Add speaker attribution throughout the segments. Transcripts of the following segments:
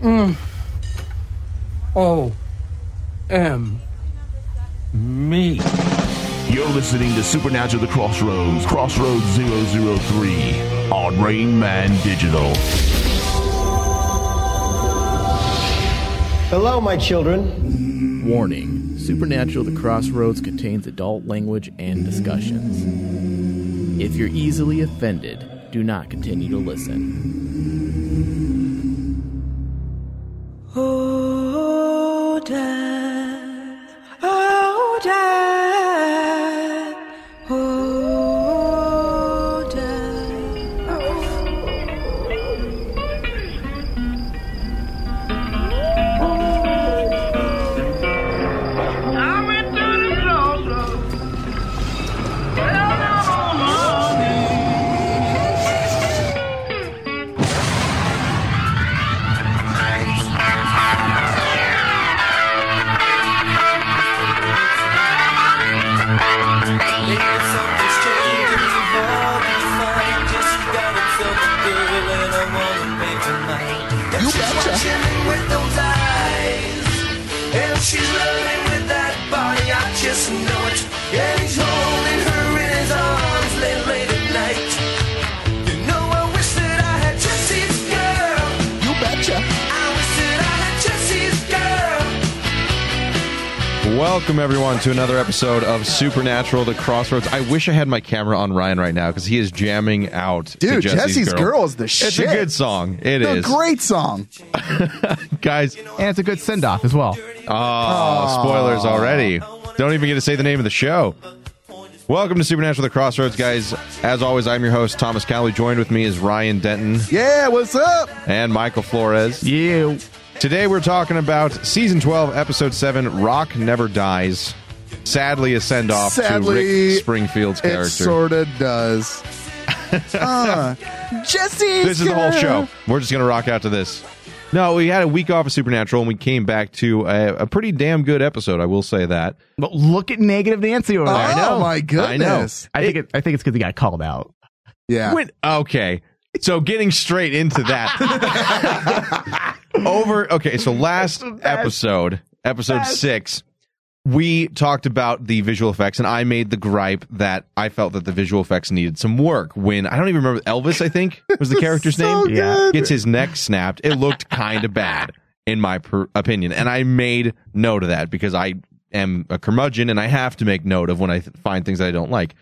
Speaker 1: Mm. O. M. Me.
Speaker 2: You're listening to Supernatural The Crossroads, Crossroads 003 on Rain Man Digital.
Speaker 3: Hello, my children.
Speaker 4: Warning Supernatural The Crossroads contains adult language and discussions. If you're easily offended, do not continue to listen.
Speaker 5: Oh, Dan. Oh, Dan. Oh, Dan.
Speaker 6: I went to the crossroads. Down on my
Speaker 7: You betcha. with those eyes. And she's loving with that body, I just know it. And he's holding her in his arms late, late at night. You know, I wish that I had Jesse's girl. You betcha. I wish that I had Jesse's girl.
Speaker 8: Welcome everyone to another episode of Supernatural: The Crossroads. I wish I had my camera on Ryan right now because he is jamming out. to
Speaker 9: Dude,
Speaker 8: Jesse's,
Speaker 9: Jesse's
Speaker 8: girl.
Speaker 9: Girl is the
Speaker 8: it's
Speaker 9: shit.
Speaker 8: a good song. It
Speaker 9: It's
Speaker 8: is,
Speaker 9: a great song.
Speaker 8: guys.
Speaker 4: And it's a good send off as well.
Speaker 8: Oh, spoilers already! Don't even get to say the name of the show. Welcome to Supernatural: The Crossroads, guys. As always, I'm your host Thomas Cowley. Joined with me is Ryan Denton
Speaker 9: Yeah, what's up?
Speaker 8: and Michael Flores.
Speaker 4: You.
Speaker 8: Today we're talking about season 12, episode 7, Rock Never Dies. Sadly, a send off to
Speaker 9: Sadly,
Speaker 8: Rick Springfield's
Speaker 9: It
Speaker 8: character.
Speaker 9: sort of does. uh, Jesse's
Speaker 8: this is the whole
Speaker 9: Girl.
Speaker 8: show. We're just going to rock out to this. No, we had a week off of Supernatural and we came back to a, a pretty damn good episode, I will say that.
Speaker 4: But look at negative Nancy over
Speaker 9: Oh
Speaker 4: there.
Speaker 9: my
Speaker 8: I know.
Speaker 9: goodness!
Speaker 4: I think it, I think it's because he got called out.
Speaker 9: Yeah,
Speaker 8: When- okay. So getting straight into that. Over okay, so last episode, episode 6, we talked about the visual effects and I made the gripe that I felt that the visual effects needed some work when I don't even remember Elvis, I think, was the character's
Speaker 9: So
Speaker 8: name.
Speaker 4: Yeah.
Speaker 9: good.
Speaker 8: Gets his neck snapped. It looked kind of bad in my per- opinion and I made note of that because I am a curmudgeon and I have to make note of when I th- find things that I don't like.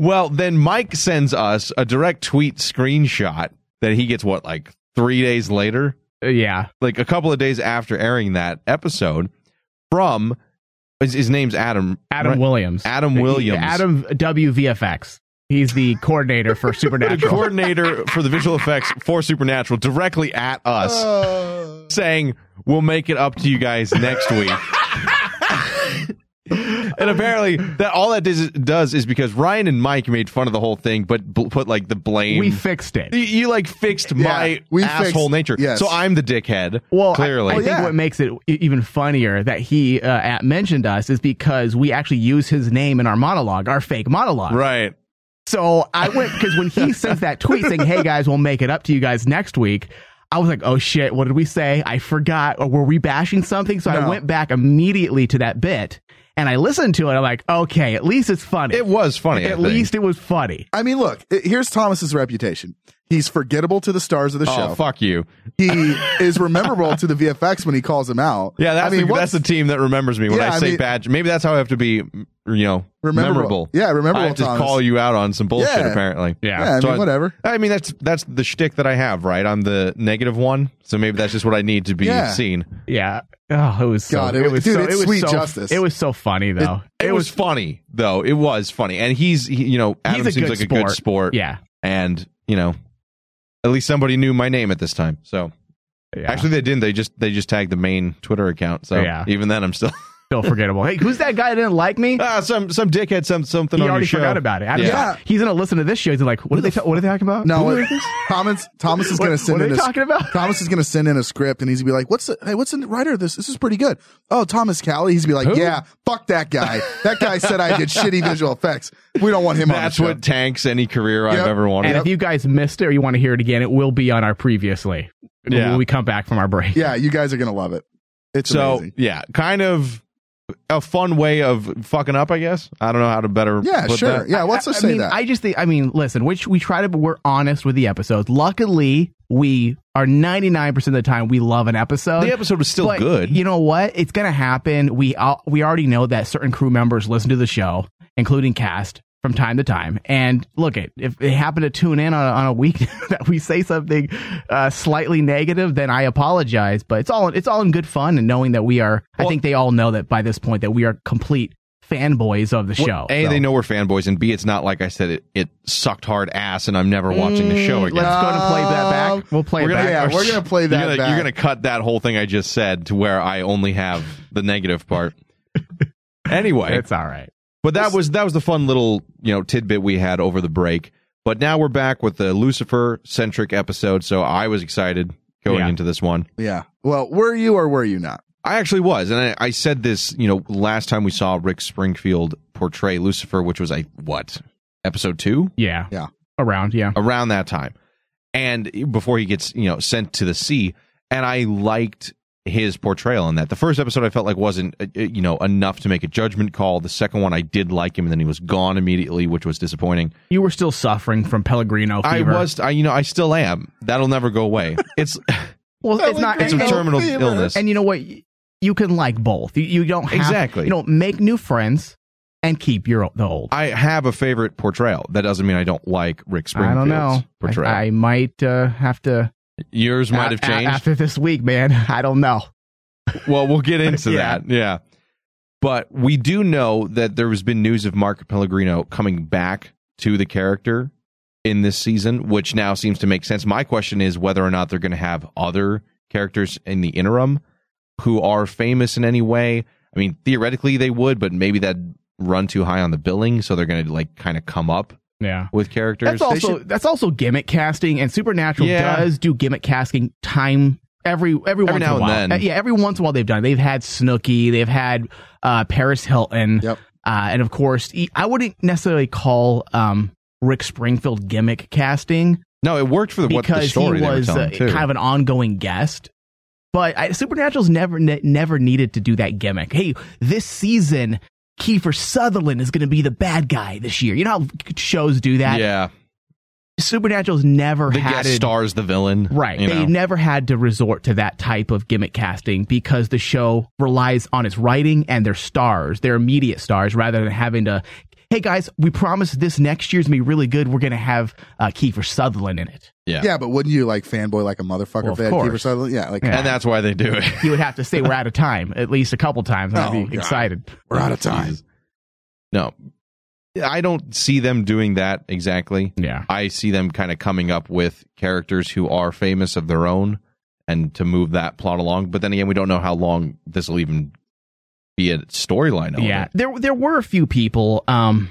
Speaker 8: Well, then Mike sends us a direct tweet screenshot that he gets what like 3 days later,
Speaker 4: Uh, yeah.
Speaker 8: like a couple of days after airing that episode from his, his name's Adam
Speaker 4: Adam
Speaker 8: right?
Speaker 4: Williams.
Speaker 8: Adam Williams.
Speaker 4: Adam WVFX. He's the coordinator for
Speaker 8: the
Speaker 4: Supernatural.
Speaker 8: coordinator for the visual effects for Supernatural directly at us
Speaker 4: Uh.
Speaker 9: Uh,
Speaker 8: saying, "We'll make it up to you guys next week." and apparently, that all that does, does is because Ryan and Mike made fun of the whole thing, but bl- put like the blame.
Speaker 4: we fixed it.
Speaker 8: You, you, like fixed my
Speaker 9: we
Speaker 8: asshole
Speaker 9: fixed-
Speaker 8: nature.
Speaker 9: yes. oh,
Speaker 8: So I'm the dickhead.
Speaker 4: Well, I-
Speaker 8: clearly.
Speaker 4: I, think
Speaker 9: yeah.
Speaker 4: what makes it e- even funnier that he uh, at mentioned us is because we actually use his name in our monologue, our fake monologue.
Speaker 8: right.
Speaker 4: So I went because when he sends that tweet saying, "Hey guys, we'll make it up to you guys next week," I was like, "Oh shit, what did we say? I forgot, or were we bashing something?" So I
Speaker 9: No.
Speaker 4: went back immediately to that bit and I listened to it. I'm like, "Okay, at least it's funny.
Speaker 8: It was funny. I
Speaker 4: at
Speaker 8: think.
Speaker 4: least it was funny."
Speaker 9: I mean, look. i- Here's Thomas's reputation. He's forgettable to the stars of the
Speaker 8: Oh
Speaker 9: show.
Speaker 8: fuck you!
Speaker 9: He is rememberable to the VFX when he calls him out.
Speaker 8: Yeah, that's
Speaker 9: I mean,
Speaker 8: the,
Speaker 9: what's-
Speaker 8: that's the team that remembers me when
Speaker 9: Yeah,
Speaker 8: I
Speaker 9: I
Speaker 8: say
Speaker 9: mean-
Speaker 8: bad. Maybe that's how I have to be, you know,
Speaker 9: Rememberable.
Speaker 8: memorable.
Speaker 9: Yeah, rememberable,
Speaker 8: I have to
Speaker 9: Thomas.
Speaker 8: call you out on some bullshit.
Speaker 9: Yeah.
Speaker 8: Apparently,
Speaker 9: Yeah, I
Speaker 8: So
Speaker 9: mean, whatever.
Speaker 8: I mean, that's that's the shtick that I have, right? I'm the negative one, so maybe that's just what I need to be
Speaker 9: Yeah.
Speaker 8: seen.
Speaker 4: Yeah. Oh, it was
Speaker 9: God, it
Speaker 4: so. It,
Speaker 9: was-
Speaker 4: was
Speaker 9: dude,
Speaker 4: so.
Speaker 9: it's
Speaker 4: it was
Speaker 9: sweet
Speaker 4: so,
Speaker 9: justice.
Speaker 4: It was so funny though.
Speaker 8: It, was, funny though. It was funny, and he's he, you know Adam
Speaker 4: he's a
Speaker 8: seems like
Speaker 4: good sport.
Speaker 8: a good sport.
Speaker 4: Yeah.
Speaker 8: and you know, at least somebody knew my name at this time. So
Speaker 4: yeah.
Speaker 8: actually, they didn't. They just they just tagged the main Twitter account. So
Speaker 4: Yeah.
Speaker 8: even then, I'm still
Speaker 4: still forgettable. Hey, who's that guy that didn't like me?
Speaker 8: ah, some some dickhead some something
Speaker 4: he
Speaker 8: on
Speaker 4: already
Speaker 8: your show.
Speaker 4: forgot about it. I don't
Speaker 8: Yeah.
Speaker 4: know. He's gonna listen to this show. He's like, what are they? Ta- what are they talking about?
Speaker 9: No,
Speaker 4: Who
Speaker 9: it-
Speaker 4: is this?
Speaker 9: Thomas. Thomas is going to
Speaker 4: What-
Speaker 9: send
Speaker 4: what are
Speaker 9: in
Speaker 4: they
Speaker 9: a s-
Speaker 4: talking about?
Speaker 9: Thomas is going to send in a script, and he's going to be like, "What's the, hey? What's the writer of this? This is pretty good." Oh, Thomas Cowley. He's going to be like,
Speaker 8: Who?
Speaker 9: "Yeah, fuck that guy. That guy said I did shitty visual effects. We don't want him
Speaker 8: That's
Speaker 9: on the show."
Speaker 8: what tanks any career
Speaker 9: Yep.
Speaker 8: I've ever wanted.
Speaker 4: And if you guys missed it or you want to hear it again, it will be on our previously.
Speaker 8: Yeah.
Speaker 4: when we come back from our break.
Speaker 9: Yeah, you guys are gonna love it. It's
Speaker 8: So
Speaker 9: amazing.
Speaker 8: yeah, kind of a fun way of fucking up, I guess. I don't know how to better.
Speaker 9: Yeah,
Speaker 8: put
Speaker 9: sure.
Speaker 8: that.
Speaker 9: Yeah, let's
Speaker 4: I,
Speaker 9: just
Speaker 4: I
Speaker 9: say
Speaker 4: mean,
Speaker 9: that.
Speaker 4: I just think, I mean, listen, which we try to, but we're honest with the episodes. Luckily, we are 99% of the time we love an episode.
Speaker 8: The episode was still
Speaker 4: But
Speaker 8: good.
Speaker 4: You know what? It's going to happen. We all, we already know that certain crew members listen to the show, including cast, from time to time. And look, it if they happen to tune in on, a- on a week that we say something uh, slightly negative, then I apologize. But it's all it's all in good fun and knowing that we are. I
Speaker 8: Well-
Speaker 4: think they all know that by this point that we are complete fanboys of the show.
Speaker 8: A,
Speaker 4: So-
Speaker 8: they know we're fanboys, and B, it's not like I said it, it sucked hard ass, and I'm never watching the show again.
Speaker 4: Let's go and play that back. We'll play
Speaker 8: We're
Speaker 4: it
Speaker 8: gonna-
Speaker 4: back.
Speaker 9: yeah, we're gonna Mm, play that
Speaker 8: You're gonna,
Speaker 9: back.
Speaker 8: you're gonna cut that whole thing I just said to where I only have the negative part. anyway,
Speaker 4: It's all right.
Speaker 8: but that was that was the fun little you know tidbit we had over the break. But now we're back with the Lucifer centric episode, so I was excited going
Speaker 4: Yeah.
Speaker 8: into this one.
Speaker 9: yeah. Well, were you or were you not?
Speaker 8: I actually was, and I, I said this, you know, last time we saw Rick Springfield portray Lucifer, which was a what episode two
Speaker 4: Yeah.
Speaker 9: Yeah.
Speaker 4: Around, yeah.
Speaker 8: around that time, and before he gets you know sent to the sea. And I liked his portrayal in that. The first episode I felt like wasn't uh, uh, you know enough to make a judgment call. The second one I did like him, and then he was gone immediately, which was disappointing.
Speaker 4: You were still suffering from Pellegrino fever.
Speaker 8: I was, I you know, I still am. That'll never go away. It's
Speaker 4: Well, it's not.
Speaker 8: it's a
Speaker 4: and-
Speaker 8: terminal illness.
Speaker 4: And you know what? You can like both. You, you don't have,
Speaker 8: Exactly.
Speaker 4: You don't make new friends and keep your o- the old.
Speaker 8: I have a favorite portrayal. That doesn't mean I don't like Rick
Speaker 4: I
Speaker 8: Springfield's
Speaker 4: don't know. I,
Speaker 8: portrayal.
Speaker 4: I might uh, have to.
Speaker 8: Yours might have
Speaker 4: a- a-
Speaker 8: changed.
Speaker 4: after this week, man. I don't know.
Speaker 8: well, we'll get into
Speaker 4: Yeah.
Speaker 8: that. Yeah. But we do know that there has been news of Mark Pellegrino coming back to the character in this season, which now seems to make sense. My question is whether or not they're going to have other characters in the interim who are famous in any way. I mean, theoretically they would, but maybe that would run too high on the billing, so they're going to like kind of come up
Speaker 4: Yeah.
Speaker 8: with characters.
Speaker 4: That's also that's also gimmick casting, and Supernatural
Speaker 8: Yeah.
Speaker 4: does do gimmick casting time every every,
Speaker 8: now
Speaker 4: once in a
Speaker 8: and
Speaker 4: while.
Speaker 8: then.
Speaker 4: Uh, Yeah, every once in a while they've done. it. They've had Snooki, they've had uh, Paris Hilton,
Speaker 9: Yep.
Speaker 4: uh, and of course, e- I wouldn't necessarily call um, Rick Springfield gimmick casting
Speaker 8: no, it worked for the, what the
Speaker 4: because
Speaker 8: story
Speaker 4: he was
Speaker 8: they were
Speaker 4: uh,
Speaker 8: telling too.
Speaker 4: kind of an ongoing guest. But I, Supernatural's never ne- never needed to do that gimmick. Hey, this season. Kiefer Sutherland is going to be the bad guy this year. You know how shows do that.
Speaker 8: yeah,
Speaker 4: Supernatural's never
Speaker 8: the
Speaker 4: had
Speaker 8: guest
Speaker 4: it-
Speaker 8: stars the villain,
Speaker 4: right.
Speaker 8: you
Speaker 4: They
Speaker 8: know.
Speaker 4: never had to resort to that type of gimmick casting because the show relies on its writing and their stars, their immediate stars, rather than having to. Hey guys, we promise this next year's gonna be really good. We're gonna have uh, Kiefer Sutherland in it.
Speaker 8: Yeah.
Speaker 9: Yeah. but wouldn't you like fanboy like a motherfucker
Speaker 4: Well, of
Speaker 9: if they had Kiefer
Speaker 4: course.
Speaker 9: Sutherland? Yeah, like
Speaker 4: Yeah.
Speaker 8: and that's why they do it.
Speaker 4: He would have to say we're out of time at least a couple times. and I'd
Speaker 9: Oh,
Speaker 4: be
Speaker 9: God.
Speaker 4: excited.
Speaker 9: we're out of time.
Speaker 8: No. I don't see them doing that exactly.
Speaker 4: Yeah,
Speaker 8: I see them kind of coming up with characters who are famous of their own and to move that plot along. But then again, we don't know how long this will even be a storyline. element.
Speaker 4: yeah. There, there were a few people, um,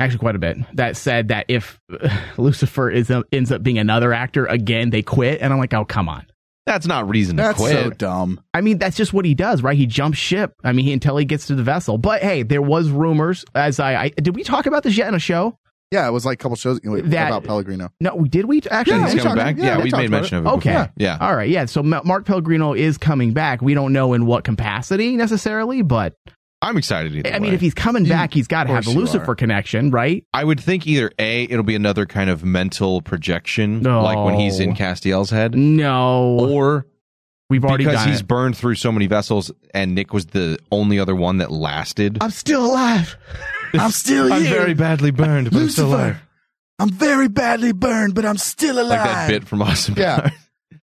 Speaker 4: actually quite a bit, that said that if uh, Lucifer is a, ends up being another actor again, they quit. And I'm like, oh come on.
Speaker 8: That's not reason to
Speaker 9: That's
Speaker 8: quit.
Speaker 9: so dumb.
Speaker 4: I mean, that's just what he does, right? He jumps ship. I mean, he, until he gets to the vessel. But hey, there was rumors as I, I did we talk about this yet in a show?
Speaker 9: Yeah, it was like a couple shows ago
Speaker 4: That-
Speaker 9: about Pellegrino.
Speaker 4: No, we did. We actually.
Speaker 9: Yeah,
Speaker 8: He's
Speaker 9: we
Speaker 8: coming
Speaker 9: talked-
Speaker 8: back.
Speaker 9: yeah,
Speaker 8: Yeah,
Speaker 9: we
Speaker 8: we've
Speaker 9: talked
Speaker 8: made
Speaker 9: about
Speaker 8: mention
Speaker 9: it.
Speaker 8: of it.
Speaker 4: Okay.
Speaker 8: before. Yeah.
Speaker 4: All right. Yeah. So Ma- Mark Pellegrino is coming back. We don't know in what capacity necessarily, but
Speaker 8: I'm excited. Either
Speaker 4: I mean,
Speaker 8: way.
Speaker 4: if he's coming
Speaker 9: You-
Speaker 4: back, he's got to
Speaker 9: of
Speaker 4: have the
Speaker 9: course you
Speaker 4: Lucifer
Speaker 9: are.
Speaker 4: connection, right?
Speaker 8: I would think either A, it'll be another kind of mental projection,
Speaker 4: No.
Speaker 8: like when he's in Castiel's head,
Speaker 4: No,
Speaker 8: or
Speaker 4: we've already
Speaker 8: because
Speaker 4: done
Speaker 8: he's
Speaker 4: it.
Speaker 8: burned through so many vessels and Nick was the only other one that lasted.
Speaker 9: I'm still alive. I'm still here.
Speaker 8: I'm very badly burned, but I'm still alive.
Speaker 9: Lucifer. I'm very badly burned, but I'm still alive.
Speaker 8: Like that bit from Austin.
Speaker 9: Yeah.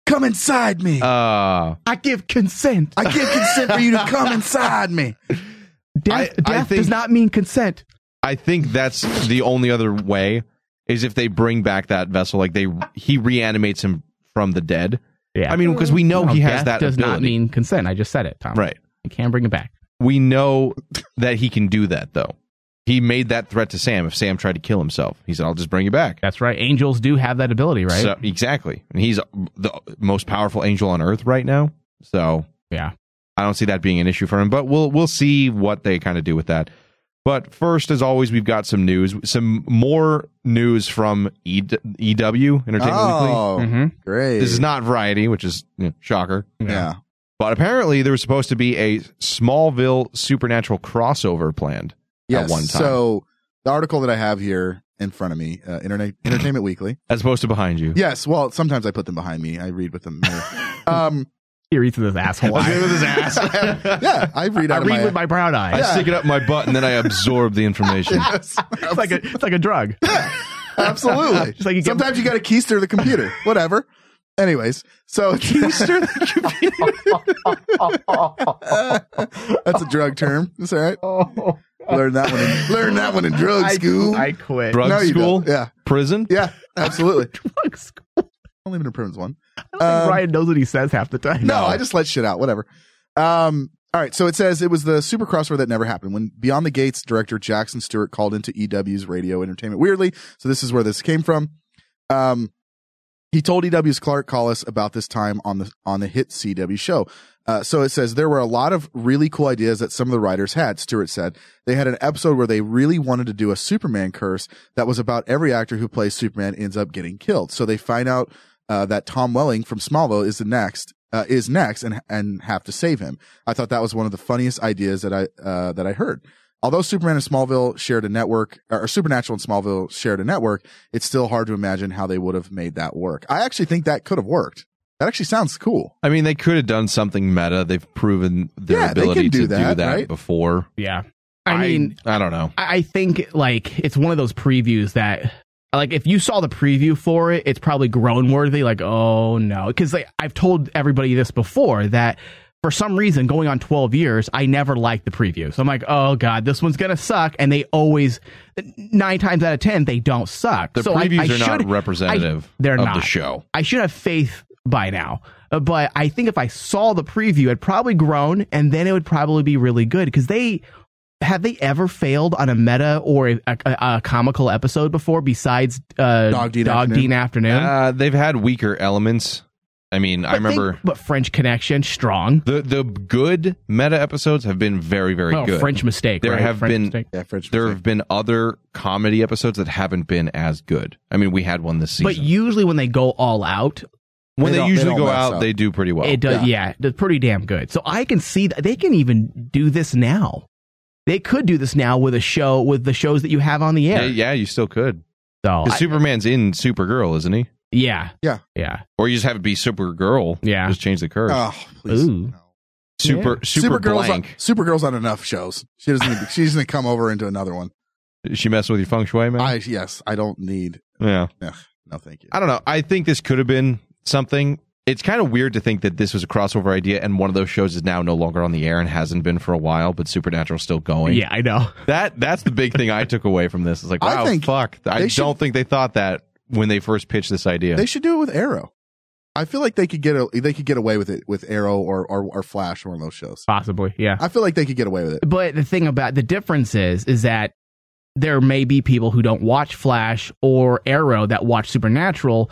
Speaker 9: Come inside me.
Speaker 8: Power. Uh,
Speaker 4: I give consent.
Speaker 9: I give consent for you to come inside me.
Speaker 4: death
Speaker 8: I
Speaker 4: death
Speaker 8: think-
Speaker 4: does not mean consent.
Speaker 8: I think that's the only other way is if they bring back that vessel, like they he reanimates him from the dead.
Speaker 4: Yeah.
Speaker 8: I mean, because we know
Speaker 4: No,
Speaker 8: he has
Speaker 4: death
Speaker 8: that
Speaker 4: does
Speaker 8: ability,
Speaker 4: not mean consent. I just said it, Tom.
Speaker 8: right?
Speaker 4: You can't bring it back.
Speaker 8: We know that he can do that, though. He made that threat to Sam. If Sam tried to kill himself, he said, "I'll just bring you back."
Speaker 4: That's right. Angels do have that ability, right?
Speaker 8: So, exactly, and he's the most powerful angel on earth right now. So
Speaker 4: yeah.
Speaker 8: I don't see that being an issue for him, but we'll we'll see what they kind of do with that. But first, as always, we've got some news, some more news from e- EW Entertainment Weekly.
Speaker 9: Oh,
Speaker 4: Mhm.
Speaker 9: great.
Speaker 8: This is not Variety, which is you know, shocker.
Speaker 9: yeah.
Speaker 8: But apparently, there was supposed to be a Smallville supernatural crossover planned.
Speaker 9: Yes.
Speaker 8: one time.
Speaker 9: So the article that I have here in front of me, uh, Internet Entertainment Weekly.
Speaker 8: as opposed to behind you.
Speaker 9: Yes. Well, sometimes I put them behind me. I read with them. Here. Um.
Speaker 4: Here, eats this asshole.
Speaker 8: I,
Speaker 4: I,
Speaker 9: yeah, I read. Out
Speaker 4: I
Speaker 9: of
Speaker 4: read
Speaker 9: my,
Speaker 4: with my brown eye.
Speaker 8: I stick it up my butt and then I absorb the information.
Speaker 9: Yes.
Speaker 4: It's like a it's like a drug.
Speaker 9: Absolutely.
Speaker 4: Just like you get-
Speaker 9: Sometimes you got to keister the computer. Whatever. Anyways, so keister the computer. That's a drug term. It's all right.
Speaker 4: Oh,
Speaker 9: Learn that one. In, learn that one in drug school.
Speaker 4: I quit.
Speaker 8: Drug
Speaker 9: No, you
Speaker 8: school,
Speaker 9: don't. Yeah.
Speaker 8: prison.
Speaker 9: Yeah. Absolutely.
Speaker 4: Drug school.
Speaker 9: Only been in prisons one.
Speaker 4: Like
Speaker 9: Um,
Speaker 4: Ryan knows what he says half the time.
Speaker 9: No, I just let shit out. Whatever. Um, all right. So it says it was the super crossover that never happened when Beyond the Gates director Jackson Stewart called into EW's radio entertainment. Weirdly, so this is where this came from. Um, he told EW's Clark Collis about this time on the on the hit CW show. Uh, so it says there were a lot of really cool ideas that some of the writers had. Stewart said they had an episode where they really wanted to do a Superman curse that was about every actor who plays Superman ends up getting killed. So they find out uh, that Tom Welling from Smallville is the next uh, is next and and have to save him. I thought that was one of the funniest ideas that I uh, that I heard. Although Superman and Smallville shared a network, or Supernatural and Smallville shared a network, it's still hard to imagine how they would have made that work. I actually think that could have worked. That actually sounds cool.
Speaker 8: I mean, they could have done something meta. They've proven their
Speaker 9: Yeah, they
Speaker 8: ability
Speaker 9: can do
Speaker 8: to do
Speaker 9: that,
Speaker 8: that
Speaker 9: right?
Speaker 8: before.
Speaker 4: yeah. I mean,
Speaker 8: I, don't know.
Speaker 4: I I think like it's one of those previews that like if you saw the preview for it, it's probably groan worthy. Like oh no, because like I've told everybody this before that for some reason going on 12 years i never liked the previews i'm like oh god this one's gonna suck and they always nine times out of ten they don't suck
Speaker 8: The
Speaker 4: so I-
Speaker 8: previews
Speaker 4: I
Speaker 8: are not
Speaker 4: should-
Speaker 8: representative
Speaker 4: I- they're
Speaker 8: of
Speaker 4: not.
Speaker 8: the show.
Speaker 4: I should have faith by now. Uh, But I think if I saw the preview, I'd probably grown and then it would probably be really good because they have they ever failed on a meta or a, a, a comical episode before besides uh,
Speaker 9: Dog Dean Afternoon?
Speaker 4: Dean Afternoon?
Speaker 8: Uh, they've had weaker elements. I mean, I
Speaker 4: But think-
Speaker 8: remember
Speaker 4: but French Connection strong.
Speaker 8: the the good meta episodes have been very very
Speaker 4: Well,
Speaker 8: good.
Speaker 4: Oh, French mistake.
Speaker 8: There
Speaker 4: right?
Speaker 8: have
Speaker 4: French
Speaker 8: been-
Speaker 4: mistake.
Speaker 9: Yeah, French.
Speaker 8: there have been other comedy episodes that haven't been as good. I mean, we had one this
Speaker 4: but
Speaker 8: season.
Speaker 4: usually when they go all out,
Speaker 8: when
Speaker 9: They
Speaker 8: they,
Speaker 9: don't- they
Speaker 8: usually
Speaker 9: don't
Speaker 8: go
Speaker 9: mess
Speaker 8: out,
Speaker 9: up.
Speaker 8: they do pretty well.
Speaker 4: it does. Yeah. it's pretty damn good. So I can see that they can even do this now. They could do this now with a show with the shows that you have on the
Speaker 8: yeah,
Speaker 4: air.
Speaker 8: yeah, you still could.
Speaker 4: So
Speaker 8: 'Cause
Speaker 4: Oh, I-
Speaker 8: Superman's in Supergirl, isn't he?
Speaker 4: Yeah.
Speaker 9: Yeah.
Speaker 4: Yeah.
Speaker 8: Or you just have it be Supergirl.
Speaker 4: Yeah.
Speaker 8: Just change the curve.
Speaker 9: Oh, please.
Speaker 4: Ooh.
Speaker 9: No.
Speaker 8: super super
Speaker 9: Supergirl's on,
Speaker 8: blank.
Speaker 9: Supergirl's on enough shows. She doesn't. Need to, she's gonna come over into another one.
Speaker 8: Is she messing with your feng shui, man?
Speaker 9: I yes. I don't need.
Speaker 8: yeah.
Speaker 9: No, thank you.
Speaker 8: I don't know. I think this could have been something. It's kind of weird to think that this was a crossover idea and one of those shows is now no longer on the air and hasn't been for a while, but Supernatural's still going.
Speaker 4: Yeah, I know.
Speaker 8: That that's the big thing I took away from this. It's like,
Speaker 9: I
Speaker 8: wow,
Speaker 9: think
Speaker 8: fuck. I
Speaker 9: they should-
Speaker 8: don't think they thought that when they first pitched this idea.
Speaker 9: They should do it with Arrow. I feel like they could get a, they could get away with it with Arrow or or, or Flash or one of those shows.
Speaker 4: Possibly, yeah.
Speaker 9: I feel like they could get away with it.
Speaker 4: But the thing about the difference is, is that there may be people who don't watch Flash or Arrow that watch Supernatural,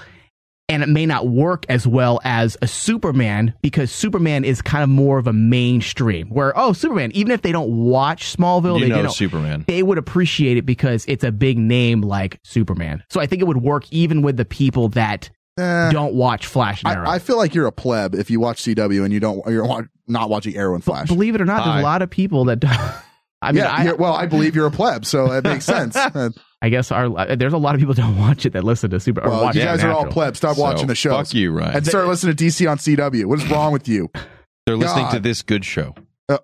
Speaker 4: and it may not work as well as a Superman because Superman is kind of more of a mainstream. Where oh, Superman, even if they don't watch Smallville,
Speaker 8: you
Speaker 4: they
Speaker 8: know
Speaker 4: don't.
Speaker 8: Superman.
Speaker 4: they would appreciate it because it's a big name like Superman. So I think it would work even with the people that
Speaker 9: Eh,
Speaker 4: don't watch Flash and Arrow.
Speaker 9: I, I feel like you're a pleb if you watch CW and you don't you're wa- not watching Arrow and Flash.
Speaker 4: Believe it or not, there's
Speaker 8: Hi.
Speaker 4: a lot of people that. don't- I mean,
Speaker 9: yeah,
Speaker 4: I,
Speaker 9: you're- well, I believe you're a pleb, so that makes sense. Uh,
Speaker 4: I guess our uh, there's a lot of people don't watch it that listen to Super. or
Speaker 9: well,
Speaker 4: watch
Speaker 9: you guys are all
Speaker 4: Supernatural.
Speaker 9: plebs. Stop
Speaker 8: So,
Speaker 9: watching the show
Speaker 8: Fuck you, Ryan.
Speaker 9: and start listening to DC on CW. What is wrong with you?
Speaker 8: They're listening to
Speaker 9: God.
Speaker 8: this good show.
Speaker 9: Oh,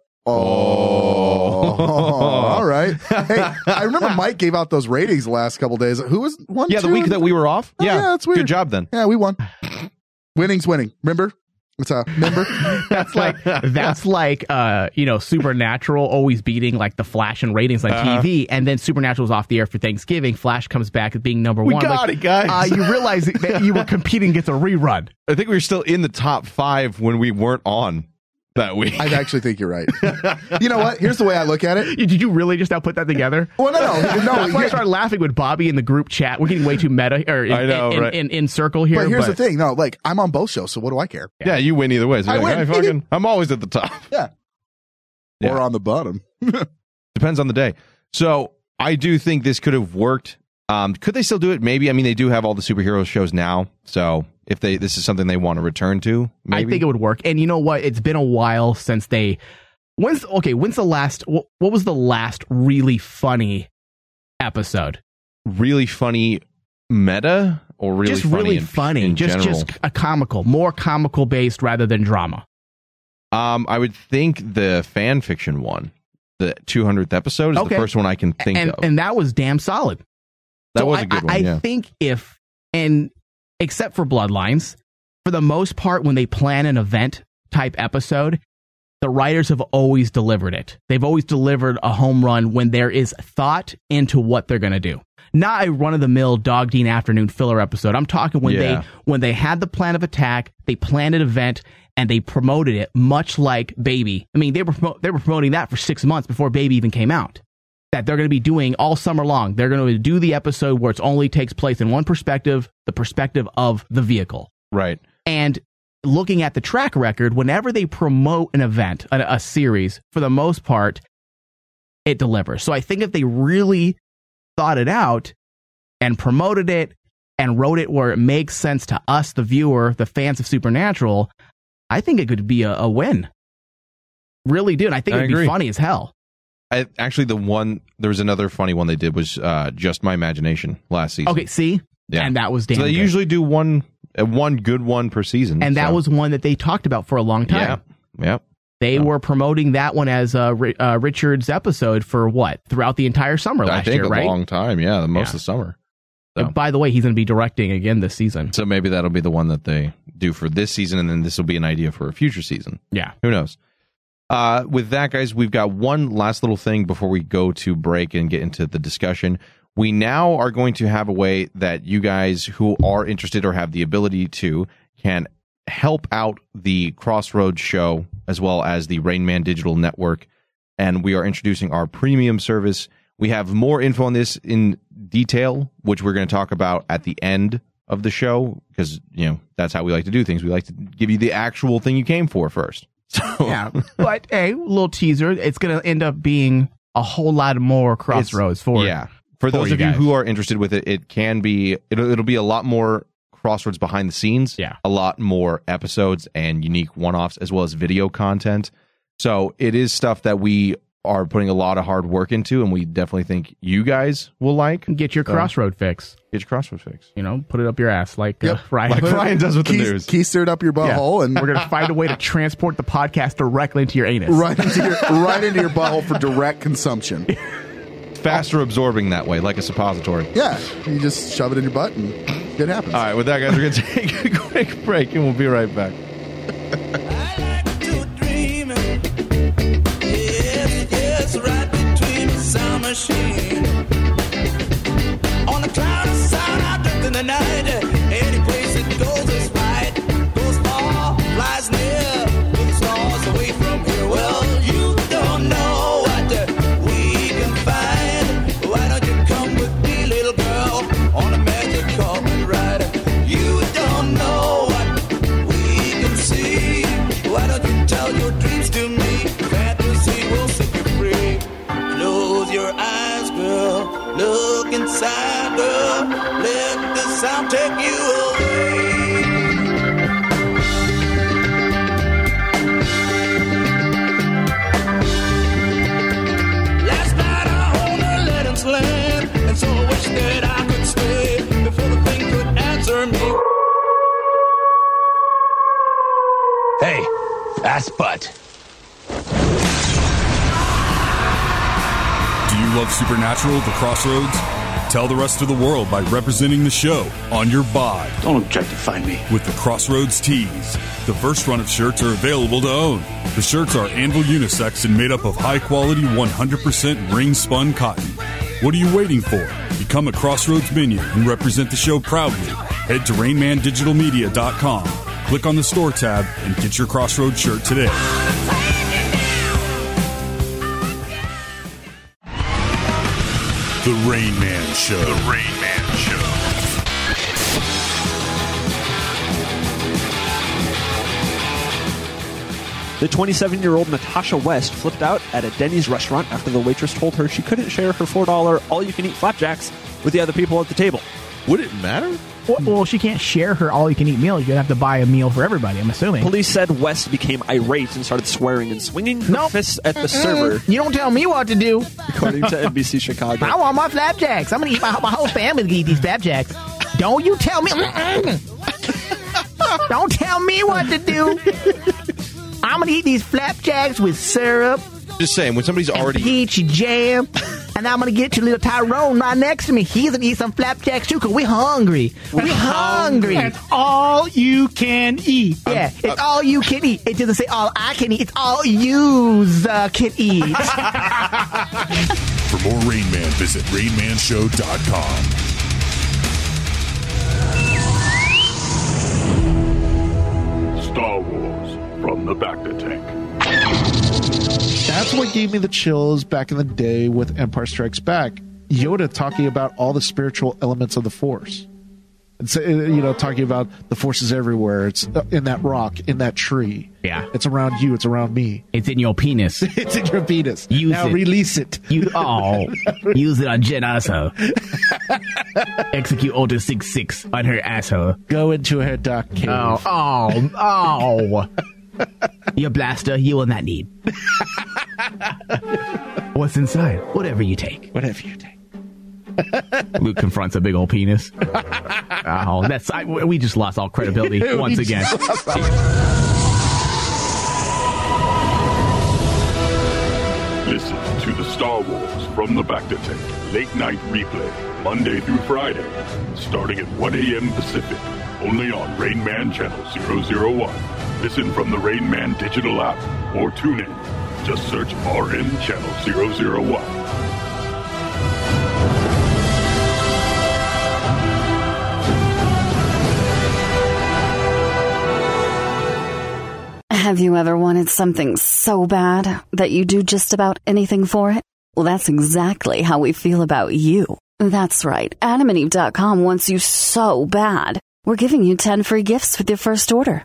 Speaker 8: Oh.
Speaker 9: all right. Hey, I remember Mike gave out those ratings the last couple days. Who was one?
Speaker 8: Yeah, the
Speaker 9: two,
Speaker 8: week that we were off.
Speaker 9: Oh, yeah, that's weird.
Speaker 8: Good job then.
Speaker 9: Yeah, we won. Winning's winning. Remember? It's a member.
Speaker 4: That's like that's like uh you know Supernatural always beating like the Flash and ratings on TV, and then Supernatural's off the air for Thanksgiving. Flash comes back as being number one. Like,
Speaker 8: it, guys.
Speaker 4: uh, you realize that you were competing against a rerun.
Speaker 8: I think we were still in the top five when we weren't on that week.
Speaker 9: I actually think you're right. You know what? Here's the way I look at it.
Speaker 4: Did you really just now put that together?
Speaker 9: Well, no, no,
Speaker 4: That's
Speaker 9: no.
Speaker 4: why I
Speaker 9: here-
Speaker 4: started laughing with Bobby in the group chat. We're getting way too meta or in,
Speaker 8: I know,
Speaker 4: in, in,
Speaker 8: right.
Speaker 4: in, in circle here.
Speaker 9: but here's
Speaker 4: but-
Speaker 9: the thing. No, like I'm on both shows, so what do I care?
Speaker 8: yeah, you win either way. So
Speaker 9: I
Speaker 8: you're like,
Speaker 9: win.
Speaker 8: "Hey, fucking, I'm always at the top.
Speaker 9: Yeah.
Speaker 8: Yeah.
Speaker 9: Or on the bottom.
Speaker 8: Depends on the day. So I do think this could have worked. Um, could they still do it? Maybe. I mean, they do have all the superhero shows now. So if they this is something they want to return to, maybe.
Speaker 4: I think it would work. And you know what? It's been a while since they. When's okay? When's the last? What, what was the last really funny episode?
Speaker 8: really funny meta or really
Speaker 4: just
Speaker 8: funny
Speaker 4: really
Speaker 8: in-
Speaker 4: funny.
Speaker 8: in
Speaker 4: just
Speaker 8: general?
Speaker 4: just a comical, more comical based rather than drama.
Speaker 8: Um, I would think the fan fiction one, the 200th episode, is
Speaker 4: Okay.
Speaker 8: the first one I can think
Speaker 4: and
Speaker 8: of.
Speaker 4: and that was damn solid.
Speaker 8: that
Speaker 4: So
Speaker 8: was
Speaker 4: I-
Speaker 8: a good
Speaker 4: I,
Speaker 8: one.
Speaker 4: I
Speaker 8: yeah.
Speaker 4: think if and except for Bloodlines, for the most part, when they plan an event type episode, the writers have always delivered it. They've always delivered a home run when there is thought into what they're going to do. Not a run of the mill dog Dean afternoon filler episode. I'm talking when
Speaker 8: Yeah.
Speaker 4: they when they had the plan of attack, they planned an event and they promoted it much like Baby. I mean, they were promo- they were promoting that for 6 months before Baby even came out that they're going to be doing all summer long. They're going to do the episode where it only takes place in one perspective, the perspective of the vehicle.
Speaker 8: right.
Speaker 4: And looking at the track record, whenever they promote an event, a, a series, for the most part, it delivers. So I think if they really thought it out and promoted it and wrote it where it makes sense to us, the viewer, the fans of Supernatural, I think it could be a, a win. Really do. And I think
Speaker 8: I
Speaker 4: it would be
Speaker 8: agree.
Speaker 4: funny as hell.
Speaker 8: I, actually, the one there was another funny one they did was uh, just my imagination last season.
Speaker 4: Okay, see?
Speaker 8: Yeah.
Speaker 4: And that was damn
Speaker 8: so they
Speaker 4: good.
Speaker 8: usually do one uh, one good one per season,
Speaker 4: and that
Speaker 8: so-
Speaker 4: was one that they talked about for a long time.
Speaker 8: yeah, yeah.
Speaker 4: They were promoting that one as uh, Ri- uh, Richard's episode for what throughout the entire summer
Speaker 8: I
Speaker 4: last
Speaker 8: think
Speaker 4: year,
Speaker 8: a
Speaker 4: right?
Speaker 8: long time. Yeah, the most
Speaker 4: Yeah.
Speaker 8: of the summer.
Speaker 4: And by the way, he's going to be directing again this season.
Speaker 8: So maybe that'll be the one that they do for this season, and then this will be an idea for a future season.
Speaker 4: Yeah.
Speaker 8: Who knows? Uh, with that, guys, we've got one last little thing before we go to break and get into the discussion. We now are going to have a way that you guys who are interested or have the ability to can help out the Crossroads show as well as the Rain Man Digital Network. And we are introducing our premium service. We have more info on this in detail, which we're going to talk about at the end of the show because, you know, that's how we like to do things. We like to give you the actual thing you came for first. So,
Speaker 4: Yeah, but hey, little teaser. It's going to end up being a whole lot more crossroads for
Speaker 8: yeah for
Speaker 4: for
Speaker 8: those
Speaker 4: you
Speaker 8: of you
Speaker 4: guys.
Speaker 8: who are interested with it it can be it'll, it'll be a lot more crosswords behind the scenes
Speaker 4: Yeah.
Speaker 8: a lot more episodes and unique one-offs as well as video content so it is stuff that we are putting a lot of hard work into and we definitely think you guys will like get
Speaker 4: Get your crossroad fix.
Speaker 8: your crossword fix
Speaker 4: You know, put it up your ass like uh,
Speaker 9: Yep.
Speaker 4: Ryan.
Speaker 8: like ryan does with the
Speaker 9: Key,
Speaker 8: news
Speaker 9: key stirred up your butthole and
Speaker 4: We're going to find a way to transport the podcast directly into your anus.
Speaker 9: right into your right into your butthole for direct consumption.
Speaker 8: faster absorbing that way like a suppository
Speaker 9: Yeah, you just shove it in your butt and it happens.
Speaker 8: all right with that guys we're gonna take a quick break and we'll be right back
Speaker 7: You don't know what we can see. Why don't you tell your dreams to me? Fantasy will set you free. Close your eyes, girl. Look inside, girl. Let the sound take you away. Last night I owned a lead and slam, and so I wish that I could stay before the thing could answer me.
Speaker 10: Hey, ass butt.
Speaker 2: Do you love Supernatural, The Crossroads? Tell the rest of the world by representing the show on your bod
Speaker 10: Don't objectify me.
Speaker 2: with the Crossroads tees. The first run of shirts are available to own. The shirts are Anvil unisex and made up of high quality 100% ring spun cotton. What are you waiting for? Become a Crossroads minion and represent the show proudly. Head to RainmanDigitalMedia.com, click on the store tab, and get your Crossroads shirt today. The Rain Man Show. The Rain Man Show.
Speaker 11: The 27 year old Natasha West flipped out at a Denny's restaurant after the waitress told her she couldn't share her $4 all you can eat flapjacks with the other people at the table.
Speaker 8: Would it matter?
Speaker 4: Well, well, she can't share her all you can eat meal. You're gonna have to buy a meal for everybody. I'm assuming.
Speaker 11: Police said West became irate and started swearing and swinging her fists at the server,
Speaker 4: You don't tell me what to do.
Speaker 11: according to NBC Chicago.
Speaker 4: I want my flapjacks. I'm gonna eat my, my whole family to eat these flapjacks. Don't you tell me. Mm-mm. don't tell me what to do. I'm gonna eat these flapjacks with syrup,
Speaker 8: Just saying, when somebody's already
Speaker 4: peach jam, and I'm gonna get your little Tyrone right next to me. He's gonna eat some flapjacks too, cause we're hungry. We're hungry.
Speaker 12: That's all you can eat.
Speaker 4: Yeah, it's all you can eat. It doesn't say all I can eat. It's all yous uh, can eat.
Speaker 2: For more Rain Man, visit RainManShow.com.
Speaker 13: Star Wars from the back to tank.
Speaker 14: That's what gave me the chills back in the day with Empire Strikes Back. Yoda talking about all the spiritual elements of the Force. It's uh, you know talking about the Force is everywhere. It's uh, in that rock, in that tree.
Speaker 4: Yeah,
Speaker 14: it's around you. It's around me.
Speaker 4: It's in your penis.
Speaker 14: it's in your penis.
Speaker 4: Use
Speaker 14: now
Speaker 4: it.
Speaker 14: release it.
Speaker 4: You all use it on Jen asshole. Execute Order Six Six on her asshole.
Speaker 14: Go into her dark cave.
Speaker 4: Oh, oh, oh! Your blaster, you will not need. What's inside? Whatever you take.
Speaker 14: Whatever you take.
Speaker 4: Luke confronts a big old penis. oh, that's I, we just lost all credibility
Speaker 14: We
Speaker 4: once
Speaker 14: just
Speaker 4: again.
Speaker 14: lost
Speaker 13: Listen to the Star Wars from the back to tank. Late night replay, Monday through Friday, starting at 1 a.m. Pacific, only on Rain Man Channel 001. Listen from the Rain Man digital app or tune in. Just search RM Channel 001.
Speaker 5: Have you ever wanted something so bad that you do just about anything for it? Well, that's exactly how we feel about you. That's right. AdamandEve.com wants you so bad. We're giving you 10 free gifts with your first order.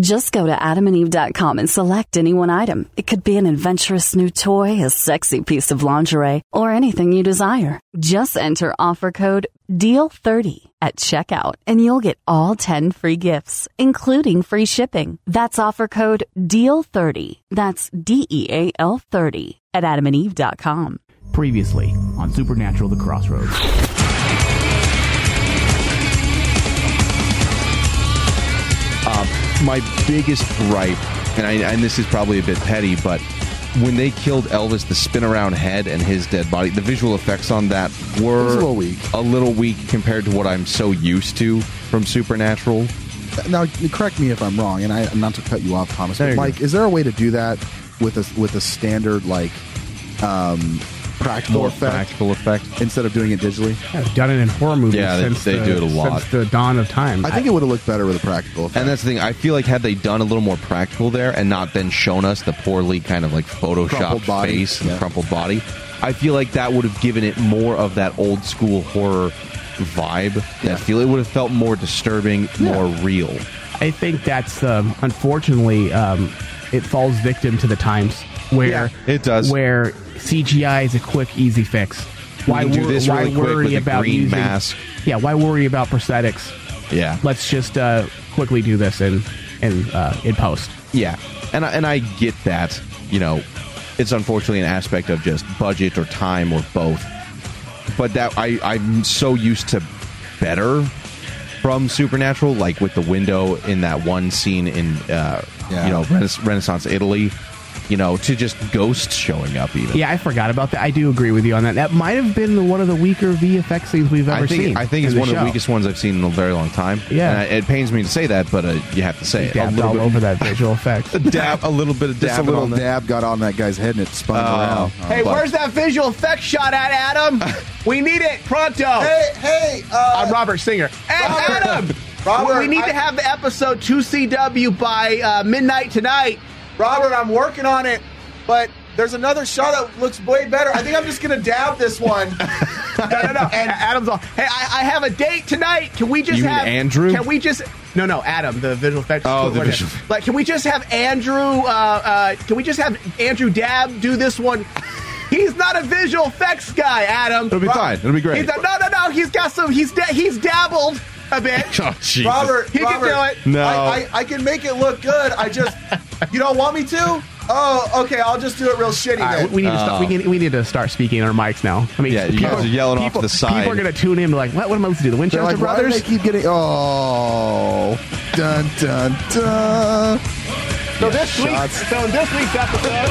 Speaker 5: Just go to adamandeve.com and select any one item. It could be an adventurous new toy, a sexy piece of lingerie, or anything you desire. Just enter offer code DEAL30 at checkout and you'll get all 10 free gifts, including free shipping. That's offer code E DEAL30. That's D E A L 30 at adamandeve.com.
Speaker 4: Previously on Supernatural The Crossroads.
Speaker 8: Um, my biggest gripe, and I, and this is probably a bit petty, but when they killed Elvis, the spin around head and his dead body, the visual effects on that were
Speaker 9: It was a little weak.
Speaker 8: a little weak compared to what I'm so used to from Supernatural.
Speaker 9: Now, correct me if I'm wrong, and I not to cut you off, Thomas.
Speaker 8: No,
Speaker 9: But
Speaker 8: you're
Speaker 9: Mike, is there a way to do that with a with a standard like um, practical
Speaker 8: More
Speaker 9: effect?
Speaker 8: practical effect
Speaker 9: instead of doing it digitally.
Speaker 1: I've done it in horror movies.
Speaker 8: Yeah, they-
Speaker 1: since
Speaker 8: they
Speaker 1: the,
Speaker 8: do it a lot.
Speaker 1: Since the dawn of time.
Speaker 9: I think it would have looked better with a practical effect.
Speaker 8: And that's the thing. I feel like had they done a little more practical there and not then shown us the poorly kind of like photoshopped
Speaker 9: Crumpled body.
Speaker 8: face and
Speaker 9: Yeah.
Speaker 8: crumpled body, I feel like that would have given it more of that old school horror vibe. That feel it would have felt more disturbing, more real.
Speaker 4: I think that's um, unfortunately um, it falls victim to the times where
Speaker 8: Yeah, it does.
Speaker 4: where CGI is a quick easy fix. Why
Speaker 8: can do
Speaker 4: wor-
Speaker 8: this
Speaker 4: why
Speaker 8: really quick
Speaker 4: worry
Speaker 8: with a
Speaker 4: about
Speaker 8: green
Speaker 4: using,
Speaker 8: mask.
Speaker 4: Yeah, why worry about prosthetics?
Speaker 8: Yeah.
Speaker 4: Let's just uh, quickly do this in in uh, in post.
Speaker 8: Yeah, and I, and I get that. You know, it's unfortunately an aspect of just budget or time or both. But that I I'm so used to better from Supernatural, like with the window in that one scene in uh,
Speaker 9: Yeah.
Speaker 8: you know Renais- Renaissance Italy you know, to just ghosts showing up even.
Speaker 4: Yeah, I forgot about that. I do agree with you on that. That might have been the, one of the weaker VFX scenes we've ever
Speaker 8: I think
Speaker 4: seen.
Speaker 8: I think
Speaker 4: in
Speaker 8: it's one of
Speaker 4: show.
Speaker 8: the weakest ones I've seen in a very long time.
Speaker 4: Yeah.
Speaker 8: and I, it pains me to say that, but uh, you have to say it.
Speaker 4: Dabbed all over that visual effect.
Speaker 8: dab, a little bit of
Speaker 9: Just a
Speaker 8: dabbing
Speaker 9: little
Speaker 8: on the-
Speaker 9: dab got on that guy's head and it spun around.
Speaker 4: Hey, where's that visual effect shot at, Adam? we need it pronto. Hey,
Speaker 15: hey,
Speaker 4: I'm Robert Singer. And Adam,
Speaker 15: Robert,
Speaker 4: we need
Speaker 15: I-
Speaker 4: to have the episode two CW by uh, midnight tonight.
Speaker 15: Robert, I'm working on it, but there's another shot that looks way better. I think I'm just gonna dab this one.
Speaker 4: no, no, no. And Adam's all. Hey, I, I have a date tonight. Can we just
Speaker 8: You mean
Speaker 4: have
Speaker 8: Andrew?
Speaker 4: Can we just? No, no, Adam, the visual effects.
Speaker 8: Oh, the
Speaker 4: coordinator.
Speaker 8: visual-
Speaker 4: Like, can we just have Andrew? Uh, uh, can we just have Andrew Dab do this one? He's not a visual effects guy, Adam. It'll
Speaker 8: be fine. It'll be great.
Speaker 4: He's a, no, no, no. He's got some. He's da- he's dabbled a bit.
Speaker 8: Oh, Jesus.
Speaker 15: Robert,
Speaker 4: he
Speaker 15: Robert,
Speaker 4: can do it.
Speaker 8: No.
Speaker 15: I, I, I can make it look good. I just, you don't want me to? Oh, okay. I'll just do it real shitty.
Speaker 4: All right,
Speaker 15: then.
Speaker 4: we need to stop. We, need, we need to start speaking in our mics now. I mean,
Speaker 8: Oh. Yeah, you guys are yelling off to the side.
Speaker 4: People are going to tune in. Like, what, what am I supposed to do? The
Speaker 9: They're
Speaker 4: Winchester
Speaker 9: like, why do
Speaker 4: Brothers?
Speaker 9: they keep getting? Oh, dun dun dun.
Speaker 4: So this week,
Speaker 9: Shots.
Speaker 4: so in this week's episode,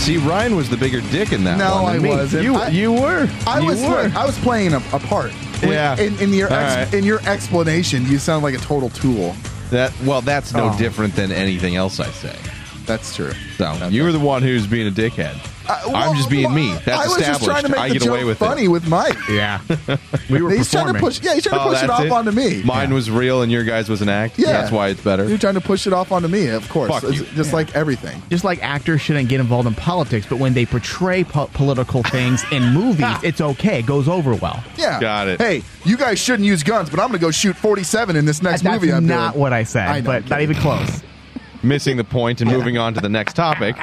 Speaker 8: See, Ryan was the bigger dick in that
Speaker 9: no,
Speaker 8: one.
Speaker 9: I
Speaker 8: than me.
Speaker 9: wasn't.
Speaker 8: You,
Speaker 9: I,
Speaker 8: you were.
Speaker 9: I
Speaker 8: You
Speaker 9: was.
Speaker 8: were.
Speaker 9: I was playing a, a part. When-
Speaker 8: Yeah.
Speaker 9: In, in your
Speaker 8: All
Speaker 9: ex,
Speaker 8: right.
Speaker 9: in your explanation, you sound like a total tool.
Speaker 8: That well, that's no
Speaker 9: Oh.
Speaker 8: different than anything else I say.
Speaker 9: That's true.
Speaker 8: So you were the one who's being a dickhead. I'm just being me. That's
Speaker 9: I was
Speaker 8: established.
Speaker 9: just trying to make
Speaker 8: Uh, I
Speaker 9: the
Speaker 8: get
Speaker 9: joke
Speaker 8: away with
Speaker 9: funny
Speaker 8: it.
Speaker 9: with Mike.
Speaker 8: Yeah,
Speaker 4: we
Speaker 9: were He's trying to performing. push- yeah, he's trying to push it off onto me.
Speaker 8: Oh, Mine was real, and your guys was an act.
Speaker 9: Yeah.
Speaker 8: that's why it's better.
Speaker 9: You're trying to push it off onto me, of course.
Speaker 8: Fuck
Speaker 9: It's
Speaker 8: you.
Speaker 9: Just like everything.
Speaker 4: just like actors shouldn't get involved in politics, but when they portray po- political things in movies, it's okay. It goes over well.
Speaker 9: Yeah.
Speaker 8: Got it.
Speaker 9: Hey, you guys shouldn't use guns, but I'm going to go shoot 47 in this next
Speaker 4: Uh, That's
Speaker 9: movie. I'm
Speaker 4: not
Speaker 9: doing.
Speaker 4: what I said,
Speaker 9: I know,
Speaker 4: but not even close.
Speaker 8: missing the point and moving on to the next topic.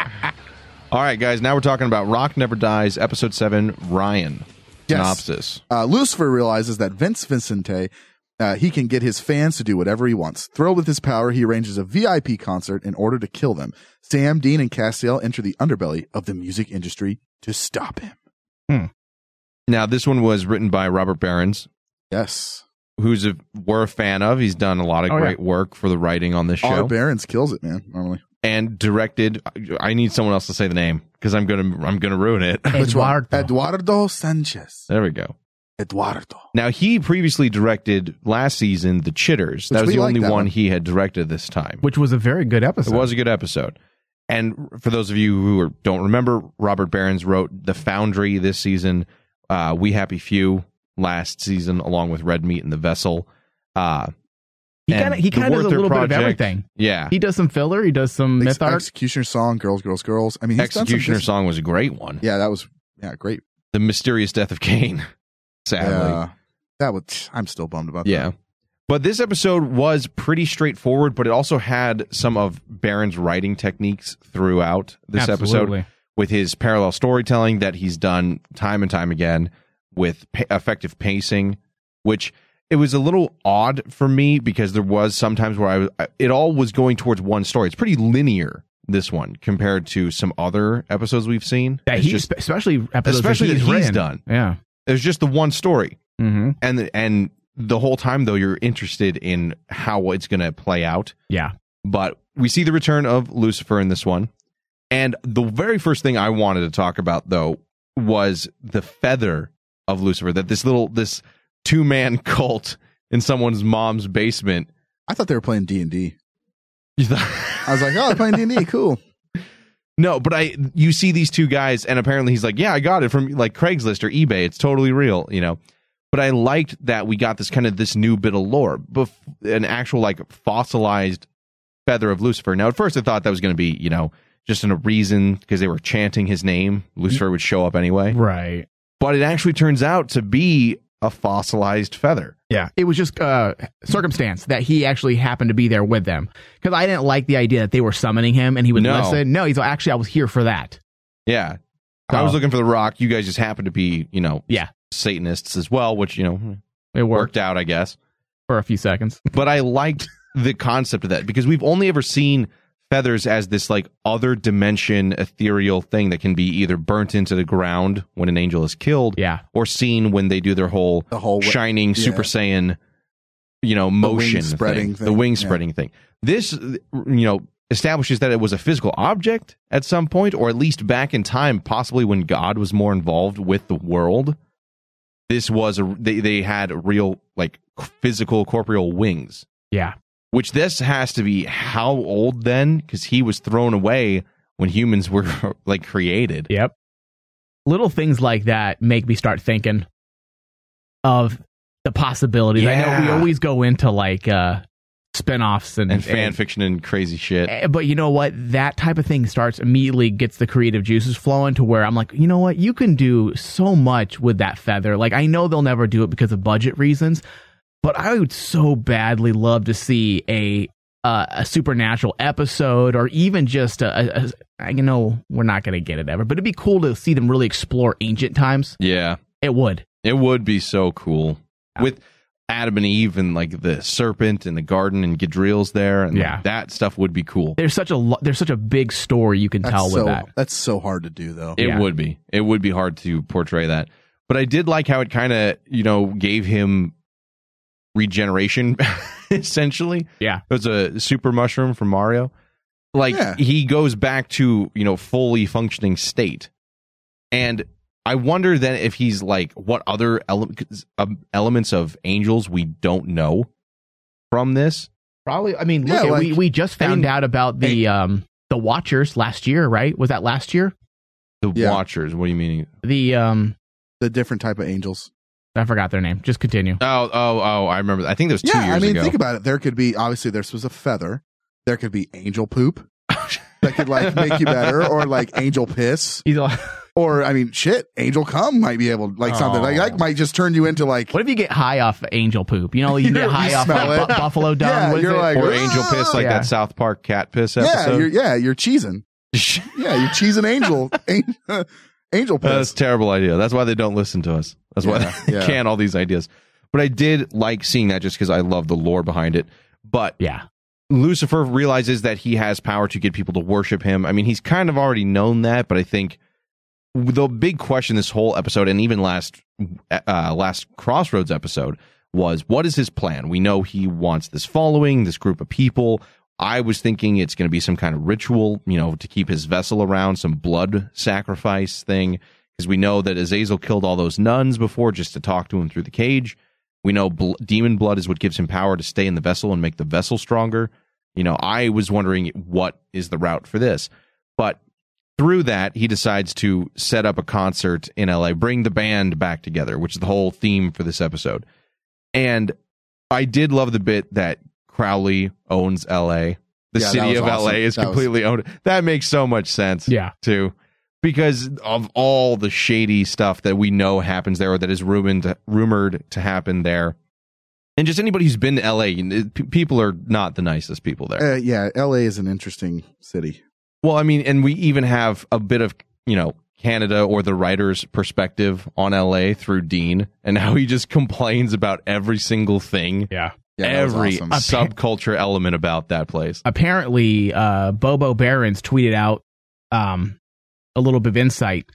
Speaker 8: All right, guys. Now we're talking about Rock Never Dies, Episode Seven. Ryan
Speaker 9: Yes.
Speaker 8: synopsis.
Speaker 9: Uh, Lucifer realizes that Vince Vincente, uh, he can get his fans to do whatever he wants. Thrilled with his power, he arranges a VIP concert in order to kill them. Sam, Dean, and Castiel enter the underbelly of the music industry to stop him.
Speaker 8: Now, this one was written by Robert Barons.
Speaker 9: Yes.
Speaker 8: Who's a we're a fan of. He's done a lot of
Speaker 9: Oh, yeah.
Speaker 8: great work for the writing on this show.
Speaker 9: Honor Barons kills it, man, normally.
Speaker 8: and directed I need someone else to say the name because I'm gonna I'm gonna ruin it.
Speaker 9: Which one? Eduardo Sanchez.
Speaker 8: there we go.
Speaker 9: Eduardo.
Speaker 8: Now he previously directed last season The Chitters.
Speaker 4: Which
Speaker 8: that was
Speaker 4: we
Speaker 8: the
Speaker 4: like
Speaker 8: only
Speaker 4: that
Speaker 8: one,
Speaker 4: one.
Speaker 8: he had directed this time.
Speaker 4: Which was a very good episode.
Speaker 8: It was a good episode. And for those of you who are, don't remember, Robert Barons wrote The Foundry this season, uh, We Happy Few last season, along with Red Meat and The Vessel. Uh,
Speaker 4: He
Speaker 8: and
Speaker 4: kinda-
Speaker 8: the
Speaker 4: he kinda does a
Speaker 8: Werther
Speaker 4: little bit of
Speaker 8: Project.
Speaker 4: everything.
Speaker 8: Yeah.
Speaker 4: He does some filler. He does some
Speaker 9: Ex-
Speaker 4: myth art.
Speaker 9: Executioner song, girls, girls, girls. I mean, he's done some
Speaker 8: Executioner
Speaker 9: dis-
Speaker 8: song was a great one.
Speaker 9: Yeah, that was yeah great.
Speaker 8: The Mysterious Death of Cain, sadly.
Speaker 9: Yeah. that was. I'm still bummed about.
Speaker 8: Yeah. But this episode was pretty straightforward, but it also had some of Barron's writing techniques throughout this
Speaker 4: Absolutely.
Speaker 8: episode with his parallel storytelling that he's done time and time again with pa- effective pacing, which it was a little odd for me because there was sometimes where I was, I- it all was going towards one story. It's pretty linear this one compared to some other episodes we've seen
Speaker 4: That
Speaker 8: It's
Speaker 4: he,
Speaker 8: just-
Speaker 4: especially episodes
Speaker 8: especially
Speaker 4: that he's, written.
Speaker 8: done.
Speaker 4: Yeah.
Speaker 8: There's just the one story,
Speaker 4: Mm-hmm.
Speaker 8: and and the whole time though you're interested in how it's going to play out.
Speaker 4: Yeah.
Speaker 8: But we see the return of Lucifer in this one, and the very first thing I wanted to talk about though was the feather of Lucifer. That this little this two man cult in someone's mom's basement.
Speaker 9: I thought they were playing D and D.
Speaker 8: I
Speaker 9: was like, oh, they're playing D and D. Cool.
Speaker 8: No, but I you see these two guys, and apparently he's like, yeah, I got it from like Craigslist or eBay. It's totally real, you know. But I liked that we got this kind of this new bit of lore, bef- an actual like fossilized feather of Lucifer. Now, at first, I thought that was going to be you know just in a reason because they were chanting his name, Lucifer would show up anyway,
Speaker 4: right?
Speaker 8: But it actually turns out to be a fossilized feather.
Speaker 4: Yeah, it was just uh, circumstance that he actually happened to be there with them because I didn't like the idea that they were summoning him and he would
Speaker 8: No.
Speaker 4: listen. No, he's like, actually I was here for that.
Speaker 8: Yeah. I was looking for the rock. You guys just happened to be, you know,
Speaker 4: Oh. yeah,
Speaker 8: Satanists as well, which you know
Speaker 4: it worked,
Speaker 8: out, I guess,
Speaker 4: for a few seconds.
Speaker 8: But I liked the concept of that because we've only ever seen feathers as this like other dimension ethereal thing that can be either burnt into the ground when an angel is killed,
Speaker 4: yeah,
Speaker 8: or seen when they do their whole,
Speaker 9: wh- yeah.
Speaker 8: shining Super Saiyan you know motion thing,
Speaker 9: spreading
Speaker 8: the
Speaker 9: thing,
Speaker 8: wing
Speaker 9: yeah.
Speaker 8: spreading thing. This you know establishes that it was a physical object at some point, or at least back in time, possibly when God was more involved with the world. This was a they they had real like physical corporeal wings.
Speaker 4: Yeah.
Speaker 8: Which this has to be how old then? Because he was thrown away when humans were like created.
Speaker 4: Yep. Little things like that make me start thinking of the possibilities. I know we
Speaker 8: Yeah.
Speaker 4: always go into like uh spin-offs and,
Speaker 8: And fan fiction and crazy shit.
Speaker 4: Eh, but you know what that type of thing starts immediately gets the creative juices flowing to where i'm like you know what you can do so much with that feather like i know they'll never do it because of budget reasons but i would so badly love to see a uh, a supernatural episode or even just a, a, a i know we're not going to get it ever but it'd be cool to see them really explore ancient times
Speaker 8: Yeah.
Speaker 4: It would.
Speaker 8: It would be so cool. With Adam and Eve and like the serpent and the garden and Gadriel's there and like,
Speaker 4: Yeah.
Speaker 8: that stuff would be cool.
Speaker 4: there's such a lo- there's such a big story you can tell
Speaker 9: so,
Speaker 4: with that
Speaker 9: That's so hard to do, though.
Speaker 8: It would be. It would be hard to portray that. But I did like how it kind of, you know, gave him regeneration essentially.
Speaker 4: Yeah.
Speaker 8: It was a super mushroom from Mario. Like he goes back to, you know, fully functioning state. And I wonder then if he's like what other ele- 'cause, um, elements of angels we don't know from this.
Speaker 4: Probably. I mean, look,
Speaker 8: Yeah,
Speaker 4: at- we
Speaker 8: like-
Speaker 4: we just
Speaker 8: I
Speaker 4: found
Speaker 8: mean-
Speaker 4: out about the um the Watchers last year, right? Was that last year?
Speaker 8: The Watchers. What do you mean?
Speaker 4: The um
Speaker 9: the different type of angels.
Speaker 4: I forgot their name. Just continue.
Speaker 8: Oh, oh, oh! I remember. that. I think that was two
Speaker 9: yeah,
Speaker 8: years
Speaker 9: I mean,
Speaker 8: ago.
Speaker 9: think about it. There could be obviously this was a feather. There could be angel poop that could like make you better, or like angel piss. or I mean, shit, angel cum might be able like something like
Speaker 8: Oh.
Speaker 9: that might just turn you into like. What
Speaker 4: if you get high off angel poop? You know, you get high off
Speaker 9: smell
Speaker 4: like,
Speaker 9: it.
Speaker 4: bu- buffalo dung.
Speaker 9: Yeah,
Speaker 4: what is
Speaker 9: you're
Speaker 4: it?
Speaker 9: like
Speaker 8: or angel piss like
Speaker 9: Yeah.
Speaker 8: that South Park cat piss
Speaker 9: Yeah,
Speaker 8: episode.
Speaker 9: you're, yeah, you're cheesing. yeah, you're cheesing angel, an- angel piss.
Speaker 8: Uh, That's a terrible idea. That's why they don't listen to us. That's why
Speaker 9: Yeah,
Speaker 8: they
Speaker 9: yeah.
Speaker 8: can all these ideas. But I did like seeing that just because I love the lore behind it. But
Speaker 4: yeah,
Speaker 8: Lucifer realizes that he has power to get people to worship him. I mean, he's kind of already known that, but I think the big question this whole episode and even last uh, last Crossroads episode was what is his plan? We know he wants this following, this group of people. I was thinking it's going to be some kind of ritual, you know, to keep his vessel around, some blood sacrifice thing, because we know that Azazel killed all those nuns before just to talk to him through the cage. We know bl- demon blood is what gives him power to stay in the vessel and make the vessel stronger. You know, I was wondering what is the route for this. But through that, he decides to set up a concert in LA, bring the band back together, which is the whole theme for this episode. And I did love the bit that Crowley owns LA. The
Speaker 16: Yeah, that
Speaker 8: city
Speaker 16: was
Speaker 8: of LA
Speaker 16: awesome.
Speaker 8: is
Speaker 16: That was-
Speaker 8: completely owned. That makes so much sense.
Speaker 4: Yeah.
Speaker 8: Too. Because of all the shady stuff that we know happens there or that is rumored rumored to happen there. And just anybody who's been to LA, you know, p- people are not the nicest people there.
Speaker 9: Uh, yeah, L.A. is an interesting city.
Speaker 8: Well, I mean, and we even have a bit of, you know, Canada or the writer's perspective on LA through Dean and how he just complains about every single thing.
Speaker 4: Yeah.
Speaker 9: Yeah, that was
Speaker 8: every
Speaker 9: awesome.
Speaker 8: subculture element about that place.
Speaker 4: apparently uh, Bobo Barons tweeted out um, a little bit of insight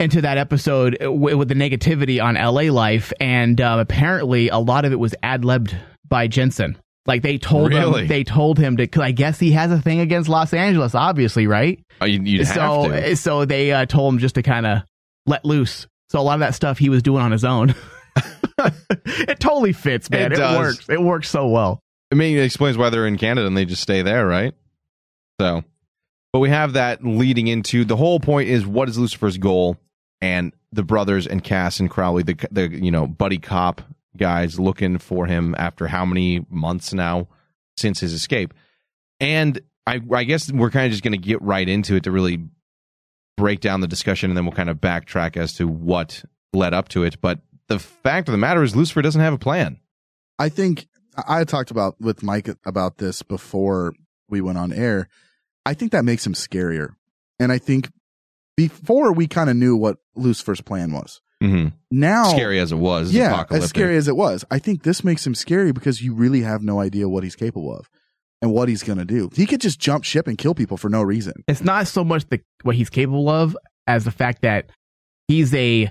Speaker 4: into that episode w- with the negativity on LA life, and uh, apparently a lot of it was ad libbed by Jensen. Like they told
Speaker 8: Really?
Speaker 4: him, they told him to. Cause I guess he has a thing against Los Angeles, obviously, right?
Speaker 8: Oh, you- you'd have
Speaker 4: so,
Speaker 8: to.
Speaker 4: so they uh, told him just to kind of let loose. So a lot of that stuff he was doing on his own. it totally fits, man. It,
Speaker 8: does.
Speaker 4: works. It works so well.
Speaker 8: I mean, it explains why they're in Canada and they just stay there, right? So, but we have that leading into the whole point is what is Lucifer's goal? And the brothers and Cass and Crowley, the the you know buddy cop guys, looking for him after how many months now since his escape? And I I guess we're kind of just going to get right into it to really break down the discussion and then we'll kind of backtrack as to what led up to it. But the fact of the matter is, Lucifer doesn't have a plan.
Speaker 9: I think I I talked about with Mike about this before we went on air. I think that makes him scarier. And I think before we kind of knew what Lucifer's plan was.
Speaker 8: Mm-hmm.
Speaker 9: Now
Speaker 8: scary as it was, it's
Speaker 9: yeah,
Speaker 8: apocalyptic.
Speaker 9: as scary as it was. I think this makes him scary because you really have no idea what he's capable of and what he's going to do. He could just jump ship and kill people for no reason.
Speaker 4: it's not so much the what he's capable of as the fact that he's a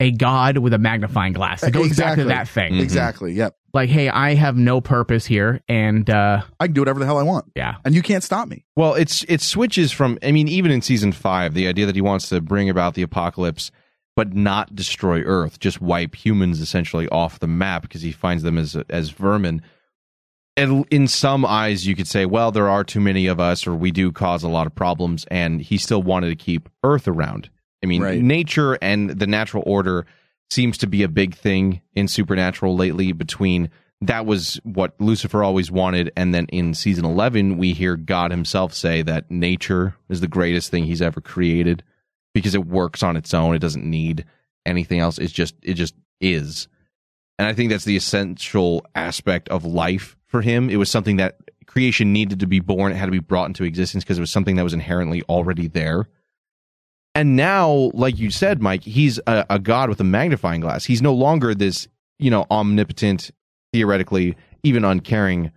Speaker 4: a god with a magnifying glass. It goes back to that thing.
Speaker 8: Mm-hmm.
Speaker 9: Exactly. Yep.
Speaker 4: like, hey, I have no purpose here, and uh,
Speaker 9: I can do whatever the hell I want.
Speaker 4: Yeah,
Speaker 9: and you can't stop me.
Speaker 8: Well, it's it switches from. I mean, even in season five, the idea that he wants to bring about the apocalypse, but not destroy Earth, just wipe humans essentially off the map because he finds them as as vermin. And in some eyes, you could say, well, there are too many of us, or we do cause a lot of problems, and he still wanted to keep Earth around. I mean,
Speaker 9: Right.
Speaker 8: nature and the natural order seems to be a big thing in supernatural lately between that was what lucifer always wanted and then in season 11 we hear god himself say that nature is the greatest thing he's ever created because it works on its own it doesn't need anything else it's just it just is and i think that's the essential aspect of life for him it was something that creation needed to be born it had to be brought into existence because it was something that was inherently already there and now, like you said, Mike, he's a, a god with a magnifying glass. He's no longer this, you know, omnipotent, theoretically, even uncaring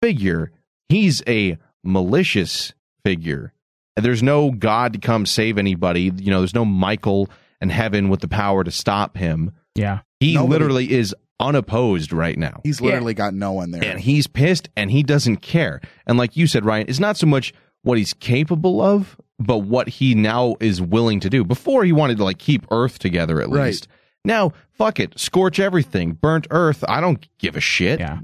Speaker 8: figure. He's a malicious figure. And there's no god to come save anybody. You know, there's no Michael and heaven with the power to stop him.
Speaker 4: Yeah.
Speaker 8: He
Speaker 9: Nobody-
Speaker 8: literally is unopposed right now.
Speaker 9: He's literally got no one there.
Speaker 8: And he's pissed and he doesn't care. And like you said, Ryan, it's not so much what he's capable of, but what he now is willing to do. Before he wanted to like keep Earth together at
Speaker 9: Right.
Speaker 8: least. Now, fuck it. Scorch everything. Burnt Earth. I don't give a shit.
Speaker 4: Yeah.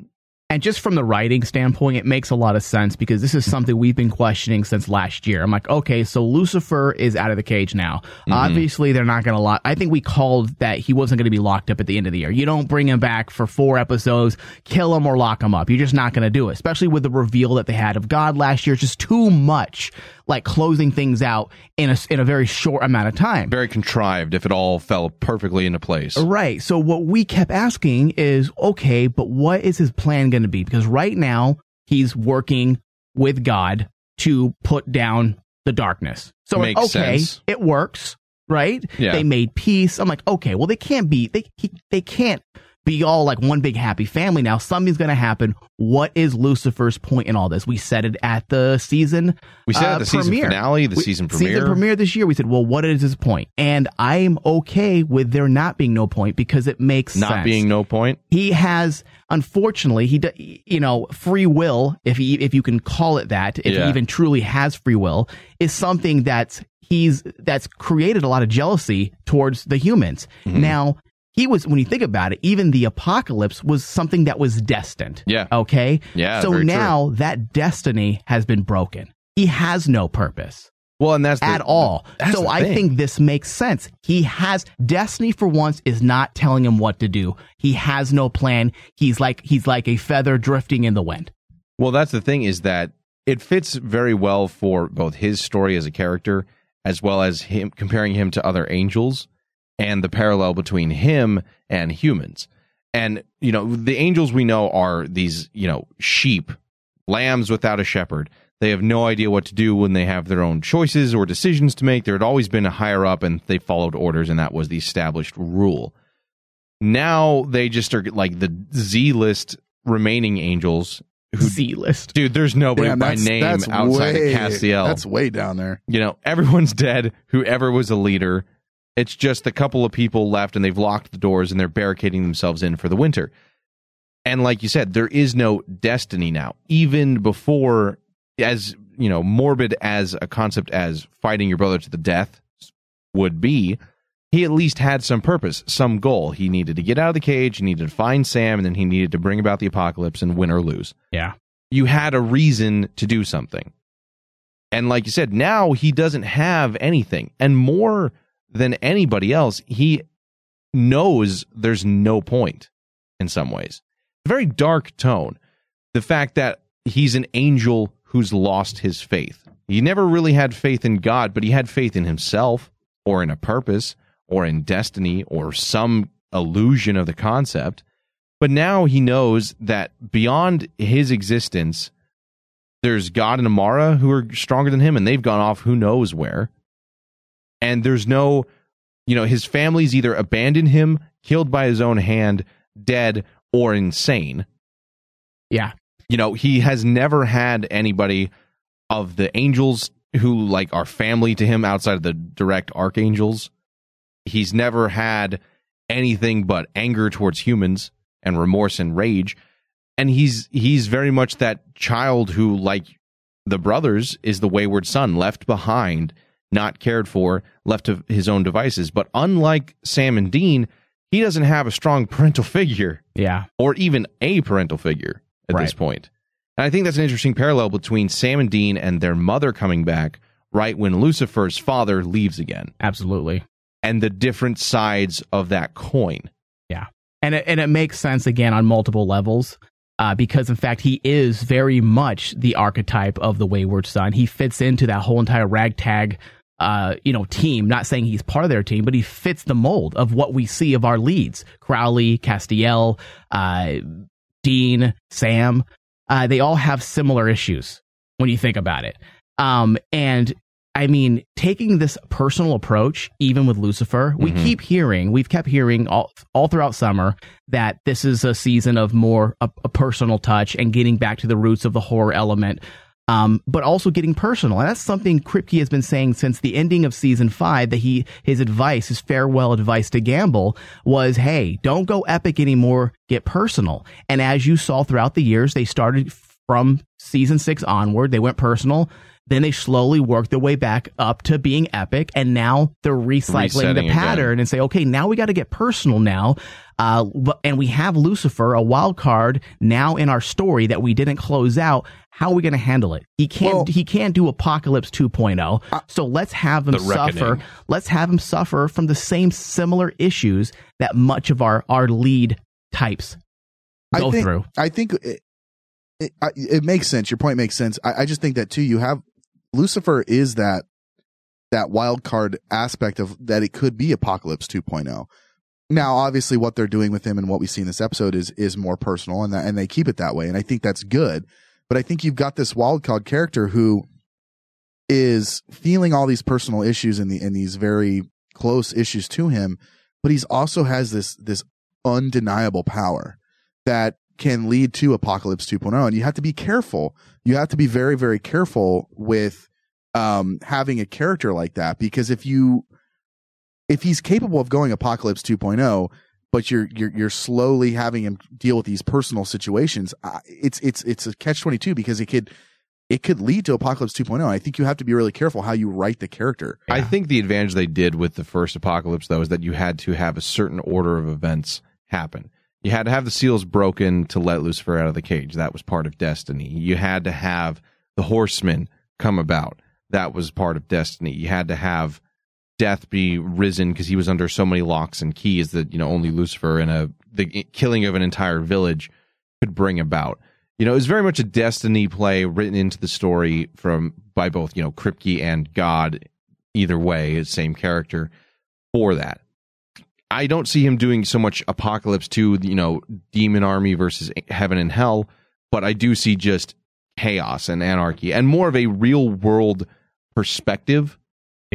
Speaker 4: And just from the writing standpoint, it makes a lot of sense because this is something we've been questioning since last year. I'm like, okay, so Lucifer is out of the cage now. Obviously, they're not going to lock. I think we called that he wasn't going to be locked up at the end of the year. You don't bring him back for four episodes, kill him or lock him up. You're just not going to do it, especially with the reveal that they had of God last year. It's just too much, like closing things out in a in a very short amount of time.
Speaker 8: Very contrived if it all fell perfectly into place.
Speaker 4: Right. So what we kept asking is, okay, but what is his plan going to be? Because right now he's working with God to put down the darkness. So
Speaker 8: Makes
Speaker 4: okay,
Speaker 8: sense.
Speaker 4: it works, right?
Speaker 8: Yeah.
Speaker 4: They made peace. I'm like, okay, well they can't be they he, they can't be all like one big happy family now. Something's going to happen. What is Lucifer's point in all this? We said it at the season
Speaker 8: We said
Speaker 4: uh,
Speaker 8: at the season
Speaker 4: premiere.
Speaker 8: finale, the
Speaker 4: We-
Speaker 8: season
Speaker 4: Season
Speaker 8: premiere.
Speaker 4: premiere this year, we said, well, what is his point? And I'm okay with there not being no point because it makes
Speaker 8: Not
Speaker 4: sense.
Speaker 8: being no point.
Speaker 4: He has, unfortunately, he d- you know free will, if he if you can call it that, if
Speaker 8: Yeah.
Speaker 4: he even truly has free will, is something that's he's that's created a lot of jealousy towards the humans.
Speaker 8: Mm-hmm.
Speaker 4: Now he was when you think about it, even the apocalypse was something that was destined.
Speaker 8: Yeah.
Speaker 4: Okay.
Speaker 8: Yeah,
Speaker 4: So
Speaker 8: very true.
Speaker 4: now that destiny has been broken. He has no purpose.
Speaker 8: Well, and that's the-
Speaker 4: at all.
Speaker 8: that's
Speaker 4: so
Speaker 8: the
Speaker 4: I
Speaker 8: thing.
Speaker 4: think this makes sense. He has destiny for once is not telling him what to do. He has no plan. He's like he's like a feather drifting in the wind.
Speaker 8: Well, that's the thing is that it fits very well for both his story as a character as well as him comparing him to other angels and the parallel between him and humans. And you know, the angels we know are these, you know, sheep, lambs without a shepherd. They have no idea what to do when they have their own choices or decisions to make. There had always been a higher up and they followed orders and that was the established rule now they just are like the Z list remaining angels.
Speaker 4: Z list,
Speaker 8: dude. There's nobody
Speaker 9: Damn,
Speaker 8: by
Speaker 9: that's-
Speaker 8: name
Speaker 9: that's
Speaker 8: outside
Speaker 9: way-
Speaker 8: of Castiel.
Speaker 9: That's way down there.
Speaker 8: you know everyone's dead. Whoever was a leader, it's just a couple of people left, and they've locked the doors and they're barricading themselves in for the winter. And like you said, there is no destiny now. Even before, as you know, morbid as a concept as fighting your brother to the death would be, he at least had some purpose, some goal. He needed to get out of the cage, he needed to find Sam, and then he needed to bring about the apocalypse and win or lose.
Speaker 4: Yeah.
Speaker 8: You had a reason to do something. And like you said, now he doesn't have anything. And more than anybody else, he knows there's no point in some ways. Very dark tone. The fact that he's an angel who's lost his faith. He never really had faith in God, but he had faith in himself or in a purpose or in destiny or some illusion of the concept. But now he knows that beyond his existence, there's God and Amara who are stronger than him, and they've gone off who knows where. And there's no, you know, his family's either abandoned him, killed by his own hand, dead, or insane.
Speaker 4: Yeah.
Speaker 8: You know, he has never had anybody of the angels who like are family to him outside of the direct archangels. He's never had anything but anger towards humans. and remorse and rage. And he's he's very much that child who, like the brothers, is the wayward son left behind, not cared for, left to his own devices. But unlike Sam and Dean, he doesn't have a strong parental figure.
Speaker 4: Yeah.
Speaker 8: Or even a parental figure at this point. And I think that's an interesting parallel between Sam and Dean and their mother coming back right when Lucifer's father leaves again.
Speaker 4: Absolutely.
Speaker 8: And the different sides of that coin.
Speaker 4: Yeah. And it, and it makes sense again on multiple levels uh, because, in fact, he is very much the archetype of the wayward son. He fits into that whole entire ragtag, uh, you know, team. Not saying he's part of their team, but he fits the mold of what we see of our leads: Crowley, Castiel, uh, Dean, Sam. Uh, they all have similar issues when you think about it. Um, and I mean, taking this personal approach, even with Lucifer, we
Speaker 8: Mhm.
Speaker 4: keep hearing, we've kept hearing all all throughout summer that this is a season of more a, a personal touch and getting back to the roots of the horror element, um, but also getting personal. And that's something Kripke has been saying since the ending of season five. That he his advice, his farewell advice to Gamble was, "Hey, don't go epic anymore. Get personal." And as you saw throughout the years, they started from season six onward. They went personal. Then they slowly worked their way back up to being epic, and now they're recycling
Speaker 8: Resetting
Speaker 4: the
Speaker 8: again.
Speaker 4: pattern and say, okay, now we got to get personal now. Uh, but- and we have Lucifer, a wild card, now in our story that we didn't close out. How are we going to handle it? He can't. he can't do Apocalypse 2.0.
Speaker 8: Uh,
Speaker 4: so let's have him
Speaker 8: The Reckoning.
Speaker 4: suffer. Let's have him suffer from the same similar issues that much of our our lead types go
Speaker 9: I think,
Speaker 4: through.
Speaker 9: I think it, it, I- it makes sense. Your point makes sense. I, I just think that too. You have Lucifer is that that wild card aspect of that it could be Apocalypse 2.0. Now, obviously, what they're doing with him and what we see in this episode is is more personal, and that, and they keep it that way, and I think that's good. But I think you've got this wild card character who is feeling all these personal issues and the and these very close issues to him, but he's also has this this undeniable power that can lead to apocalypse 2.0 and you have to be careful you have to be very very careful with um having a character like that because if you if he's capable of going apocalypse 2.0 but you're you're you're slowly having him deal with these personal situations I- it's it's it's a catch 22 because it could it could lead to apocalypse 2.0 i think you have to be really careful how you write the character
Speaker 8: I think the advantage they did with the first apocalypse though is that you had to have a certain order of events happen. You had to have the seals broken to let Lucifer out of the cage. That was part of destiny. You had to have the horsemen come about. That was part of destiny. You had to have death be risen because he was under so many locks and keys that you know only Lucifer and a the killing of an entire village could bring about. You know, it was very much a destiny play written into the story from by both you know Kripke and God. Either way, it's same character for that. I don't see him doing so much Apocalypse 2, you know, Demon Army versus Heaven and Hell, but I do see just chaos and anarchy and more of a real world perspective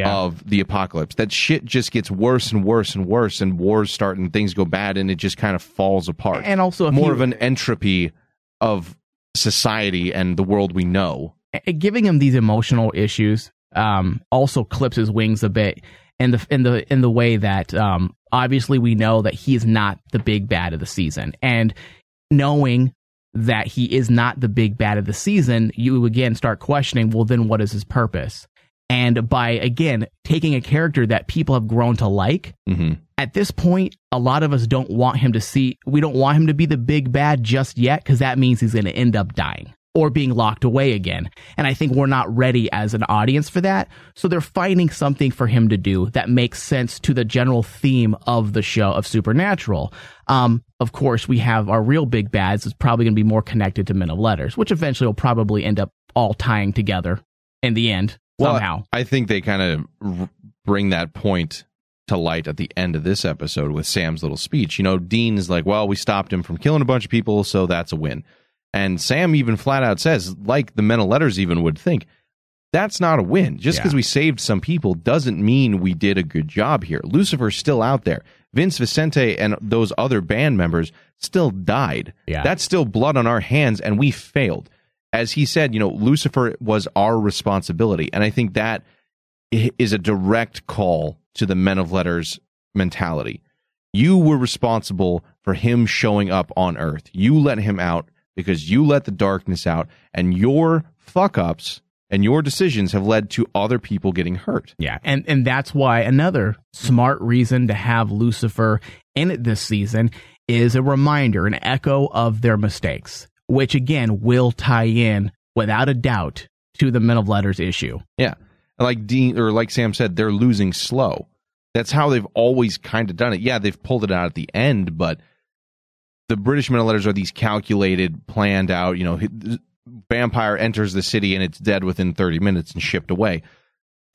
Speaker 8: of the apocalypse. That shit just gets worse and worse and worse, and wars start and things go bad, and it just kind of falls apart.
Speaker 4: And also, if
Speaker 8: more
Speaker 4: you-
Speaker 8: of an entropy of society and the world we know.
Speaker 4: uh, giving him these emotional issues um, also clips his wings a bit in the in the in the way that um, obviously we know that he is not the big bad of the season, and knowing that he is not the big bad of the season, you again start questioning, well, then what is his purpose? And by again taking a character that people have grown to like,
Speaker 8: Mm-hmm.
Speaker 4: at this point, a lot of us don't want him to see, we don't want him to be the big bad just yet because that means he's going to end up dying or being locked away again. And I think we're not ready as an audience for that. So they're finding something for him to do that makes sense to the general theme of the show of Supernatural. Um, of course, we have our real big bads. It's probably going to be more connected to Men of Letters, which eventually will probably end up all tying together in the end somehow.
Speaker 8: Well, I think they kind of r- bring that point to light at the end of this episode with Sam's little speech. You know, Dean is like, well, we stopped him from killing a bunch of people, so that's a win. And Sam even flat out says, like the men of letters even would think, that's not a win. Just because we saved some people doesn't mean we did a good job here. Lucifer's still out there. Vince Vicente and those other band members still died.
Speaker 4: Yeah.
Speaker 8: That's still blood on our hands, and we failed. As he said, you know, Lucifer was our responsibility. And I think that i- is a direct call to the men of letters mentality. You were responsible for him showing up on Earth. You let him out because you let the darkness out, and your fuck ups and your decisions have led to other people getting hurt.
Speaker 4: Yeah, and and that's why another smart reason to have Lucifer in it this season is a reminder, an echo of their mistakes, which again will tie in without a doubt to the Men of Letters issue.
Speaker 8: Yeah. Like Dean or like Sam said, they're losing slow. That's how they've always kind of done it. Yeah, they've pulled it out at the end, but the British men of letters are these calculated, planned out, you know, h- vampire enters the city and it's dead within 30 minutes and shipped away.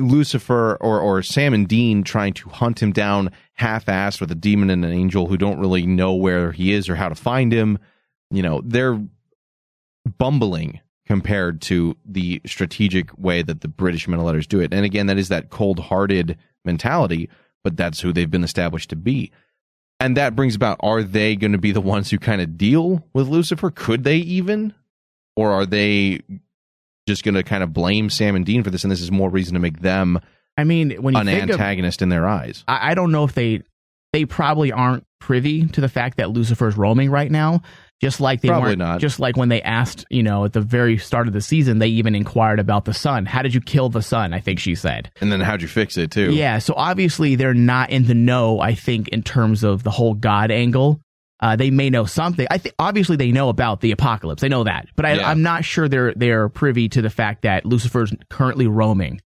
Speaker 8: Lucifer or, or Sam and Dean trying to hunt him down half assed with a demon and an angel who don't really know where he is or how to find him. You know, they're bumbling compared to the strategic way that the British men of letters do it. And again, that is that cold hearted mentality, but that's who they've been established to be. And that brings about are they going to be the ones who kind of deal with Lucifer? Could they even? Or are they just going to kind of blame Sam and Dean for this? And this is more reason to make them
Speaker 4: I mean, when you
Speaker 8: an
Speaker 4: think of-
Speaker 8: antagonist in their eyes.
Speaker 4: I, I don't know if they they probably aren't privy to the fact that Lucifer's roaming right now. Just like they
Speaker 8: Probably
Speaker 4: weren't,
Speaker 8: not.
Speaker 4: just like when they asked, you know, at the very start of the season, they even inquired about the sun. How did you kill the sun? I think she said.
Speaker 8: And then how'd you fix it, too?
Speaker 4: Yeah, so obviously they're not in the know. I think in terms of the whole God angle, uh, they may know something. I think obviously they know about the apocalypse. They know that, but I,
Speaker 8: Yeah.
Speaker 4: I'm not sure they're they're privy to the fact that Lucifer's currently roaming.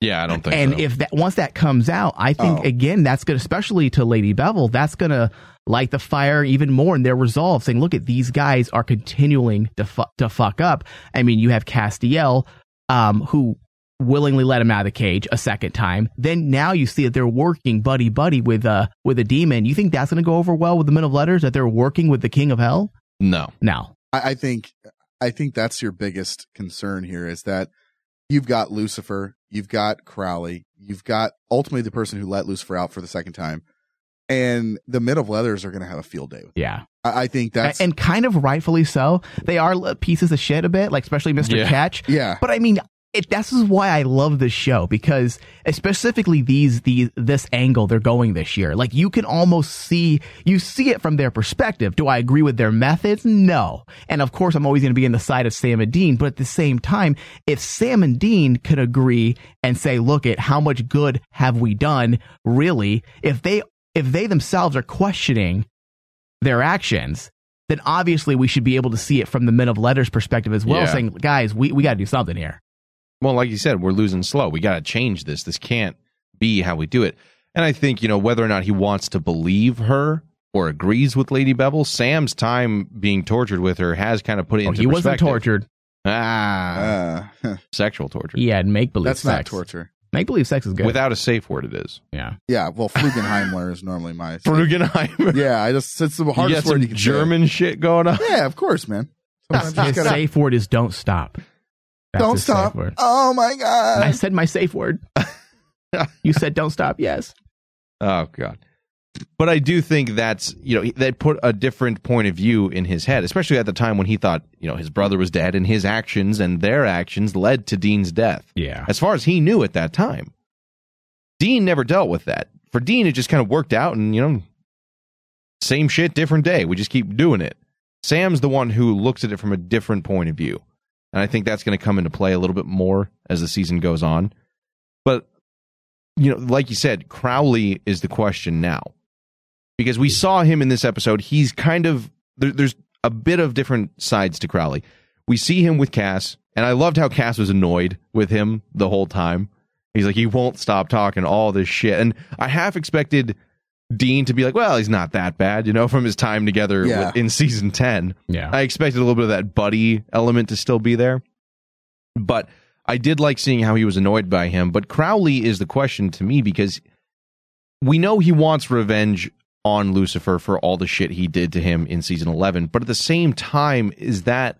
Speaker 8: Yeah, I don't think
Speaker 4: and
Speaker 8: so.
Speaker 4: if that once that comes out, I think
Speaker 8: Oh.
Speaker 4: again that's gonna, especially to Lady Bevel, that's gonna light the fire even more in their resolve, saying, "Look at these guys are continuing to fu- to fuck up." I mean, you have Castiel, um, who willingly let him out of the cage a second time. Then now you see that they're working buddy buddy with uh with a demon. You think that's gonna go over well with the Men of Letters that they're working with the King of Hell?
Speaker 8: No.
Speaker 4: No.
Speaker 9: I, I think I think that's your biggest concern here is that you've got Lucifer, you've got Crowley, you've got ultimately the person who let Lucifer out for the second time, and the men of leathers are going to have a field day with. it.
Speaker 4: Yeah.
Speaker 9: I, I think that's
Speaker 4: A- and kind of rightfully so. They are li- pieces of shit a bit, like especially Mr.
Speaker 9: Yeah.
Speaker 4: Catch.
Speaker 9: Yeah.
Speaker 4: But I mean, it, this is why I love this show because specifically these the this angle they're going this year. Like you can almost see you see it from their perspective. Do I agree with their methods? No. And of course, I'm always going to be in the side of Sam and Dean. But at the same time, if Sam and Dean could agree and say, "Look at how much good have we done?" Really, if they if they themselves are questioning their actions, then obviously we should be able to see it from the men of letters perspective as well,
Speaker 8: Yeah.
Speaker 4: saying, guys, we, we got to do something here.
Speaker 8: Well, like you said, we're losing slow. We got to change this. This can't be how we do it. And I think, you know, whether or not he wants to believe her or agrees with Lady Bevel, Sam's time being tortured with her has kind of put it
Speaker 9: Oh,
Speaker 8: into
Speaker 4: he wasn't
Speaker 8: perspective.
Speaker 4: tortured.
Speaker 8: Ah. sexual torture.
Speaker 4: Yeah, and make believe
Speaker 9: uh, That's
Speaker 4: sex.
Speaker 9: not torture.
Speaker 4: Make believe sex is good.
Speaker 8: Without a safe word, it is.
Speaker 4: Yeah.
Speaker 9: yeah. Well, Flugenheimler is normally my
Speaker 8: Flugenheimer.
Speaker 9: Yeah, I just it's the
Speaker 8: You
Speaker 9: hardest
Speaker 8: got
Speaker 9: word
Speaker 8: some
Speaker 9: you can say.
Speaker 8: German shit going on.
Speaker 9: Yeah, of course, man. Sometimes you
Speaker 4: His
Speaker 9: just gotta-
Speaker 4: safe word is don't stop. That's
Speaker 9: don't
Speaker 4: his safe
Speaker 9: stop.
Speaker 4: word.
Speaker 9: Oh my god.
Speaker 4: I said my safe word. you said don't stop. Yes.
Speaker 8: Oh god. But I do think that's you know that put a different point of view in his head, especially at the time when he thought you know his brother was dead, and his actions and their actions led to Dean's death.
Speaker 4: Yeah,
Speaker 8: as far as he knew at that time, Dean never dealt with that. For Dean, it just kind of worked out, and you know, same shit, different day. We just keep doing it. Sam's the one who looks at it from a different point of view, and I think that's going to come into play a little bit more as the season goes on. But you know, like you said, Crowley is the question now because we saw him in this episode. He's kind of there, there's a bit of different sides to Crowley. We see him with Cass, and I loved how Cass was annoyed with him the whole time. He's like, "You won't stop talking all this shit," and I half expected Dean to be like, "Well, he's not that bad," you know, from his time together with-
Speaker 16: Yeah.
Speaker 8: in season ten.
Speaker 4: Yeah,
Speaker 8: I expected a little bit of that buddy element to still be there but I did like seeing how he was annoyed by him. But Crowley is the question to me because we know he wants revenge on Lucifer for all the shit he did to him in season 11. But at the same time, is that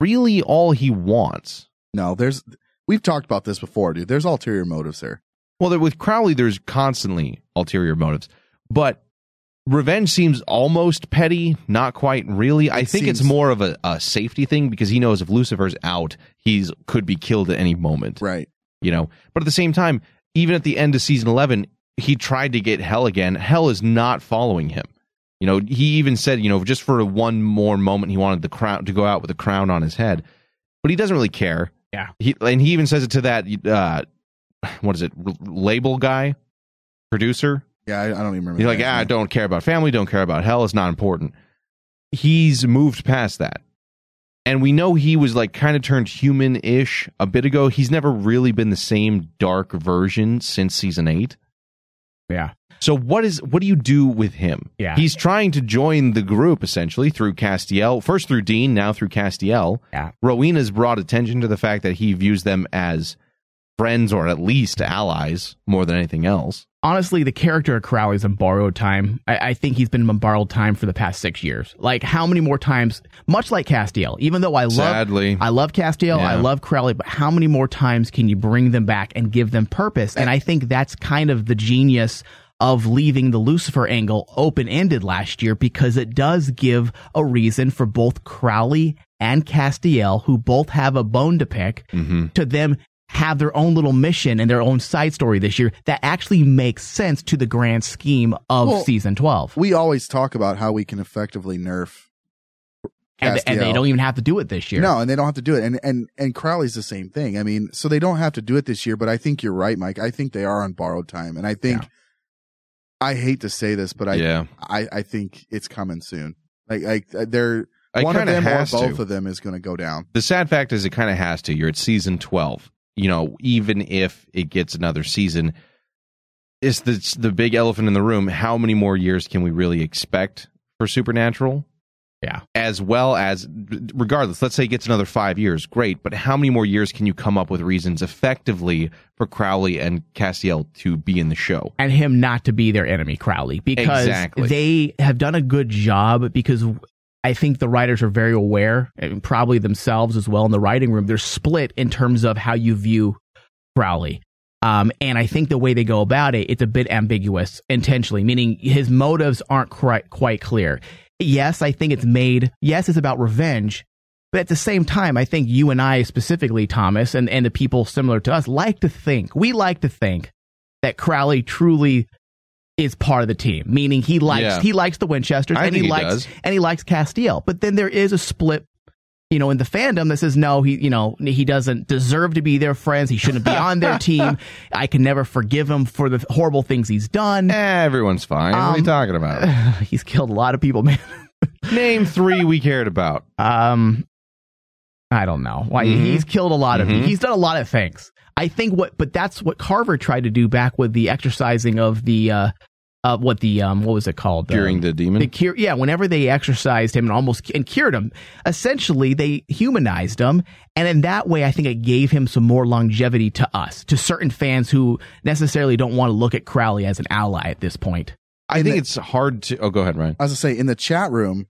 Speaker 8: really all he wants?
Speaker 9: No, there's we've talked about this before, dude. There's ulterior motives there.
Speaker 8: Well, there- with Crowley, there's constantly ulterior motives, but revenge seems almost petty, not quite really. I think it's
Speaker 9: seems-
Speaker 8: more of a, a safety thing because he knows if Lucifer's out, he's could be killed at any moment.
Speaker 9: Right.
Speaker 8: You know, but at the same time, even at the end of season eleven, he tried to get Hell again. Hell is not following him. You know, he even said, you know, just for one more moment, he wanted the crown to go out with a crown on his head, but he doesn't really care.
Speaker 4: Yeah.
Speaker 8: He and he even says it to that uh, what is it r- label guy, producer.
Speaker 9: Yeah, I, I don't even remember.
Speaker 8: He's like, ah, I don't care about family, don't care about hell. It's not important. He's moved past that, and we know he was like kind of turned human-ish a bit ago. He's never really been the same dark version since season eight.
Speaker 4: Yeah.
Speaker 8: So what is what do you do with him?
Speaker 4: Yeah.
Speaker 8: He's trying to join the group essentially through Castiel, first through Dean, now through Castiel.
Speaker 4: Yeah.
Speaker 8: Rowena's brought attention to the fact that he views them as friends or at least allies more than anything else.
Speaker 4: honestly, the character of Crowley's on borrowed time. I, I think he's been on borrowed time for the past six years. Like how many more times? Much like Castiel, even though I love,
Speaker 8: Sadly.
Speaker 4: I love Castiel, I
Speaker 8: Yeah.
Speaker 4: love Crowley, but how many more times can you bring them back and give them purpose? And I think that's kind of the genius of leaving the Lucifer angle open ended last year because it does give a reason for both Crowley and Castiel, who both have a bone to pick,
Speaker 8: Mm-hmm.
Speaker 4: to them have their own little mission and their own side story this year that actually makes sense to the grand scheme of
Speaker 9: Well,
Speaker 4: season 12.
Speaker 9: We always talk about how we can effectively nerf.
Speaker 4: And, and they
Speaker 9: Castiel.
Speaker 4: don't even have to do it this year.
Speaker 9: No, and they don't have to do it. And and and Crowley's the same thing. I mean, so they don't have to do it this year. But I think you're right, Mike. I think they are on borrowed time, and I think I hate to say this, but I
Speaker 8: Yeah.
Speaker 9: I I think it's coming soon. Like like uh, they're
Speaker 8: It
Speaker 9: one of
Speaker 8: kinda
Speaker 9: them or
Speaker 8: has to.
Speaker 9: both of them is going to go down.
Speaker 8: The sad fact is it kind of has to. You're at season 12. You know, even if it gets another season, it's the it's the big elephant in the room. How many more years can we really expect for Supernatural?
Speaker 4: Yeah.
Speaker 8: As well as regardless, let's say it gets another 5 years, great, but how many more years can you come up with reasons effectively for Crowley and Castiel to be in the show?
Speaker 4: and him not to be their enemy, Crowley, because
Speaker 8: Exactly.
Speaker 4: they have done a good job. Because I think the writers are very aware, and probably themselves as well in the writing room, they're split in terms of how you view Crowley. Um, and I think the way they go about it, it's a bit ambiguous intentionally, meaning his motives aren't quite, quite clear. Yes, I think it's made, yes, it's about revenge. But at the same time, I think you and I specifically, Thomas, and, and the people similar to us, like to think, we like to think that Crowley truly is part of the team, meaning he likes
Speaker 8: Yeah.
Speaker 4: he likes the Winchesters
Speaker 8: I
Speaker 4: and he,
Speaker 8: think he
Speaker 4: likes
Speaker 8: does.
Speaker 4: and he likes Castiel. But then there is a split, you know, in the fandom that says no, he you know he doesn't deserve to be their friends. He shouldn't be on their team. I can never forgive him for the horrible things he's done.
Speaker 8: Everyone's fine. What
Speaker 9: Um,
Speaker 8: are you talking about?
Speaker 4: He's killed a lot of people, man.
Speaker 8: Name three we cared about.
Speaker 4: Um, I don't know why
Speaker 8: Mhm.
Speaker 4: he's killed a lot of
Speaker 8: Mhm.
Speaker 4: he's done a lot of things. I think what, but that's what Carver tried to do back with the exercising of the uh, uh what the um what was it called
Speaker 8: Curing
Speaker 4: Um,
Speaker 8: the demon?
Speaker 4: The cure, yeah. Whenever they exercised him and almost cu- and cured him, essentially they humanized him, and in that way, I think it gave him some more longevity to us, to certain fans who necessarily don't want to look at Crowley as an ally at this point.
Speaker 8: I think it's hard to Oh, go ahead, Ryan.
Speaker 9: I was gonna say in the chat room,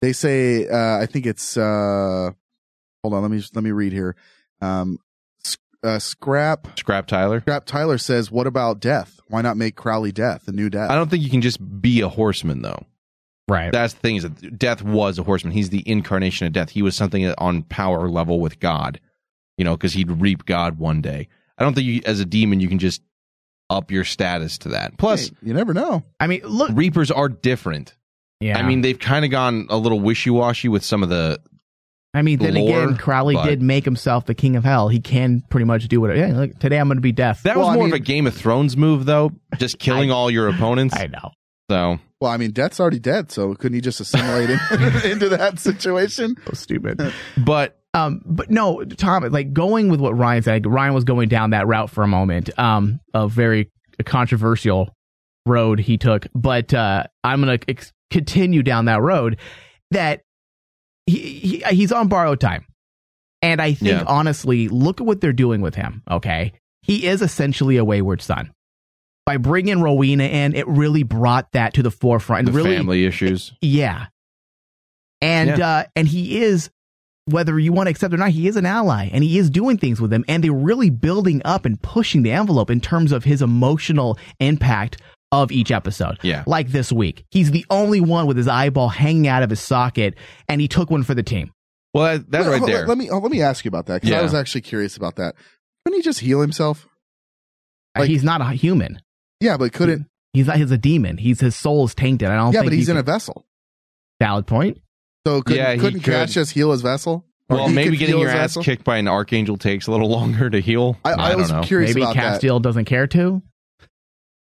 Speaker 9: they say uh, I think it's uh, hold on, let me just, let me read here. Um, sc- uh, scrap
Speaker 8: Scrap Tyler.
Speaker 9: Scrap Tyler says, "What about death? Why not make Crowley death, the new death?"
Speaker 8: I don't think you can just be a horseman though.
Speaker 4: Right.
Speaker 8: That's the thing is that death was a horseman. He's the incarnation of death. He was something on power level with God, you know, because he'd reap God one day. I don't think you, as a demon, you can just up your status to that. Plus,
Speaker 9: you never know.
Speaker 4: I mean, look,
Speaker 8: reapers are different.
Speaker 4: Yeah.
Speaker 8: I mean, they've kind of gone a little wishy washy with some of the.
Speaker 4: I mean, then
Speaker 8: lore,
Speaker 4: again, Crowley
Speaker 8: but-
Speaker 4: did make himself the king of hell. He can pretty much do whatever. Yeah, look, today I'm going to be death.
Speaker 8: That was more of a Game of Thrones move, though, just killing all your opponents. I
Speaker 4: know.
Speaker 8: So
Speaker 9: Well, I mean, Death's already dead, so couldn't he just assimilate in, into that situation?
Speaker 4: So stupid.
Speaker 8: But
Speaker 4: um, but no, Tom, like going with what Ryan said. Ryan was going down that route for a moment. Um, a very controversial road he took, but uh, I'm going to ex- continue down that road. That he, he he's on borrowed time. And I think
Speaker 8: Yeah.
Speaker 4: honestly, look at what they're doing with him. Okay, he is essentially a wayward son. By bringing Rowena in, it really brought that to the forefront.
Speaker 8: the
Speaker 4: and really,
Speaker 8: family issues.
Speaker 4: yeah. And
Speaker 8: Yeah.
Speaker 4: uh and he is whether you want to accept it or not, he is an ally and he is doing things with them and they're really building up and pushing the envelope in terms of his emotional impact of each episode.
Speaker 8: Yeah.
Speaker 4: Like this week. He's the only one with his eyeball hanging out of his socket and he took one for the team.
Speaker 8: Well, that,
Speaker 9: Wait, hold- Let, me oh, let me ask you about that because I
Speaker 4: Yeah.
Speaker 9: was actually curious about that. Couldn't he just heal himself?
Speaker 4: he's not a human.
Speaker 9: Yeah, but couldn't
Speaker 4: He's not. He's a demon. He's his soul is tainted. I don't.
Speaker 9: yeah, but
Speaker 4: think
Speaker 9: he's
Speaker 4: he
Speaker 9: in
Speaker 4: can-
Speaker 9: a vessel.
Speaker 4: Valid point.
Speaker 9: So couldn't,
Speaker 8: Yeah, he
Speaker 9: couldn't
Speaker 8: could.
Speaker 9: Cash just heal his vessel? Or
Speaker 8: Well,
Speaker 9: he
Speaker 8: maybe
Speaker 9: could
Speaker 8: getting
Speaker 9: heal
Speaker 8: your
Speaker 9: his
Speaker 8: ass
Speaker 9: vessel?
Speaker 8: kicked by an archangel takes a little longer to heal.
Speaker 9: I- I
Speaker 8: don't
Speaker 9: was
Speaker 8: know.
Speaker 9: curious
Speaker 4: Maybe Castiel doesn't care to.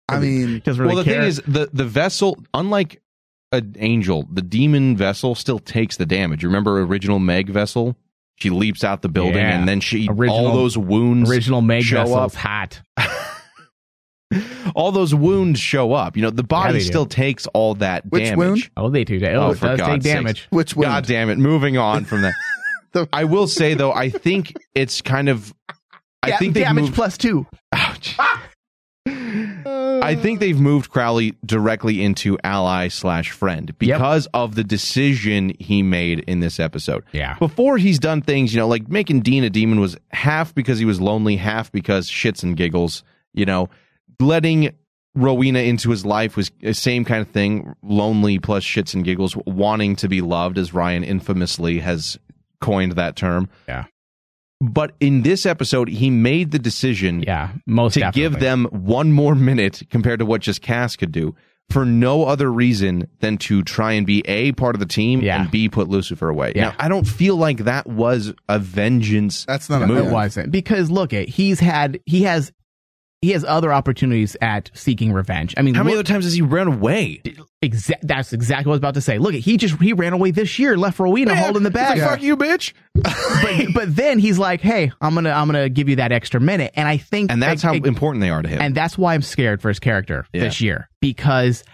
Speaker 9: I mean,
Speaker 4: doesn't really
Speaker 8: well, the
Speaker 4: care.
Speaker 8: thing is, the the vessel, unlike an angel, the demon vessel still takes the damage. Remember, original Meg vessel, she leaps out the building,
Speaker 4: Yeah.
Speaker 8: and then she
Speaker 4: Original-
Speaker 8: all those wounds.
Speaker 4: original Meg
Speaker 8: show
Speaker 4: vessel's
Speaker 8: up.
Speaker 4: hot.
Speaker 8: All those wounds show up. You know, the body
Speaker 4: they do.
Speaker 8: still takes all that
Speaker 4: Which
Speaker 8: damage.
Speaker 4: wound? Oh, they do. Oh, it does take damage.
Speaker 9: Which
Speaker 8: wound? God damn it! Moving on from that. I will say though, I think it's kind of. I
Speaker 4: Yeah,
Speaker 8: think they
Speaker 4: damage
Speaker 8: moved,
Speaker 4: plus two.
Speaker 8: I think they've moved Crowley directly into ally slash friend because of the decision he made in this episode.
Speaker 4: Yeah.
Speaker 8: Before he's done things, you know, like making Dean a demon was half because he was lonely, half because shits and giggles, you know. Letting Rowena into his life was the same kind of thing, lonely plus shits and giggles, wanting to be loved, as Ryan infamously has coined that term.
Speaker 4: Yeah.
Speaker 8: But in this episode, he made the decision
Speaker 4: yeah, most
Speaker 8: to give
Speaker 4: definitely.
Speaker 8: them one more minute compared to what just Cass could do for no other reason than to try and be A, part of the team, and B, put Lucifer away.
Speaker 4: Yeah.
Speaker 8: Now, I don't feel like that was a vengeance. That's
Speaker 4: It wasn't because look at he's had he has he has other opportunities at seeking revenge. I mean,
Speaker 8: How many
Speaker 4: look-
Speaker 8: other times has he run away?
Speaker 4: Exa- that's exactly what I was about to say. Look at he just he ran away this year, left Rowena holding the bag.
Speaker 8: Fuck you, bitch.
Speaker 4: but, but then he's like, hey, I'm gonna I'm gonna give you that extra minute, and I think
Speaker 8: And that's
Speaker 4: I-
Speaker 8: how
Speaker 4: I-
Speaker 8: important they are to him.
Speaker 4: and that's why I'm scared for his character
Speaker 8: Yeah.
Speaker 4: this year because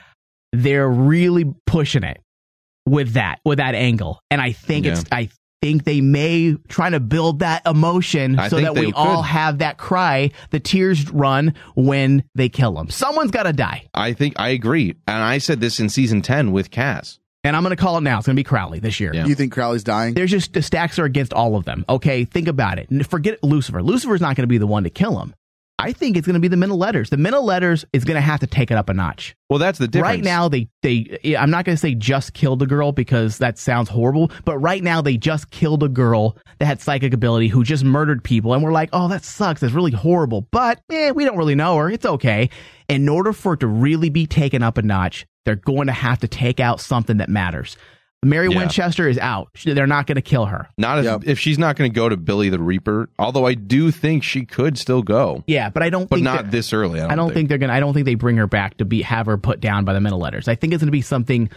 Speaker 4: they're really pushing it with that with that angle, and I think it's I think they may trying to build that emotion
Speaker 8: I
Speaker 4: so
Speaker 8: think
Speaker 4: that
Speaker 8: they
Speaker 4: we all
Speaker 8: could.
Speaker 4: have that cry, the tears run when they kill him. Someone's got to die,
Speaker 8: I think I agree. And I said this in season 10 with Cass.
Speaker 4: and I'm gonna call it now. It's gonna be Crowley this year.
Speaker 9: You think Crowley's dying?
Speaker 4: There's just the stacks are against all of them. Okay, think about it. N- Forget Lucifer. Lucifer's not going to be the one to kill him. I think it's going to be the mental letters. The mental letters is going to have to take it up a notch.
Speaker 8: Well, that's the difference.
Speaker 4: Right now, they they yeah, I'm not going to say just killed a girl because that sounds horrible, but right now they just killed a girl that had psychic ability who just murdered people, and we're like, oh, that sucks. That's really horrible, but eh, we don't really know her. It's okay. In order for it to really be taken up a notch, they're going to have to take out something that matters. Mary
Speaker 8: Yeah.
Speaker 4: Winchester is out. She- They're not going to kill her.
Speaker 8: Not if, if she's not going to go to Billy the Reaper, although I do think she could still go.
Speaker 4: Yeah, but I don't.
Speaker 8: But
Speaker 4: think
Speaker 8: not
Speaker 4: that-
Speaker 8: this early. I don't, think.
Speaker 4: they're gonna. I don't think they bring her back to be have her put down by the mental letters. I think it's gonna be something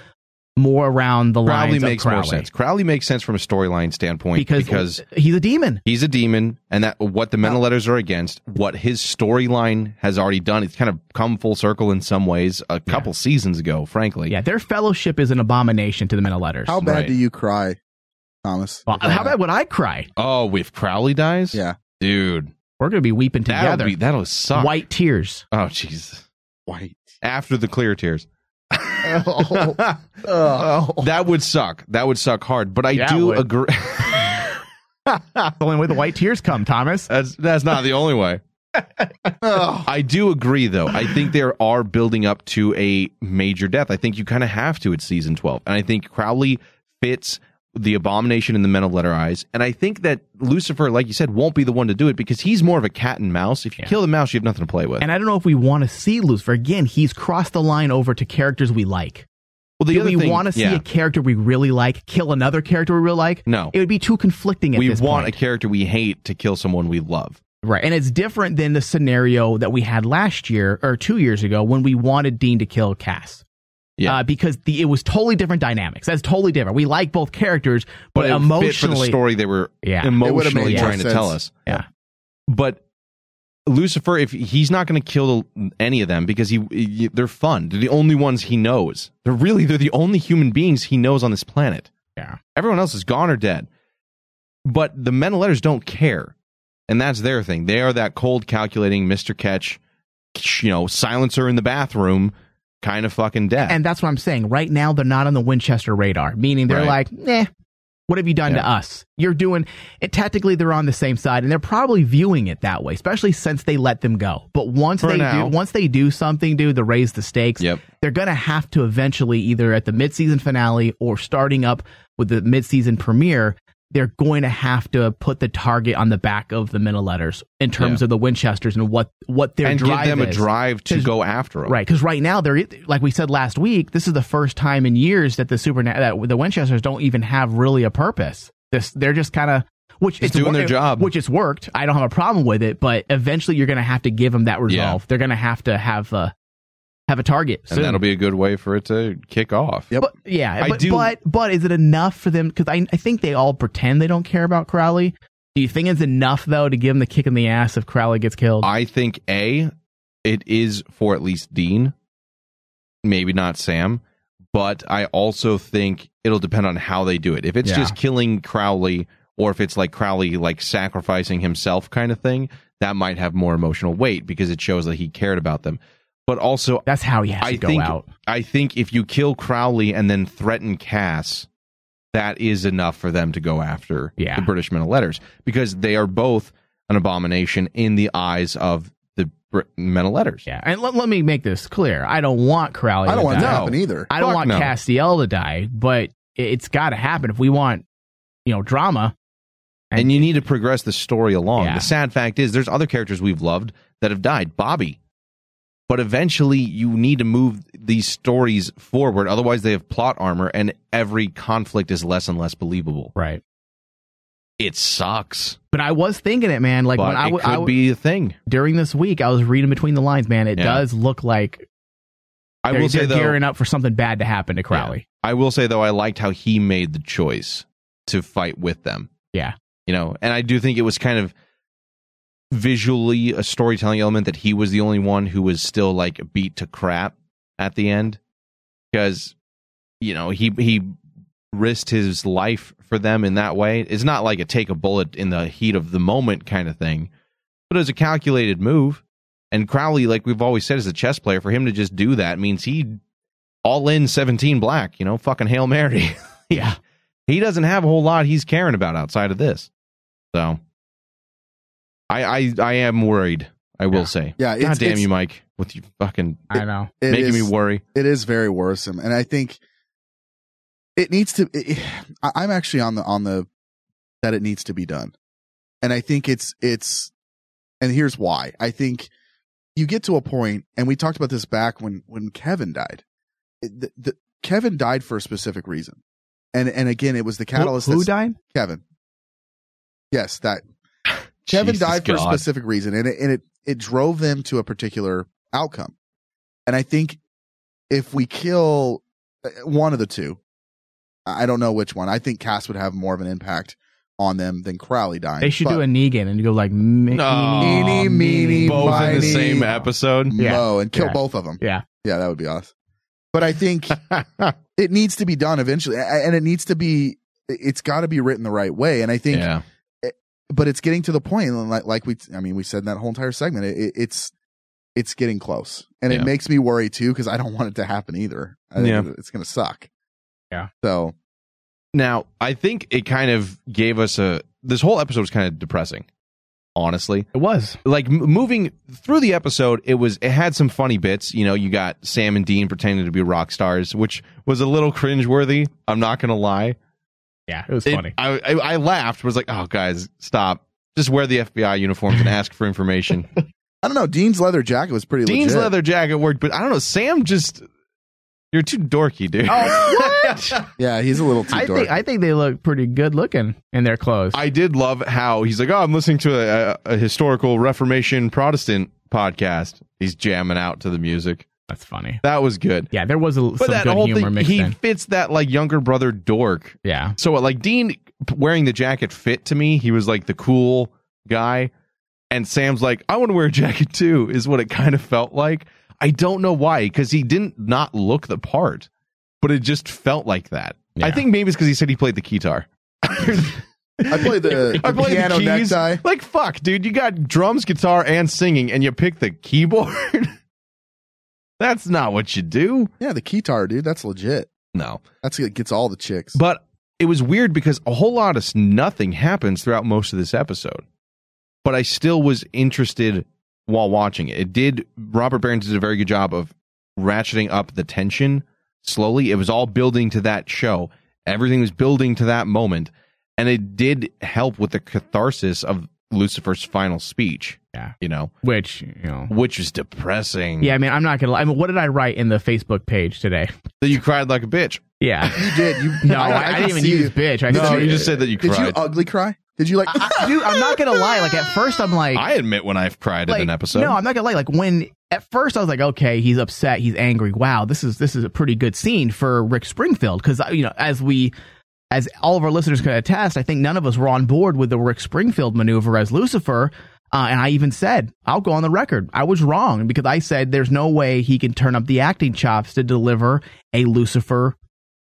Speaker 4: more around the
Speaker 8: Crowley
Speaker 4: lines
Speaker 8: makes
Speaker 4: of Crowley
Speaker 8: more sense. Crowley makes sense from a storyline standpoint
Speaker 4: because
Speaker 8: because,
Speaker 4: he's a demon.
Speaker 8: he's a demon, and that what the mental letters are against, what his storyline has already done, it's kind of come full circle in some ways. A couple seasons ago, frankly.
Speaker 4: Yeah, their fellowship is an abomination to the mental letters.
Speaker 8: How bad Right. do
Speaker 9: you cry, Thomas?
Speaker 4: how bad would I cry?
Speaker 8: Oh, if Crowley dies,
Speaker 9: yeah,
Speaker 8: dude,
Speaker 4: we're gonna be weeping
Speaker 8: that'll
Speaker 4: together.
Speaker 8: Be, that'll suck.
Speaker 4: White tears.
Speaker 8: Oh, jeez. White after the clear tears.
Speaker 9: Oh.
Speaker 8: That would suck. That would suck hard. But I
Speaker 4: Yeah, it
Speaker 8: do
Speaker 4: would.
Speaker 8: agree.
Speaker 4: the only way the white tears come, Thomas.
Speaker 8: That's that's not the only way. I do agree, though. I think there are building up to a major death. I think you kind of have to at season twelve, and I think Crowley fits the abomination in the men of letter eyes. And I think that Lucifer, like you said, won't be the one to do it because he's more of a cat and mouse. If you kill the mouse, you have nothing to play with.
Speaker 4: And I don't know if we want to see Lucifer again. He's crossed the line over to characters we like.
Speaker 8: Well, the
Speaker 4: Do
Speaker 8: other
Speaker 4: we
Speaker 8: thing-
Speaker 4: want to see
Speaker 8: yeah.
Speaker 4: a character we really like kill another character we really like?
Speaker 8: No.
Speaker 4: it would be too conflicting. At
Speaker 8: we
Speaker 4: this
Speaker 8: want
Speaker 4: point.
Speaker 8: a character we hate to kill someone we love.
Speaker 4: Right. And it's different than the scenario that we had last year or two years ago when we wanted Dean to kill Cass.
Speaker 8: Yeah.
Speaker 4: Uh, because the, it was totally different dynamics. That's totally different. We like both characters, but,
Speaker 8: it
Speaker 4: emotionally,
Speaker 8: fit for the story they were
Speaker 4: Yeah. It would've
Speaker 8: emotionally
Speaker 4: made more
Speaker 8: trying to tell
Speaker 4: sense.
Speaker 8: us.
Speaker 4: Yeah.
Speaker 8: But Lucifer, if he's not going to kill any of them because he, he- they're fun. They're the only ones he knows. They're really they're the only human beings he knows on this planet.
Speaker 4: Yeah.
Speaker 8: Everyone else is gone or dead. But the men of letters don't care. And that's their thing. They are that cold calculating Mr. Catch, you know, silencer in the bathroom kind of fucking death.
Speaker 4: and that's what I'm saying. Right now, they're not on the Winchester radar, meaning they're
Speaker 8: Right.
Speaker 4: like, eh, what have you done to us? You're doing it. Technically, they're on the same side, and they're probably viewing it that way, especially since they let them go. But once
Speaker 8: For
Speaker 4: they
Speaker 8: now.
Speaker 4: do, once they do something, dude, to raise the stakes,
Speaker 8: Yep.
Speaker 4: they're gonna have to eventually, either at the midseason finale or starting up with the midseason premiere, they're going to have to put the target on the back of the middle letters in terms
Speaker 8: Yeah.
Speaker 4: of the Winchesters and what what their
Speaker 8: and give
Speaker 4: drive
Speaker 8: them a
Speaker 4: is.
Speaker 8: drive to go after them.
Speaker 4: Right, because right now they're like we said last week. This is the first time in years that the super that the Winchesters don't even have really a purpose. This they're just kind of which
Speaker 8: Just doing
Speaker 4: wor-
Speaker 8: their job.
Speaker 4: which it's worked. I don't have a problem with it, but eventually you're going to have to give them that resolve. They're going to have to have uh, have a target.
Speaker 8: And that'll be a good way for it to kick off.
Speaker 9: Yep.
Speaker 4: Yeah,
Speaker 8: I
Speaker 4: but,
Speaker 8: do-
Speaker 4: but but is it enough for them? Because I I think they all pretend they don't care about Crowley. Do you think it's enough though to give them the kick in the ass if Crowley gets killed?
Speaker 8: I think A, it is for at least Dean, maybe not Sam, but I also think it'll depend on how they do it. If it's
Speaker 17: Yeah.
Speaker 8: just killing Crowley or if it's like Crowley like sacrificing himself kind of thing, that might have more emotional weight because it shows that he cared about them. But also
Speaker 4: That's how he has
Speaker 8: I
Speaker 4: to go
Speaker 8: think,
Speaker 4: out.
Speaker 8: I think if you kill Crowley and then threaten Cass, that is enough for them to go after the British men of letters because they are both an abomination in the eyes of the Br- men of letters.
Speaker 4: Yeah, and let, let me make this clear. I don't want Crowley.
Speaker 8: I don't
Speaker 4: to
Speaker 8: want
Speaker 4: die.
Speaker 8: that to happen either.
Speaker 4: I don't
Speaker 8: Fuck
Speaker 4: want
Speaker 8: no.
Speaker 4: Castiel to die, but it- it's got to happen if we want, you know, drama.
Speaker 8: And, you need to progress the story along. The sad fact is, there's other characters we've loved that have died. Bobby. But eventually, you need to move these stories forward. Otherwise, they have plot armor, and every conflict is less and less believable.
Speaker 4: Right.
Speaker 8: It sucks.
Speaker 4: But I was thinking it, man. Like
Speaker 8: But
Speaker 4: when I
Speaker 8: it
Speaker 4: w- I
Speaker 8: could
Speaker 4: w-
Speaker 8: be a thing
Speaker 4: during this week, I was reading between the lines, man. It
Speaker 8: Yeah.
Speaker 4: does look like
Speaker 8: I
Speaker 4: they're-
Speaker 8: will say,
Speaker 4: they're
Speaker 8: though-
Speaker 4: gearing up for something bad to happen to Crowley.
Speaker 8: I will say though, I liked how he made the choice to fight with them.
Speaker 4: Yeah.
Speaker 8: You know, and I do think it was kind of visually a storytelling element that he was the only one who was still like beat to crap at the end because you know, he he risked his life for them in that way. It's not like a take a bullet in the heat of the moment kind of thing, but it was a calculated move. And Crowley, like we've always said, is a chess player. For him to just do that means he all in 17 black, you know, fucking Hail Mary.
Speaker 4: yeah.
Speaker 8: He doesn't have a whole lot he's caring about outside of this. So I I I am worried, I will say.
Speaker 9: Yeah,
Speaker 8: God
Speaker 9: it's-
Speaker 8: damn
Speaker 9: it's-
Speaker 8: you, Mike, with you fucking
Speaker 4: I know.
Speaker 9: It
Speaker 8: making me
Speaker 9: is-
Speaker 8: worry.
Speaker 9: It is very worrisome, and I think it needs to. It, I- I'm actually on the on the that it needs to be done, and I think it's it's, and here's why. I think you get to a point, and we talked about this back when when Kevin died. It- the, the, Kevin died for a specific reason, and and again, it was the catalyst.
Speaker 4: who
Speaker 9: that's-
Speaker 4: died?
Speaker 9: Kevin. Yes, that Kevin
Speaker 4: Jesus
Speaker 9: died for
Speaker 4: God.
Speaker 9: a specific reason, and it, and it it drove them to a particular outcome. And I think if we kill uh, one of the two, I I don't know which one. I think Cass would have more of an impact on them than Crowley dying.
Speaker 4: They should
Speaker 9: but
Speaker 4: do a Negan and go like, me-
Speaker 9: Eeny, meeny,
Speaker 8: both in the
Speaker 9: miny,
Speaker 8: same episode.
Speaker 9: Mo and kill both of them.
Speaker 4: Yeah,
Speaker 9: yeah, that would be awesome. But I think it needs to be done eventually, a- and it needs to be. It's got to be written the right way, and I think.
Speaker 8: Yeah.
Speaker 9: But it's getting to the point, and like, like we, I mean, we said in that whole entire segment, it, it's it's getting close, and
Speaker 8: Yeah.
Speaker 9: it makes me worry too because I don't want it to happen either. I think
Speaker 8: Yeah.
Speaker 9: it's gonna suck.
Speaker 4: Yeah.
Speaker 9: So
Speaker 8: Now, I think it kind of gave us a. This whole episode was kind of depressing, honestly.
Speaker 4: It was
Speaker 8: like m- moving through the episode. It was. It had some funny bits. You know, you got Sam and Dean pretending to be rock stars, which was a little cringeworthy. I'm not gonna lie.
Speaker 4: Yeah, it was funny.
Speaker 8: I, I, I laughed. Was like, oh guys, stop. Just wear the FBI uniforms and ask for information.
Speaker 9: I don't know. Dean's leather jacket was pretty.
Speaker 8: Dean's
Speaker 9: legit.
Speaker 8: leather jacket worked, but I don't know. Sam just. You're too dorky, dude.
Speaker 9: Oh.
Speaker 4: what?
Speaker 9: yeah, he's a little too
Speaker 4: I
Speaker 8: dorky.
Speaker 4: think I think they look pretty good looking in their clothes.
Speaker 8: I did love how he's like, oh, I'm listening to a, a, a historical Reformation Protestant podcast. He's jamming out to the music.
Speaker 4: That's funny.
Speaker 8: That was good.
Speaker 4: Yeah, there was a,
Speaker 8: but
Speaker 4: some
Speaker 8: that
Speaker 4: good
Speaker 8: whole
Speaker 4: humor
Speaker 8: thing,
Speaker 4: mixed
Speaker 8: he
Speaker 4: in.
Speaker 8: fits that like younger brother dork.
Speaker 4: Yeah.
Speaker 8: So uh, like Dean p- wearing the jacket fit to me. He was like the cool guy, and Sam's like, I want to wear a jacket too. Is what it kind of felt like. I don't know why, because he didn't not look the part, but it just felt like that. I think maybe it's because he said he played the guitar.
Speaker 9: I played the,
Speaker 8: I
Speaker 9: the
Speaker 8: play
Speaker 9: piano
Speaker 8: the keys.
Speaker 9: necktie.
Speaker 8: Like fuck, dude. You got drums, guitar, and singing, and you pick the keyboard. That's not what you do.
Speaker 9: Yeah, the guitar, dude. That's legit.
Speaker 8: No,
Speaker 9: that's it gets all the chicks.
Speaker 8: But it was weird because a whole lot of s- nothing happens throughout most of this episode. But I still was interested while watching it. It did. Robert Barons did a very good job of ratcheting up the tension slowly. It was all building to that show. Everything was building to that moment, and it did help with the catharsis of Lucifer's final speech. Yeah, you know,
Speaker 4: which you know,
Speaker 8: which is depressing.
Speaker 4: Yeah, I mean, I'm not gonna. lie. I mean, what did I write in the Facebook page today?
Speaker 8: That you cried like a bitch.
Speaker 4: Yeah,
Speaker 9: You did. You
Speaker 4: No, I- I
Speaker 9: can
Speaker 4: didn't even
Speaker 9: see
Speaker 4: use bitch. I
Speaker 8: No,
Speaker 4: said-
Speaker 8: you just said that you
Speaker 9: Did you uh,
Speaker 8: cried.
Speaker 9: ugly cry? Did you like?
Speaker 4: dude, I'm not gonna lie. Like at first, I'm like,
Speaker 8: I admit when I've cried
Speaker 4: like,
Speaker 8: in an episode.
Speaker 4: No, I'm not gonna lie. Like when at first I was like, okay, he's upset, he's angry. Wow, this is this is a pretty good scene for Rick Springfield because you know as we as all of our listeners can attest, I think none of us were on board with the Rick Springfield maneuver as Lucifer. Uh, and I even said, I'll go on the record. I was wrong because I said there's no way he can turn up the acting chops to deliver a Lucifer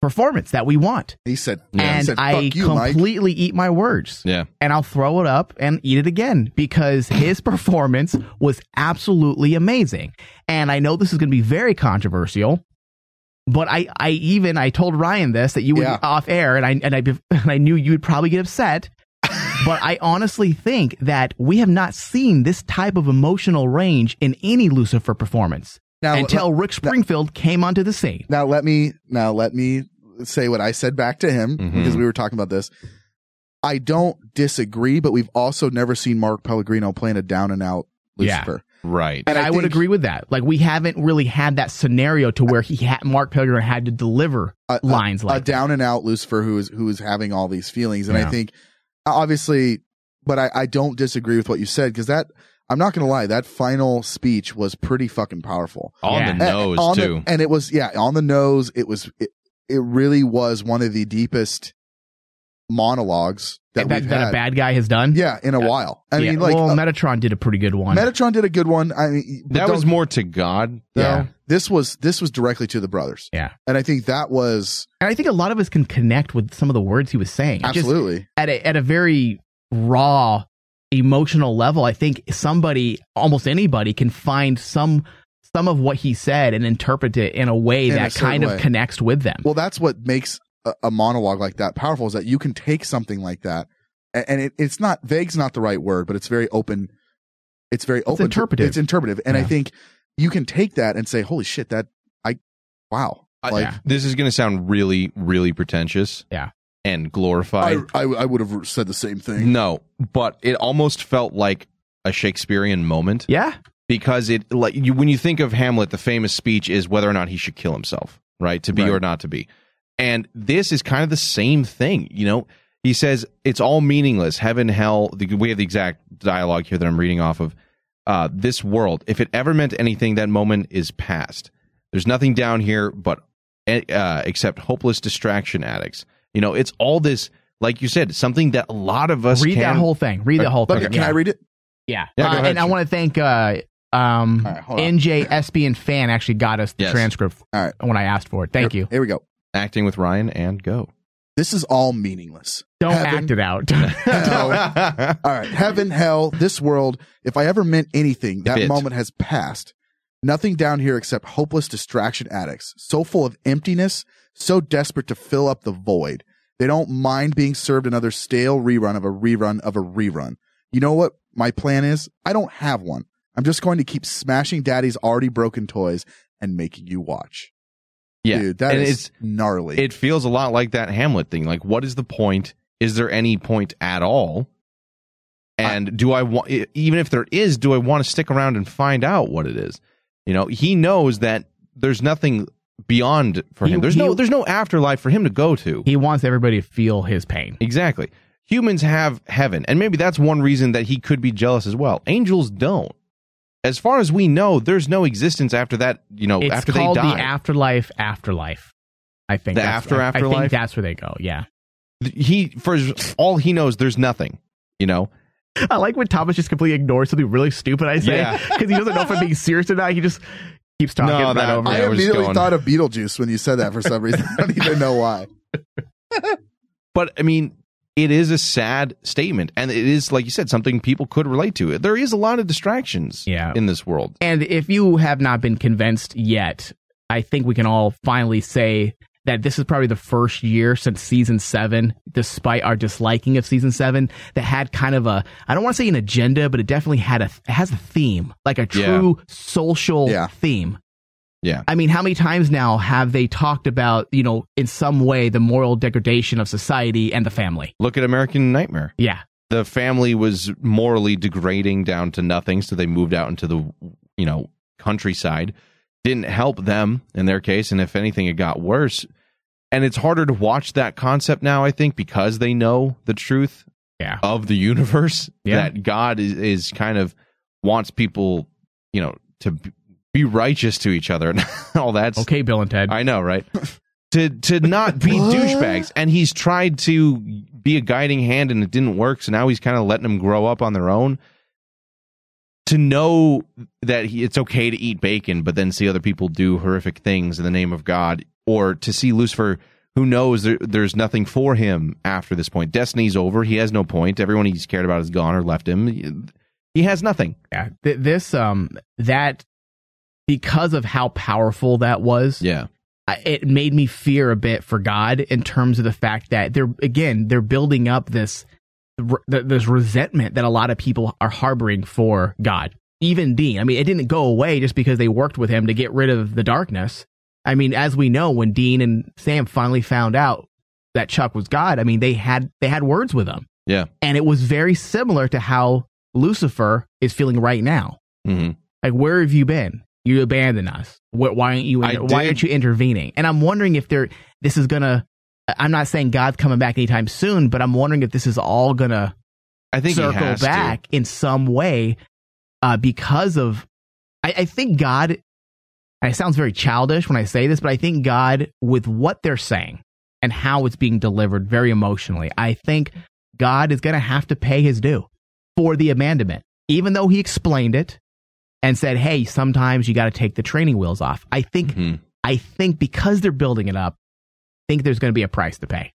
Speaker 4: performance that we want.
Speaker 9: He said,
Speaker 4: and
Speaker 9: said,
Speaker 4: I
Speaker 9: "Fuck you, Mike."
Speaker 4: completely eat my words
Speaker 8: yeah.
Speaker 4: and I'll throw it up and eat it again because his performance was absolutely amazing. And I know this is going to be very controversial, but I, I even I told Ryan this that you would
Speaker 9: Yeah.
Speaker 4: off air, and I and I be- and I knew you'd probably get upset. but I honestly think that we have not seen this type of emotional range in any Lucifer performance
Speaker 9: Now, uh,
Speaker 4: until Rick Springfield came onto the scene.
Speaker 9: Now let me now let me say what I said back to him
Speaker 8: Mm-hmm.
Speaker 9: because we were talking about this. I don't disagree, but we've also never seen Mark Pellegrino playing a down and out Lucifer.
Speaker 8: Yeah, right.
Speaker 4: And, I, would
Speaker 9: think-
Speaker 4: agree with that. Like we haven't really had that scenario to where he had Mark Pellegrino had to deliver lines like
Speaker 9: a down and out Lucifer who is who is having all these feelings. And I
Speaker 4: Yeah.
Speaker 9: think obviously, but I, I don't disagree with what you said because that I'm not gonna lie, that final speech was pretty fucking powerful.
Speaker 8: On the
Speaker 9: And-
Speaker 8: nose,
Speaker 9: Eh, on the-
Speaker 8: too.
Speaker 9: and it was yeah on the nose. It was it, it really was one of the deepest monologues that,
Speaker 4: that,
Speaker 9: we've
Speaker 4: that
Speaker 9: had.
Speaker 4: a bad guy has done.
Speaker 9: Yeah, in a while. I
Speaker 4: Yeah.
Speaker 9: mean, like
Speaker 4: well,
Speaker 9: uh,
Speaker 4: Metatron did a pretty good one.
Speaker 9: Metatron did a good one. I mean, but
Speaker 8: that was
Speaker 9: don't-
Speaker 8: more to God. Though.
Speaker 9: Yeah. This was this was directly to the brothers.
Speaker 4: Yeah.
Speaker 9: And I think that was
Speaker 4: and I think a lot of us can connect with some of the words he was saying. It just-
Speaker 9: Absolutely.
Speaker 4: at a, at a very raw emotional level. I think somebody, almost anybody, can find some some of what he said and interpret it in a way
Speaker 9: In a
Speaker 4: that
Speaker 9: certain
Speaker 4: kind
Speaker 9: way.
Speaker 4: of connects with them.
Speaker 9: Well, that's what makes a, a monologue like that powerful is that you can take something like that, and, and it, it's not vague's not the right word, but it's very open. It's very open. to-
Speaker 4: interpretive.
Speaker 9: It's interpretive, and I
Speaker 4: Yeah.
Speaker 9: think you can take that and say, "Holy shit, that I, wow,
Speaker 8: I-
Speaker 9: like."
Speaker 8: This is going to sound really, really pretentious.
Speaker 4: Yeah.
Speaker 8: And glorified.
Speaker 9: I, I, I would have said the same thing.
Speaker 8: No, but it almost felt like a Shakespearean moment.
Speaker 4: Yeah.
Speaker 8: Because it like you when you think of Hamlet, the famous speech is whether or not he should kill himself, right? To be or not to be. And this is kind of the same thing, you know. He says it's all meaningless. Heaven, hell. The, we have the exact dialogue here that I'm reading off of. Uh, this world, if it ever meant anything, that moment is past. There's nothing down here but uh, except hopeless distraction addicts. You know, it's all this, like you said, something that a lot of us
Speaker 4: Read that
Speaker 8: can-
Speaker 4: whole thing. Read
Speaker 9: Uh,
Speaker 4: the whole thing.
Speaker 8: Okay,
Speaker 4: Yeah.
Speaker 9: it?
Speaker 4: Yeah.
Speaker 8: Yeah, go
Speaker 4: Uh,
Speaker 8: ahead,
Speaker 4: and I
Speaker 8: Sean.
Speaker 4: want to thank uh, um,
Speaker 8: hold on.
Speaker 4: NJ Espion fan actually got us the
Speaker 8: Yes.
Speaker 4: transcript when I asked for it. Thank you.
Speaker 9: Here we go.
Speaker 8: Acting with Ryan and go.
Speaker 9: This is all meaningless.
Speaker 4: Don't
Speaker 9: Heaven-
Speaker 4: act it out.
Speaker 9: hell. All right. Heaven, hell, this world. If I ever meant anything, that
Speaker 8: it.
Speaker 9: moment has passed. Nothing down here except hopeless distraction addicts, so full of emptiness, so desperate to fill up the void. They don't mind being served another stale rerun of a rerun of a rerun. You know what my plan is? I don't have one. I'm just going to keep smashing daddy's already broken toys and making you watch.
Speaker 8: Yeah.
Speaker 9: Dude, that
Speaker 8: And
Speaker 9: is
Speaker 8: it's-
Speaker 9: gnarly.
Speaker 8: It feels a lot like that Hamlet thing. Like, what is the point? Is there any point at all? And do I want, even if there is, do I want to stick around and find out what it is? You know, he knows that there's nothing beyond for him. There's no, there's no afterlife for him to go to.
Speaker 4: He wants everybody to feel his pain.
Speaker 8: Exactly. Humans have heaven, and maybe that's one reason that he could be jealous as well. Angels don't. As far as we know, there's no existence after that. You know,
Speaker 4: it's
Speaker 8: after
Speaker 4: called
Speaker 8: they die.
Speaker 4: the afterlife. Afterlife. I think
Speaker 8: The
Speaker 4: that's-
Speaker 8: after-
Speaker 4: I- I
Speaker 8: afterlife?
Speaker 4: think that's where they go. Yeah.
Speaker 8: he for all he knows, there's nothing. You know,
Speaker 4: I like when Thomas just completely ignores something really stupid I say
Speaker 8: Yeah.
Speaker 4: because he doesn't know if I'm being serious or not. He just keeps talking
Speaker 8: No,
Speaker 4: right
Speaker 8: that-
Speaker 4: over.
Speaker 9: I
Speaker 4: it.
Speaker 9: immediately thought of Beetlejuice when you said that for some reason. I don't even know why.
Speaker 8: but I mean, it is a sad statement, and it is like you said, something people could relate to. There is a lot of distractions.
Speaker 4: Yeah.
Speaker 8: in this world.
Speaker 4: And if you have not been convinced yet, I think we can all finally say that this is probably the first year since season seven, despite our disliking of season seven, that had kind of a I don't want to say an agenda, but it definitely had a it has a theme, like a
Speaker 8: Yeah.
Speaker 4: true social
Speaker 8: Yeah.
Speaker 4: theme.
Speaker 8: Yeah.
Speaker 4: I mean, how many times now have they talked about, you know, in some way the moral degradation of society and the family?
Speaker 8: Look at American Nightmare.
Speaker 4: Yeah.
Speaker 8: The family was morally degrading down to nothing, so they moved out into the you know countryside. Didn't help them in their case, and if anything, it got worse. And it's harder to watch that concept now, I think, because they know the truth
Speaker 4: yeah.
Speaker 8: of the universe.
Speaker 4: Yeah.
Speaker 8: That God is, is kind of wants people, you know, to b- be righteous to each other and all that.
Speaker 4: Okay, Bill and Ted.
Speaker 8: I know, right? to to not be douchebags, and he's tried to be a guiding hand, and it didn't work. So now he's kind of letting them grow up on their own. To know that he, it's okay to eat bacon, but then see other people do horrific things in the name of God, or to see Lucifer, who knows there, there's nothing for him after this point. Destiny's over. He has no point. Everyone he's cared about is gone or left him. He has nothing.
Speaker 4: Yeah. Th- this, um, that, because of how powerful that was.
Speaker 8: Yeah.
Speaker 4: It made me fear a bit for God in terms of the fact that they're again they're building up this th- this resentment that a lot of people are harboring for God. Even Dean, I mean, it didn't go away just because they worked with him to get rid of the darkness. I mean, as we know, when Dean and Sam finally found out that Chuck was God, I mean, they had they had words with him.
Speaker 8: Yeah.
Speaker 4: And it was very similar to how Lucifer is feeling right now.
Speaker 8: Mm-hmm.
Speaker 4: Like, where have you been? You abandoned us. Wh- Why aren't you?
Speaker 8: I
Speaker 4: why aren't you intervening? And I'm wondering if there. This is gonna. I'm not saying God's coming back anytime soon, but I'm wondering if this is all gonna.
Speaker 8: I think he
Speaker 4: circle
Speaker 8: has to.
Speaker 4: back in some way, uh, because of. I, I think God. And it sounds very childish when I say this, but I think God, with what they're saying and how it's being delivered, very emotionally, I think God is gonna have to pay his due for the abandonment, even though he explained it and said, "Hey, sometimes you got to take the training wheels off." I think,
Speaker 8: Mm-hmm.
Speaker 4: I think because they're building it up, I think there's going to be a price to pay,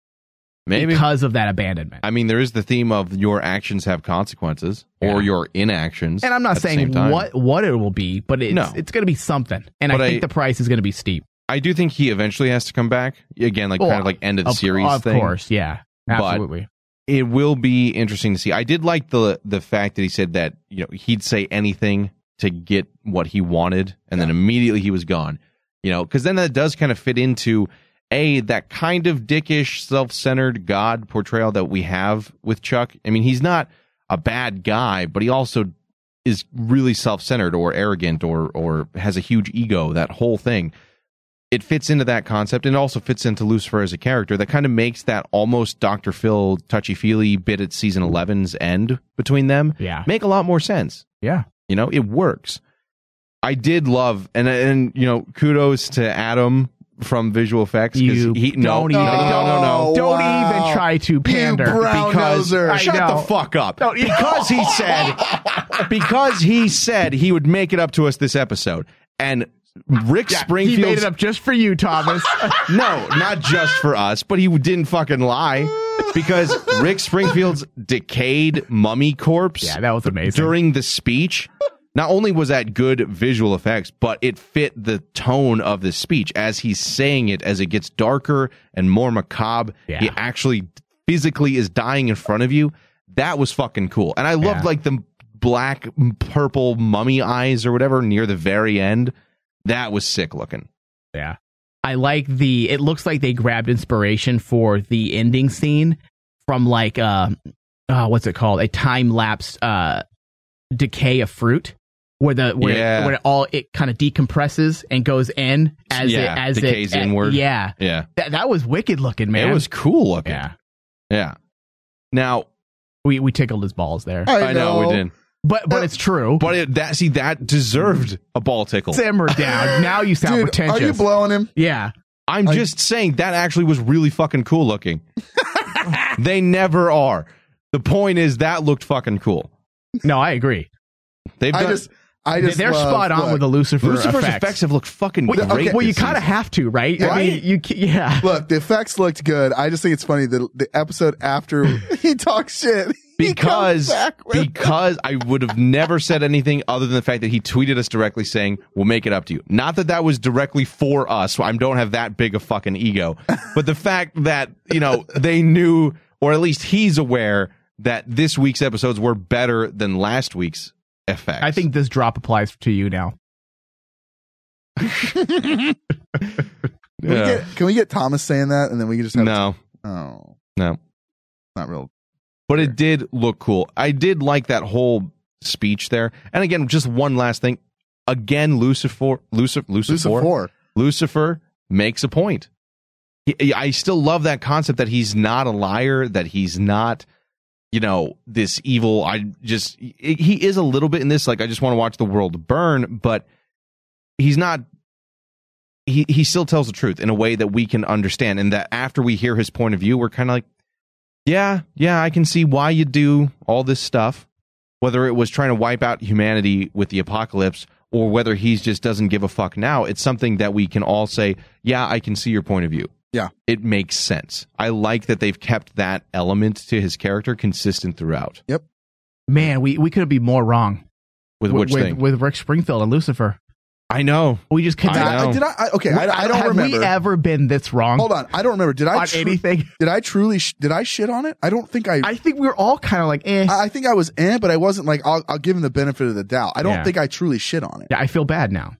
Speaker 8: Maybe.
Speaker 4: because of that abandonment.
Speaker 8: I mean, there is the theme of your actions have consequences or your inactions.
Speaker 4: And I'm not
Speaker 8: at the same
Speaker 4: saying
Speaker 8: time.
Speaker 4: what what it will be, but it's
Speaker 8: No.
Speaker 4: it's going to be something. And
Speaker 8: But
Speaker 4: I think
Speaker 8: I-
Speaker 4: the price is going to be steep.
Speaker 8: I do think he eventually has to come back again, like
Speaker 4: Oh,
Speaker 8: kind of like end of the
Speaker 4: of-
Speaker 8: series.
Speaker 4: of
Speaker 8: thing.
Speaker 4: course, yeah.
Speaker 8: But
Speaker 4: Absolutely.
Speaker 8: it will be interesting to see. I did like the the fact that he said that you know he'd say anything to get what he wanted, and then immediately he was gone. You know, because then that does kind of fit into a that kind of dickish, self centered God portrayal that we have with Chuck. I mean, he's not a bad guy, but he also is really self centered or arrogant or or has a huge ego. That whole thing it fits into that concept and it also fits into Lucifer as a character that kind of makes that almost Dr. Phil touchy feely bit at season 11's end between them
Speaker 4: yeah.
Speaker 8: make a lot more sense.
Speaker 4: Yeah.
Speaker 8: You know, it works. I did love and and you know, kudos to Adam from visual effects
Speaker 4: You
Speaker 8: he no,
Speaker 4: don't
Speaker 8: no,
Speaker 4: even-
Speaker 8: no, no, no.
Speaker 4: Don't Wow. even try to pander.
Speaker 8: because
Speaker 4: brown-noser. I
Speaker 8: shut
Speaker 4: know.
Speaker 8: the fuck up.
Speaker 4: No, yeah.
Speaker 8: Because he said because he said he would make it up to us this episode. And Rick Springfield
Speaker 4: he made it up just for you, Thomas.
Speaker 8: no, not just for us, but he didn't fucking lie because Rick Springfield's decayed mummy corpse. Yeah,
Speaker 4: that was amazing.
Speaker 8: During the speech, not only was that good visual effects, but it fit the tone of the speech as he's saying it as it gets darker and more macabre. He actually physically is dying in front of you. That was fucking cool. And I loved like the black purple mummy eyes or whatever near the very end. That was sick looking.
Speaker 4: Yeah. I like the it looks like they grabbed inspiration for the ending scene from like uh, uh what's it called? A time lapse uh decay of fruit where the where,
Speaker 8: Yeah.
Speaker 4: it, where it all it kind of decompresses and goes in as
Speaker 8: Yeah,
Speaker 4: it as
Speaker 8: decays
Speaker 4: it, eh,
Speaker 8: inward.
Speaker 4: Yeah.
Speaker 8: Yeah.
Speaker 4: That that was wicked looking, man.
Speaker 8: It was cool looking.
Speaker 4: Yeah.
Speaker 8: Yeah. Now
Speaker 4: we we tickled his balls there.
Speaker 8: I, know. we did.
Speaker 4: But but it's true.
Speaker 8: But it, that see that deserved a ball tickle.
Speaker 4: Simmer down. Now you sound
Speaker 9: Dude,
Speaker 4: pretentious.
Speaker 9: are you blowing him?
Speaker 4: Yeah.
Speaker 8: I'm just saying that actually was really fucking cool looking. they never are. The point is that looked fucking cool.
Speaker 4: No, I agree.
Speaker 8: They've
Speaker 9: I
Speaker 8: done,
Speaker 9: just, I just.
Speaker 4: They're
Speaker 9: love-
Speaker 4: spot on
Speaker 9: look,
Speaker 4: with the Lucifer
Speaker 8: Lucifer's effects.
Speaker 4: effects.
Speaker 8: have looked fucking
Speaker 4: Well,
Speaker 8: great.
Speaker 4: okay. Well, you
Speaker 8: this
Speaker 4: kind of
Speaker 8: season.
Speaker 4: have to, right? I
Speaker 9: Right?
Speaker 4: mean, you ca- yeah.
Speaker 9: Look, the effects looked good. I just think it's funny that the episode after he talks shit he comes
Speaker 8: because
Speaker 9: back with-
Speaker 8: because I would have never said anything other than the fact that he tweeted us directly saying we'll make it up to you. Not that that was directly for us. I don't have that big a fucking ego, but the fact that you know they knew, or at least he's aware that this week's episodes were better than last week's effect.
Speaker 4: I think this drop applies to you now.
Speaker 9: Can, we get, can we get Thomas saying that, and then we can just have
Speaker 8: No.
Speaker 9: oh,
Speaker 8: No.
Speaker 9: Not real.
Speaker 8: But it did look cool. I did like that whole speech there. And again, just one last thing. Again, Lucifer Lucifer Lucifer
Speaker 9: Lucifer,
Speaker 8: Lucifer makes a point. He- I still love that concept that he's not a liar, that he's not you know, this evil I just he is a little bit in this like I just want to watch the world burn, but he's not he he still tells the truth in a way that we can understand and that after we hear his point of view we're kind of like yeah yeah i can see why you do all this stuff whether it was trying to wipe out humanity with the apocalypse or whether he just doesn't give a fuck now it's something that we can all say yeah i can see your point of view
Speaker 9: yeah
Speaker 8: it makes sense i like that they've kept that element to his character consistent throughout
Speaker 9: yep
Speaker 4: Man, we, we couldn't be more wrong.
Speaker 8: With which
Speaker 4: with,
Speaker 8: thing?
Speaker 4: With Rick Springfield and Lucifer.
Speaker 8: I know.
Speaker 4: We just could
Speaker 9: Did I-
Speaker 4: not.
Speaker 9: did I- I- okay, I- I don't
Speaker 4: have
Speaker 9: remember.
Speaker 4: we ever been this wrong?
Speaker 9: Hold on, I don't remember. Did I
Speaker 4: On anything?
Speaker 9: Did I truly? Sh- did I shit on it? I don't think I.
Speaker 4: I think we were all kind of like, eh.
Speaker 9: I, I think I was eh, but I wasn't like. I'll, I'll give him the benefit of the doubt. I don't
Speaker 4: Yeah.
Speaker 9: think I truly shit on it.
Speaker 4: Yeah, I feel bad now.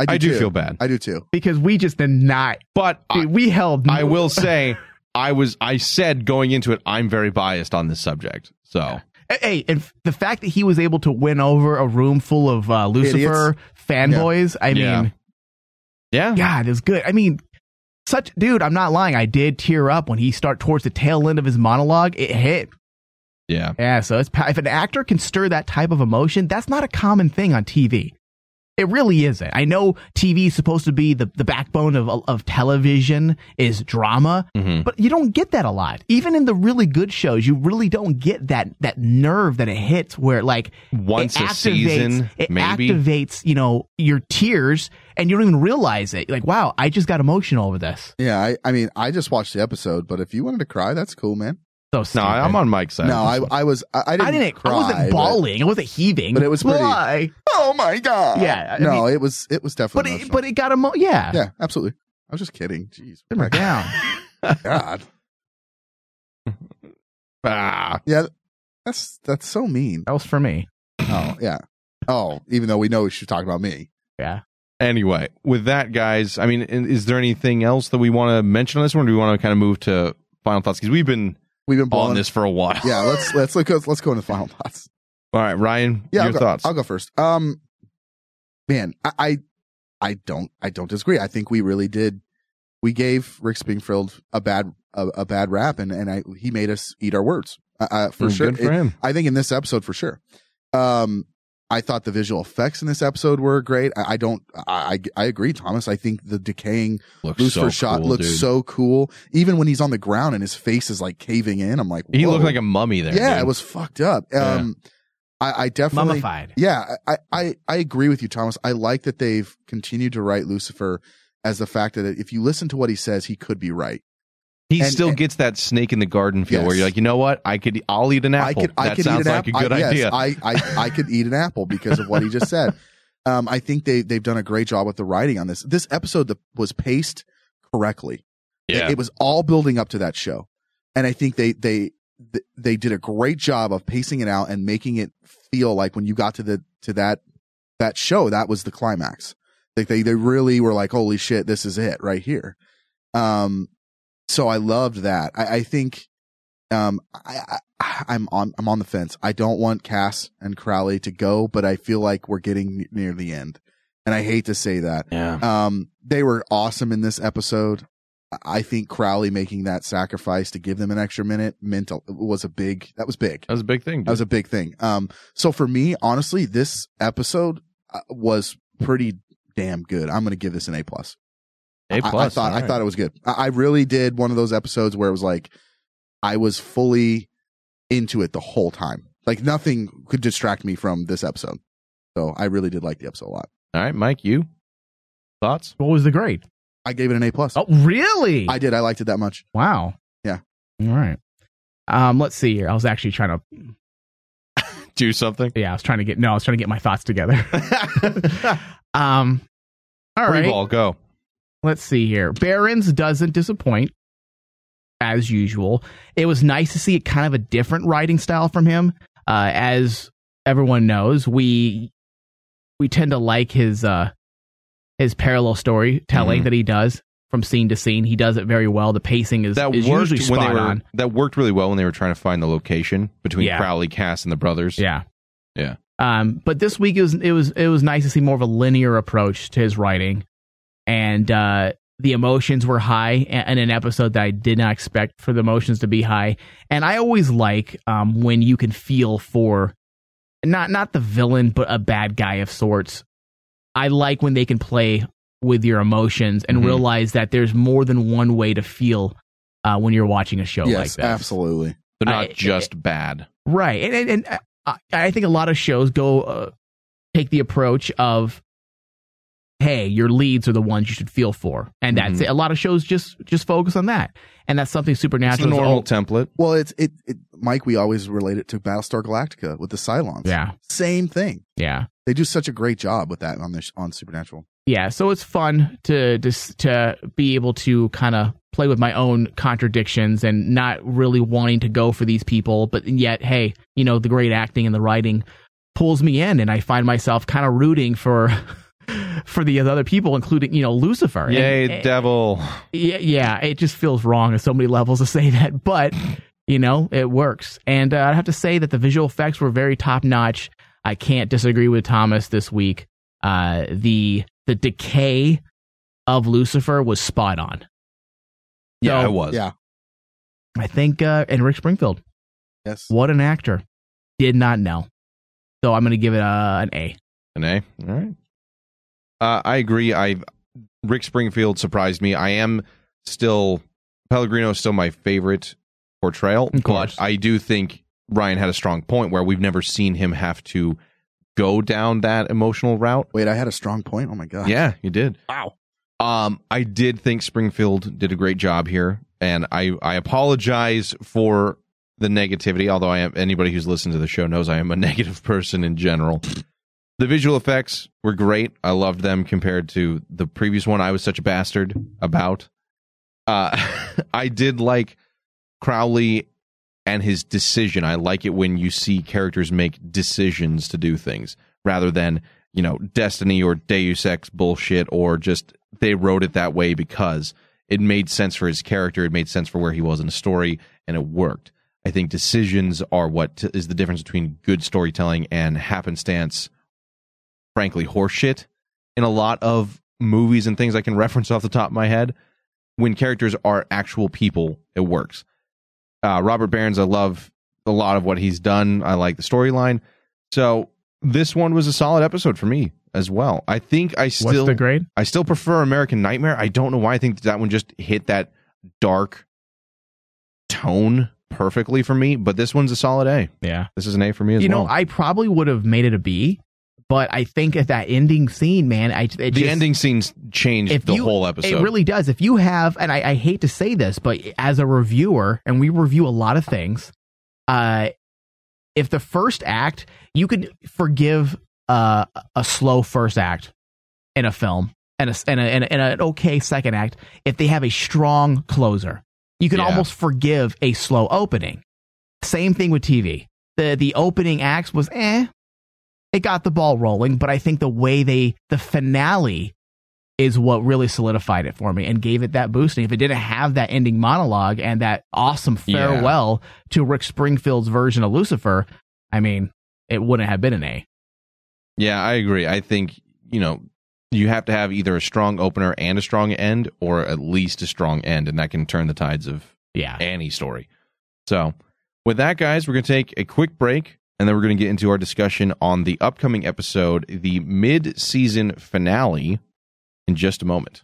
Speaker 8: I do
Speaker 9: too.
Speaker 8: feel bad.
Speaker 9: I do too.
Speaker 4: Because we just did not.
Speaker 8: But
Speaker 4: Dude, we held.
Speaker 8: i will say i was i said going into it i'm very biased on this subject so
Speaker 4: Hey, and f- the fact that he was able to win over a room full of uh, Lucifer
Speaker 8: Idiots.
Speaker 4: fanboys, I
Speaker 8: Yeah.
Speaker 4: mean,
Speaker 8: yeah,
Speaker 4: God, it was good. I mean, such dude. I'm not lying. I did tear up when he start towards the tail end of his monologue. It hit.
Speaker 8: Yeah,
Speaker 4: yeah. So it's pa- if an actor can stir that type of emotion, that's not a common thing on TV. It really isn't. I know TV is supposed to be the, the backbone of, of television is drama,
Speaker 8: Mm-hmm.
Speaker 4: but you don't get that a lot. Even in the really good shows, you really don't get that that nerve that it hits where like
Speaker 8: Once
Speaker 4: it
Speaker 8: a season,
Speaker 4: it
Speaker 8: maybe.
Speaker 4: activates you know your tears and you don't even realize it. Like wow, I just got emotional over this.
Speaker 9: Yeah, I, I mean, I just watched the episode, but if you wanted to cry, that's cool, man.
Speaker 4: So
Speaker 8: no I- i'm on mike's side
Speaker 9: No, I, I was, I, I didn't,
Speaker 4: I didn't.
Speaker 9: cry.
Speaker 4: I wasn't
Speaker 9: but-
Speaker 4: bawling. I wasn't heaving.
Speaker 9: but it was pretty.
Speaker 4: Why?
Speaker 9: Oh my god!
Speaker 4: Yeah, I
Speaker 9: no,
Speaker 4: mean-
Speaker 9: it was, it was
Speaker 4: But
Speaker 9: definitely.
Speaker 4: it, but it got emo. Yeah.
Speaker 9: yeah, absolutely. I was just kidding. Jeez, Oh
Speaker 4: Simmer down.
Speaker 9: God.
Speaker 8: ah.
Speaker 9: Yeah, that's that's so mean.
Speaker 4: That was for me.
Speaker 9: Oh yeah. Oh, even though we know she's talking about me.
Speaker 4: Yeah.
Speaker 8: anyway with that guys i mean i- is there anything else that we want to mention on this one or do we want to kind of move to final thoughts because we've been
Speaker 9: we've been
Speaker 8: on
Speaker 9: blowing-
Speaker 8: this for a while
Speaker 9: Yeah. Let's let's look. Let's go into final thoughts.
Speaker 8: all right ryan
Speaker 9: Yeah.
Speaker 8: your
Speaker 9: I'll go,
Speaker 8: thoughts
Speaker 9: I'll go first. Um, man, I, I I don't I don't disagree. I think we really did. We gave Rick Springfield a bad a, a bad rap, and and I he made us eat our words uh, uh, for
Speaker 8: Mm,
Speaker 9: sure.
Speaker 8: good for
Speaker 9: It-
Speaker 8: him.
Speaker 9: I think in this episode for sure. Um, I thought the visual effects in this episode were great. I, I don't. I, I I agree, Thomas. I think the decaying
Speaker 8: Looks
Speaker 9: Lucifer
Speaker 8: so
Speaker 9: shot
Speaker 8: cool,
Speaker 9: looks
Speaker 8: dude.
Speaker 9: so cool. Even when he's on the ground and his face is like caving in, I'm like,
Speaker 8: he
Speaker 9: whoa.
Speaker 8: looked like a mummy there
Speaker 9: Yeah,
Speaker 8: dude.
Speaker 9: it was fucked up.
Speaker 8: Yeah.
Speaker 9: Um, I, I definitely
Speaker 8: Mummified.
Speaker 9: Yeah, I, I I agree with you, Thomas. I like that they've continued to write Lucifer as the fact that if you listen to what he says, he could be right.
Speaker 8: he
Speaker 9: and-
Speaker 8: still gets that snake in the garden feel where
Speaker 9: Yes.
Speaker 8: you're like you know what i could i'll eat an
Speaker 9: I
Speaker 8: apple
Speaker 9: could I
Speaker 8: that
Speaker 9: could
Speaker 8: sounds
Speaker 9: eat an
Speaker 8: like
Speaker 9: apple.
Speaker 8: a good
Speaker 9: I,
Speaker 8: idea
Speaker 9: Yes, I, I I could eat an apple because of what he just said. Um, I think they they've done a great job with the writing on this. This episode the, was paced correctly.
Speaker 8: Yeah.
Speaker 9: It, it was all building up to that show, and I think they they th- they did a great job of pacing it out and making it feel like when you got to the to that that show that was the climax. Like they they really were like, holy shit, this is it right here. Um, so I loved that. I, I think um I, I I'm on I'm on the fence. I don't want Cass and Crowley to go, but I feel like we're getting n- near the end. And I hate to say that.
Speaker 11: Yeah.
Speaker 9: Um they were awesome in this episode. I- I think Crowley making that sacrifice to give them an extra minute meant a- was a big that was big.
Speaker 8: that was a big thing
Speaker 9: That was a big thing. Um, so for me, honestly, this episode uh, was pretty damn good. I'm going to give this an A plus.
Speaker 8: A
Speaker 9: I- I,
Speaker 8: plus,
Speaker 9: thought I
Speaker 8: alright.
Speaker 9: thought it was good. I, I really did one of those episodes where it was like I was fully into it the whole time. Like nothing could distract me from this episode. So I really did like the episode a lot.
Speaker 8: all right mike you thoughts
Speaker 4: what was the grade
Speaker 9: I gave it an A plus.
Speaker 4: Oh, really?
Speaker 9: I did. I liked it that much.
Speaker 4: Wow.
Speaker 9: Yeah.
Speaker 4: All right. Um, let's see here. I was actually trying to
Speaker 8: do something.
Speaker 4: Yeah, I was trying to get no, I was trying to get my thoughts together. um all
Speaker 8: Free
Speaker 4: right.
Speaker 8: ball, go.
Speaker 4: Let's see here. Barons doesn't disappoint as usual. It was nice to see kind of a different writing style from him. Uh, as everyone knows, we we tend to like his uh his parallel storytelling
Speaker 8: Mhm.
Speaker 4: that he does from scene to scene. He does it very well. The pacing is,
Speaker 8: that
Speaker 4: is
Speaker 8: worked
Speaker 4: usually
Speaker 8: when
Speaker 4: spot
Speaker 8: they were
Speaker 4: on.
Speaker 8: that worked really well when they were trying to find the location between
Speaker 4: Yeah.
Speaker 8: Crowley, Cass, and the brothers.
Speaker 4: Yeah,
Speaker 8: yeah.
Speaker 4: Um, but this week it was it was it was nice to see more of a linear approach to his writing, and uh, the emotions were high a- in an episode that I did not expect for the emotions to be high. And I always like um, when you can feel for not not the villain but a bad guy of sorts. I like when they can play with your emotions and
Speaker 9: Mhm.
Speaker 4: realize that there's more than one way to feel uh, when you're watching a show like
Speaker 9: yes,
Speaker 4: that.
Speaker 9: absolutely.
Speaker 8: They're not
Speaker 4: I-
Speaker 8: just bad.
Speaker 4: Right. And, and, and I, I think a lot of shows go uh, take the approach of, hey, your leads are the ones you should feel for. And that's
Speaker 8: Mhm.
Speaker 4: it. A lot of shows just just focus on that. And that's something supernatural. is all-
Speaker 8: template.
Speaker 9: Well, it's it, it Mike. We always relate it to Battlestar Galactica with the Cylons.
Speaker 4: Yeah.
Speaker 9: same thing.
Speaker 4: Yeah,
Speaker 9: they do such a great job with that on this on Supernatural.
Speaker 4: yeah. So it's fun to just to be able to kind of play with my own contradictions and not really wanting to go for these people. But yet, hey, you know, the great acting and the writing pulls me in and I find myself kind of rooting for. For the other people, including you know Lucifer. And-
Speaker 8: Yay,
Speaker 4: and-
Speaker 8: devil!
Speaker 4: yeah, yeah, it just feels wrong on so many levels to say that, but you know, it works. And uh, I have to say that the visual effects were very top notch. I can't disagree with Thomas this week. Uh, the the decay of Lucifer was spot on.
Speaker 8: Yeah,
Speaker 4: So-
Speaker 9: Oh,
Speaker 8: it was. Yeah.
Speaker 4: I think uh, and Rick Springfield.
Speaker 9: Yes,
Speaker 4: what an actor! Did not know, so I'm going to give it uh, an A.
Speaker 8: An A. All right. Uh, I agree. I Rick Springfield surprised me. I am still Pellegrino is still my favorite portrayal, but I do think Ryan had a strong point where we've never seen him have to go down that emotional route.
Speaker 9: Wait, I had a strong point. Oh my god.
Speaker 8: Yeah, you did. Wow. Um, I did think Springfield did a great job here, and I I apologize for the negativity. Although I am anybody who's listened to the show knows I am a negative person in general. The visual effects were great. I loved them compared to the previous one. I was such a bastard about. Uh, I did like Crowley and his decision. I like it when you see characters make decisions to do things rather than, you know, destiny or deus ex bullshit or just they wrote it that way because it made sense for his character, it made sense for where he was in the story, and it worked. I think decisions are what t- is the difference between good storytelling and happenstance, frankly, horseshit in a lot of movies and things I can reference off the top of my head. When characters are actual people, it works uh, Robert Barons. I love a lot of what he's done. I like the storyline. So this one was a solid episode for me as well. I think I still
Speaker 4: the grade?
Speaker 8: I still prefer American Nightmare. I don't know why. I think that one just hit that dark tone perfectly for me. But this one's a solid A.
Speaker 4: Yeah,
Speaker 8: this is an A for me as
Speaker 4: you
Speaker 8: well.
Speaker 4: know, I probably would have made it a B, but I think at that ending scene, man, I it
Speaker 8: the
Speaker 4: just,
Speaker 8: ending scenes changed the
Speaker 4: you-
Speaker 8: whole episode.
Speaker 4: It really does. If you have, and I, I hate to say this, but as a reviewer, and we review a lot of things, uh, if the first act, you could forgive uh, a slow first act in a film and a, and, a, and, a, and an okay second act if they have a strong closer. You can
Speaker 8: Yeah.
Speaker 4: almost forgive a slow opening. Same thing with TV. The the opening acts was eh. It got the ball rolling, but I think the way they the finale is what really solidified it for me and gave it that boosting. If it didn't have that ending monologue and that awesome
Speaker 8: Yeah.
Speaker 4: farewell to Rick Springfield's version of Lucifer, I mean, it wouldn't have been an A.
Speaker 8: Yeah, I agree. I think, you know, you have to have either a strong opener and a strong end, or at least a strong end, and that can turn the tides of
Speaker 4: yeah.
Speaker 8: any story. So, with that, guys, we're going to take a quick break, and then we're going to get into our discussion on the upcoming episode, the mid season finale, in just a moment.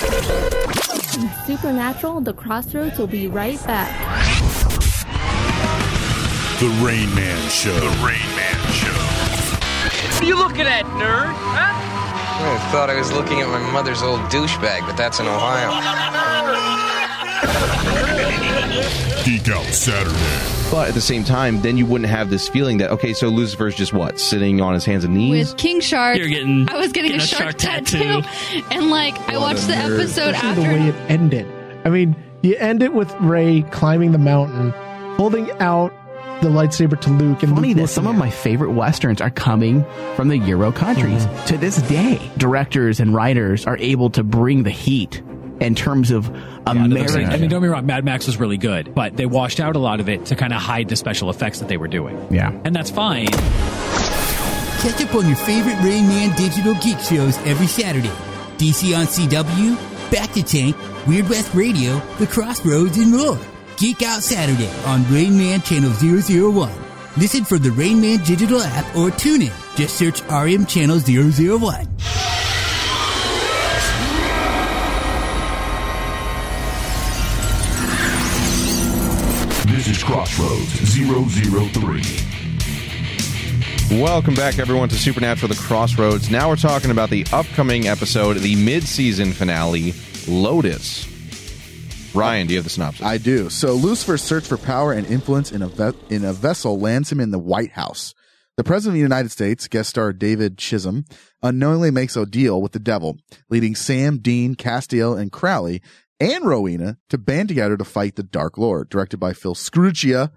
Speaker 17: In Supernatural, The Crossroads will be right back.
Speaker 2: The Rain Man Show. The Rain Man Show.
Speaker 18: What are you looking at, nerd? Huh?
Speaker 6: I thought I was looking at my mother's old douchebag, but that's in Ohio.
Speaker 2: Geek Out Saturday.
Speaker 8: But at the same time, then you wouldn't have this feeling that, okay, so Lucifer's just what? Sitting on his hands and knees?
Speaker 19: with King Shark.
Speaker 8: You're getting-
Speaker 19: I was getting,
Speaker 8: getting
Speaker 19: a,
Speaker 8: a
Speaker 19: shark,
Speaker 8: shark
Speaker 19: tattoo. and like I watched the episode
Speaker 14: Especially
Speaker 19: after.
Speaker 14: the way it ended. I mean, you end it with Ray climbing the mountain, holding out the lightsaber to Luke. And
Speaker 4: Funny
Speaker 14: Luke
Speaker 4: that some of my favorite westerns are coming from the Euro countries.
Speaker 14: Mm-hmm.
Speaker 4: To this day, directors and writers are able to bring the heat in terms of American.
Speaker 20: I mean, don't be wrong. Mad Max was really good, but they washed out a lot of it to kind of hide the special effects that they were doing.
Speaker 4: Yeah.
Speaker 20: And that's fine.
Speaker 21: Catch up on your favorite Rain Man digital geek shows every Saturday. DC on CW, Back to Tank, Weird West Radio, The Crossroads, and more. Geek Out Saturday on Rain Man Channel 001. Listen from the Rain Man digital app or tune in. Just search RM Channel 001.
Speaker 16: This is Crossroads 003.
Speaker 8: Welcome back, everyone, to Supernatural The Crossroads. Now we're talking about the upcoming episode, the mid season finale, Lotus. Ryan, do you have the synopsis?
Speaker 9: I do. So Lucifer's search for power and influence in a ve- in a vessel lands him in the White House. The president of the United States, guest star David Chisholm, unknowingly makes a deal with the devil, leading Sam, Dean, Castiel, and Crowley and Rowena to band together to fight the Dark Lord. Directed by Phil Scruccia.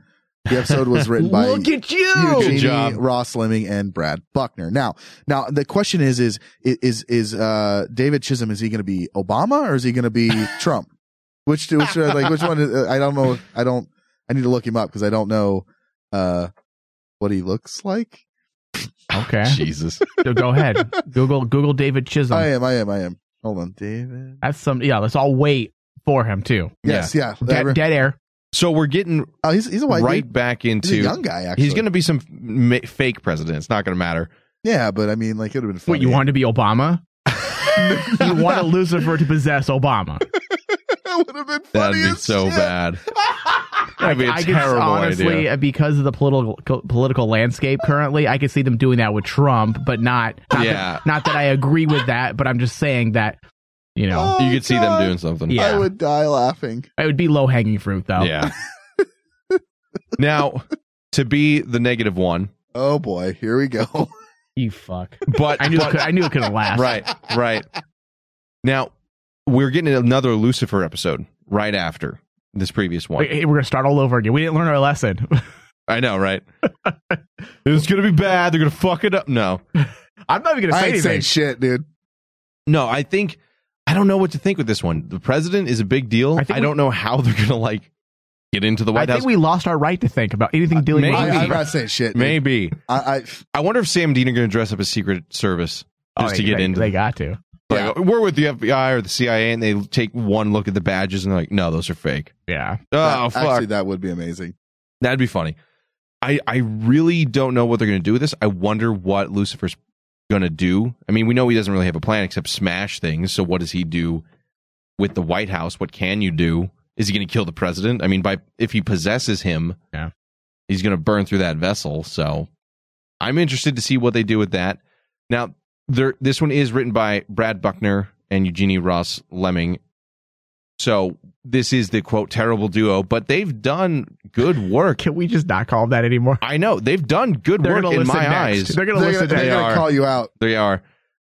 Speaker 9: The episode was written by
Speaker 7: Look at you!
Speaker 9: Eugenie
Speaker 7: Good job.
Speaker 9: Ross Lemming and Brad Buckner. Now, now the question is, is is is uh, David Chisholm is he going to be Obama or is he going to be Trump? Which do- which uh, like which one? Is, uh, I don't know. I don't. I need to look him up because I don't know uh, what he looks like.
Speaker 4: Okay.
Speaker 8: Jesus.
Speaker 4: Go ahead. Google Google David Chisholm.
Speaker 9: I am. I am. I am. Hold on, David.
Speaker 4: That's some. Yeah. Let's all wait for him too.
Speaker 9: Yes, yeah.
Speaker 4: Dead, dead air.
Speaker 8: So we're getting
Speaker 9: oh, he's, he's a white
Speaker 8: right
Speaker 9: dude.
Speaker 8: back into
Speaker 9: He's a young guy, actually.
Speaker 8: He's going to be some ma- fake president. It's not going to matter.
Speaker 9: Yeah, but I mean, like it would have been. Funny.
Speaker 4: What you want to be Obama? you want Lucifer to possess Obama?
Speaker 8: That'd be so bad. That'd be a
Speaker 4: I could
Speaker 8: terrible
Speaker 4: honestly,
Speaker 8: idea.
Speaker 4: uh, because of the political co- political landscape currently, I could see them doing that with Trump, but not not,
Speaker 8: Yeah.
Speaker 4: that, not that I agree with that, but I'm just saying that you know
Speaker 8: you could see them doing something.
Speaker 4: Yeah,
Speaker 9: Oh, I would die laughing.
Speaker 4: it would be low hanging fruit though.
Speaker 8: Yeah. now, to be the negative one,
Speaker 9: Oh boy, here we go.
Speaker 4: You fuck.
Speaker 8: but
Speaker 4: I knew it
Speaker 8: but-
Speaker 4: could- I knew it couldn't last.
Speaker 8: Right, right. Now we're getting another Lucifer episode right after this previous one.
Speaker 4: Wait, hey, we're gonna start all over again. We didn't learn our lesson.
Speaker 8: I know, right? it's gonna be bad. They're gonna fuck it up. No,
Speaker 4: I'm not even
Speaker 9: I ain't saying shit, dude.
Speaker 8: No, I think I don't know what to think with this one. The president is a big deal. I,
Speaker 4: think we-
Speaker 8: don't know how they're gonna like get into the
Speaker 4: I
Speaker 8: White
Speaker 4: think
Speaker 8: House.
Speaker 4: we lost our right to think about anything dealing with
Speaker 8: Uh, Maybe.
Speaker 4: Lucifer.
Speaker 9: shit.
Speaker 4: dude.
Speaker 8: Maybe.
Speaker 9: I, I
Speaker 8: wonder if Sam Dean are going to dress up as Secret Service
Speaker 4: Oh,
Speaker 8: just
Speaker 4: they-
Speaker 8: to get
Speaker 4: they-
Speaker 8: into.
Speaker 4: They got to.
Speaker 8: Like, We're with the FBI or the CIA, and they take one look at the badges and they're like, "No, those are fake."
Speaker 4: Yeah.
Speaker 8: Oh
Speaker 9: That-
Speaker 8: fuck.
Speaker 9: Actually, that would be amazing.
Speaker 8: That'd be funny. I I really don't know what they're going to do with this. I wonder what Lucifer's going to do. I mean, we know he doesn't really have a plan except smash things. So what does he do with the White House? What can you do? Is he going to kill the president? I mean, by if he possesses him,
Speaker 4: yeah.
Speaker 8: he's going to burn through that vessel. So I'm interested to see what they do with that. Now, there this one is written by Brad Buckner and Eugenie Ross Lemming. So this is the quote terrible duo, but they've done good work.
Speaker 4: Can we just not call them that anymore?
Speaker 8: I know they've done good
Speaker 4: They're
Speaker 8: work
Speaker 4: gonna
Speaker 8: in
Speaker 4: listen
Speaker 8: my
Speaker 4: next.
Speaker 8: eyes.
Speaker 4: They're gonna They're listen gonna- next.
Speaker 9: they're gonna
Speaker 8: are.
Speaker 9: call you out.
Speaker 8: They are,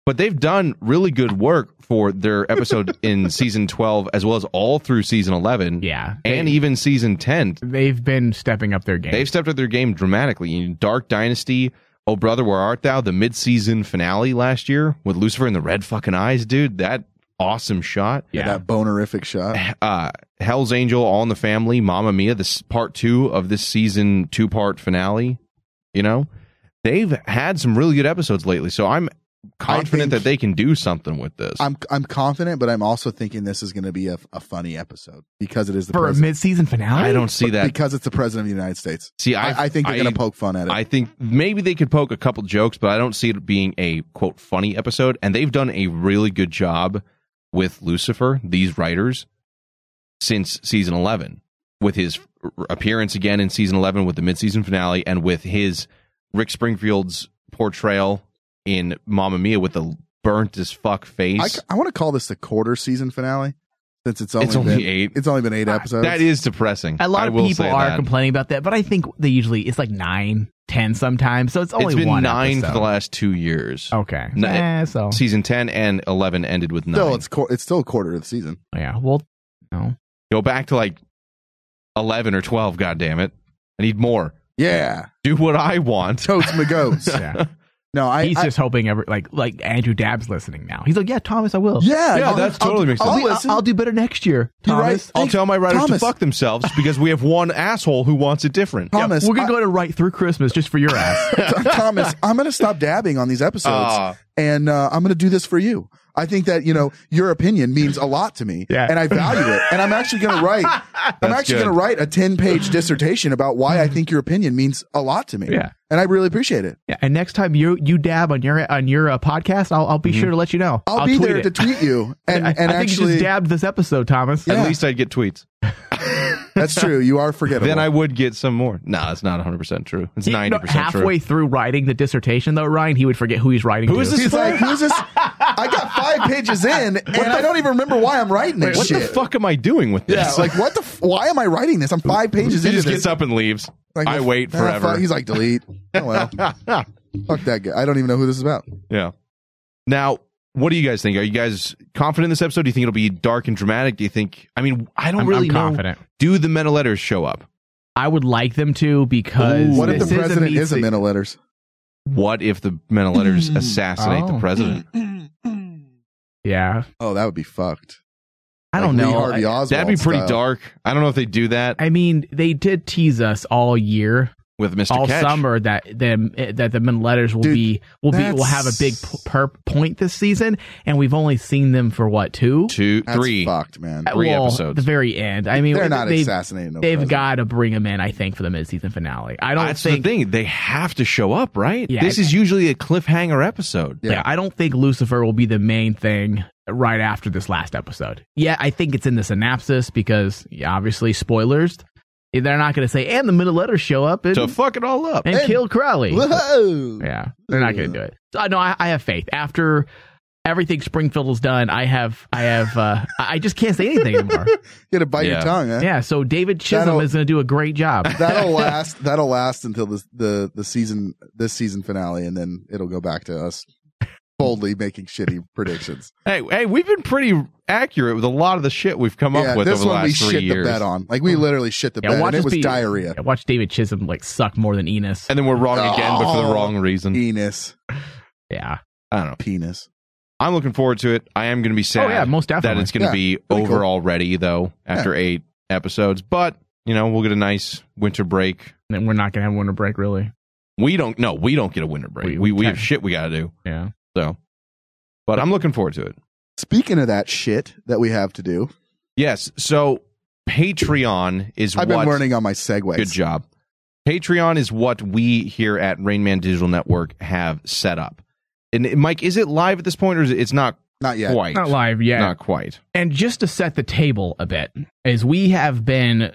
Speaker 8: but they've done really good work for their episode in season twelve, as well as all through season eleven.
Speaker 4: Yeah,
Speaker 8: and even season ten.
Speaker 4: They've been stepping up their game.
Speaker 8: They've stepped up their game dramatically. In Dark Dynasty, Oh Brother, Where Art Thou? The mid-season finale last year with Lucifer and the red fucking eyes, dude. That awesome shot.
Speaker 9: Yeah. That bonerific shot.
Speaker 8: Uh, Hell's Angel, All in the Family, Mamma Mia. This part two of this season two-part finale. You know, they've had some really good episodes lately, so I'm confident that they can do something with this.
Speaker 9: I'm I'm confident, but I'm also thinking this is going to be a, a funny episode because it is the
Speaker 4: for a
Speaker 9: president-
Speaker 4: mid-season finale.
Speaker 8: I don't see that.
Speaker 9: because it's the president of the United States.
Speaker 8: See,
Speaker 9: I,
Speaker 8: I've-
Speaker 9: I, think they're going
Speaker 8: I-
Speaker 9: to poke fun at it.
Speaker 8: I think maybe they could poke a couple jokes, but I don't see it being a quote funny episode. And they've done a really good job with Lucifer, these writers, since season 11, with his r- appearance again in season 11 with the midseason finale and with his Rick Springfield's portrayal in Mamma Mia with the burnt as fuck face.
Speaker 9: I, want to call this the quarter season finale since it's only,
Speaker 8: It's only
Speaker 9: been,
Speaker 8: eight. Ah,
Speaker 9: It's only been eight episodes.
Speaker 8: that is depressing.
Speaker 4: A lot
Speaker 8: I
Speaker 4: of
Speaker 8: will
Speaker 4: people
Speaker 8: say
Speaker 4: are
Speaker 8: that.
Speaker 4: complaining about that, but I think they usually it's like nine, ten sometimes. So it's only
Speaker 8: it's been
Speaker 4: one
Speaker 8: nine
Speaker 4: episode.
Speaker 8: for the last two years.
Speaker 4: Okay.
Speaker 8: No,
Speaker 4: Eh, so
Speaker 8: Season 10 and 11 ended with nine.
Speaker 9: still it's qu- it's still a quarter of the season.
Speaker 4: Yeah, well, no.
Speaker 8: Go back to like 11 or 12, God damn it. I need more.
Speaker 9: Yeah.
Speaker 8: Do what I want.
Speaker 9: Toads McGoes.
Speaker 4: Yeah.
Speaker 9: No, I.
Speaker 4: He's
Speaker 9: I-
Speaker 4: just hoping every like like Andrew Dabb's listening now. He's like, yeah, Thomas, I will.
Speaker 9: Yeah,
Speaker 8: Yeah,
Speaker 4: I'll-
Speaker 8: that's
Speaker 4: I'll-
Speaker 8: totally makes
Speaker 4: I'll,
Speaker 8: sense.
Speaker 4: I'll- I'll do better next year.
Speaker 9: You're right.
Speaker 4: Thomas.
Speaker 8: I'll tell my writers
Speaker 9: Thomas.
Speaker 8: to fuck themselves because we have one asshole who wants it different.
Speaker 9: Thomas,
Speaker 4: We're gonna go to write through Christmas just for your ass.
Speaker 9: Thomas, I'm going to stop dabbing on these episodes,
Speaker 8: Aw.
Speaker 9: and uh, I'm going to do this for you. I think that you know your opinion means a lot to me,
Speaker 4: Yeah.
Speaker 9: and I value it. And I'm actually going to write. I'm
Speaker 8: That's
Speaker 9: actually
Speaker 8: good.
Speaker 9: going to write a ten page dissertation about why I think your opinion means a lot to me.
Speaker 4: Yeah.
Speaker 9: and I really appreciate it.
Speaker 4: yeah, and next time you you dab on your on your uh, podcast, I'll I'll be sure to let you know.
Speaker 9: I'll, be
Speaker 4: tweet
Speaker 9: there
Speaker 4: it.
Speaker 9: to tweet you, and
Speaker 4: I,
Speaker 9: and
Speaker 4: I think you
Speaker 9: actually,
Speaker 4: just dabbed this episode, Thomas.
Speaker 8: At least I'd get tweets.
Speaker 9: that's true. You are forgettable.
Speaker 8: Then I would get some more. No, nah, it's not 100% true. It's
Speaker 4: He- no,
Speaker 8: 90%
Speaker 4: halfway
Speaker 8: true.
Speaker 4: through writing the dissertation, though, Ryan, he would forget who he's writing.
Speaker 8: Who
Speaker 4: to.
Speaker 8: is this
Speaker 9: He's like, who's this? I got five pages in, and I don't even remember why I'm writing this
Speaker 8: What
Speaker 9: shit.
Speaker 8: the fuck am I doing with this?
Speaker 9: Yeah, like what the? F- why am I writing this? I'm five
Speaker 8: he
Speaker 9: pages into
Speaker 8: just
Speaker 9: this.
Speaker 8: gets up and leaves.
Speaker 9: Like,
Speaker 8: I
Speaker 9: well,
Speaker 8: wait
Speaker 9: ah,
Speaker 8: forever.
Speaker 9: fuck. He's like, delete. Oh well. fuck that guy. I don't even know who this is about.
Speaker 8: Yeah. Now, what do you guys think? Are you guys confident in this episode? Do you think it'll be dark and dramatic? Do you think? I mean, I don't
Speaker 4: I'm-
Speaker 8: really
Speaker 4: I'm
Speaker 8: know.
Speaker 4: confident.
Speaker 8: Do the men of letters show up?
Speaker 4: I would like them to because
Speaker 9: what if the
Speaker 4: this is a
Speaker 9: president
Speaker 4: meat
Speaker 9: is a
Speaker 4: suit.
Speaker 9: man of letters?
Speaker 8: What if the men of letters
Speaker 9: Hmm.
Speaker 8: assassinate the
Speaker 4: Oh.
Speaker 8: president?
Speaker 4: Yeah,
Speaker 9: Oh, that would be fucked.
Speaker 4: I
Speaker 9: Like
Speaker 4: don't
Speaker 9: Lee
Speaker 4: know.
Speaker 9: Harvey
Speaker 4: I-
Speaker 9: Oswald
Speaker 8: That'd be pretty
Speaker 9: style.
Speaker 8: dark. I don't know if they do that
Speaker 4: I mean, they did tease us all year,
Speaker 8: with Mister
Speaker 4: all
Speaker 8: Ketch.
Speaker 4: summer that the that the men letters will
Speaker 9: Dude,
Speaker 4: be will be will
Speaker 9: that's-
Speaker 4: have a big p- per point this season, and we've only seen them for what two, Uh,
Speaker 8: Two,
Speaker 9: That's
Speaker 8: three.
Speaker 9: fucked, man.
Speaker 8: three
Speaker 4: Well,
Speaker 8: episodes.
Speaker 4: the very end. I mean,
Speaker 9: They're not
Speaker 4: they-
Speaker 9: assassinating. No
Speaker 4: They've
Speaker 9: president.
Speaker 4: got to bring them in, I think, for the mid season finale. I don't
Speaker 8: That's
Speaker 4: think.
Speaker 8: the thing. They have to show up, right?
Speaker 4: Yeah,
Speaker 8: this
Speaker 4: I-
Speaker 8: is usually a cliffhanger episode.
Speaker 4: Yeah. I don't think Lucifer will be the main thing right after this last episode. Yeah, I think it's in the synopsis because yeah, obviously spoilers. They're not going to say, and the middle letters show up and,
Speaker 8: To fuck it all up.
Speaker 4: and
Speaker 9: and-
Speaker 4: kill Crowley.
Speaker 9: Whoa.
Speaker 4: Yeah, they're not going to do it. So, I know. I, I have faith after everything Springfield has done. I have, I have, uh, I I just can't say anything anymore.
Speaker 9: You had to bite your
Speaker 8: Yeah.
Speaker 9: tongue, huh?
Speaker 4: yeah. So David Chisholm
Speaker 9: That'll-
Speaker 4: is going to do a great job.
Speaker 9: That'll last. That'll last until the, the the season this season finale, and then it'll go back to us boldly making shitty predictions.
Speaker 8: Hey, hey, we've been pretty accurate with a lot of the shit we've come
Speaker 9: yeah,
Speaker 8: up with
Speaker 9: this
Speaker 8: over the
Speaker 9: one
Speaker 8: last
Speaker 9: we
Speaker 8: three
Speaker 9: shit
Speaker 8: years.
Speaker 9: the bed on. Like we literally shit the
Speaker 4: Yeah,
Speaker 9: bed,
Speaker 4: watch
Speaker 9: and it
Speaker 4: us
Speaker 9: was
Speaker 4: be-
Speaker 9: diarrhea.
Speaker 4: Yeah, watch David Chisholm like suck more than Enos.
Speaker 8: And then we're wrong again, but for the
Speaker 9: Oh.
Speaker 8: wrong reason.
Speaker 9: Penis,
Speaker 4: Yeah.
Speaker 8: I don't know.
Speaker 9: penis.
Speaker 8: I'm looking forward to it. I am going to be sad.
Speaker 4: Oh, yeah, most definitely.
Speaker 8: That it's going to
Speaker 9: Yeah,
Speaker 8: be
Speaker 9: pretty
Speaker 8: over
Speaker 9: cool.
Speaker 8: already, though, after eight episodes. But, you know, we'll get a nice winter break.
Speaker 4: And then we're not going to have winter break, really.
Speaker 8: We don't, no, we don't get a winter break.
Speaker 4: We-
Speaker 8: We, we,
Speaker 4: we
Speaker 8: have
Speaker 4: can't.
Speaker 8: shit we got to do.
Speaker 4: Yeah.
Speaker 8: So, but I'm looking forward to it.
Speaker 9: Speaking of that shit that we have to do,
Speaker 8: Yes. So, Patreon is
Speaker 9: I've
Speaker 8: what.
Speaker 9: been learning on my segues.
Speaker 8: Good job. Patreon is what we here at Rainman Digital Network have set up. And Mike, is it live at this point, or is it, it's not
Speaker 9: Not yet.
Speaker 8: quite?
Speaker 4: Not live yet.
Speaker 8: Not quite.
Speaker 4: And just to set the table a bit, is we have been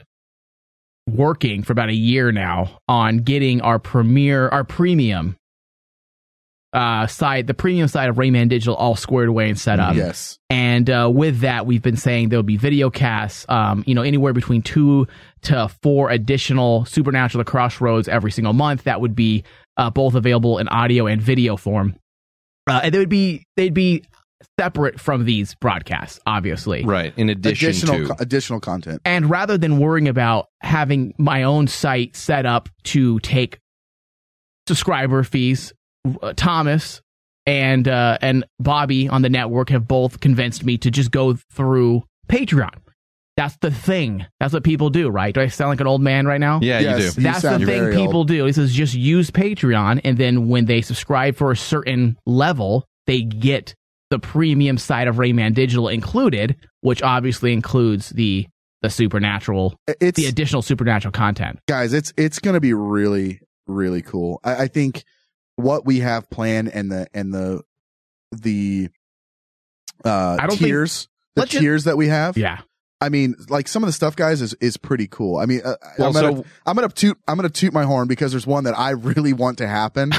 Speaker 4: working for about a year now on getting our premier, our premium uh side, the premium side of Rayman Digital all squared away and set up.
Speaker 9: Yes.
Speaker 4: And uh, with that, we've been saying there'll be video casts, um, you know, anywhere between two to four additional Supernatural The Crossroads every single month. That would be uh, both available in audio and video form. Uh, and they would be they'd be separate from these broadcasts, obviously.
Speaker 8: Right. In addition
Speaker 9: additional
Speaker 8: to
Speaker 9: co- additional content.
Speaker 4: And rather than worrying about having my own site set up to take subscriber fees, uh, Thomas and uh, and Bobby on the network have both convinced me to just go through Patreon. That's the thing. That's what people do, right? Do I sound like an old man right now?
Speaker 8: yeah, you
Speaker 9: Yes.
Speaker 8: do.
Speaker 4: That's the
Speaker 9: sound
Speaker 4: thing
Speaker 9: very
Speaker 4: people do. This is just use Patreon, and then when they subscribe for a certain level, they get the premium side of Rayman Digital included, which obviously includes the the supernatural,
Speaker 9: It's
Speaker 4: the additional supernatural content.
Speaker 9: guys, it's it's gonna be really really cool. I, I think what we have planned and the and the the uh
Speaker 4: I don't think-
Speaker 9: tiers the
Speaker 4: Let's just-
Speaker 9: tiers that we have.
Speaker 4: Yeah,
Speaker 9: I mean, like some of the stuff, guys, is is pretty cool. I mean, uh,
Speaker 8: Well,
Speaker 9: I'm gonna
Speaker 8: so-
Speaker 9: I'm gonna toot I'm gonna toot my horn because there's one that I really want to happen,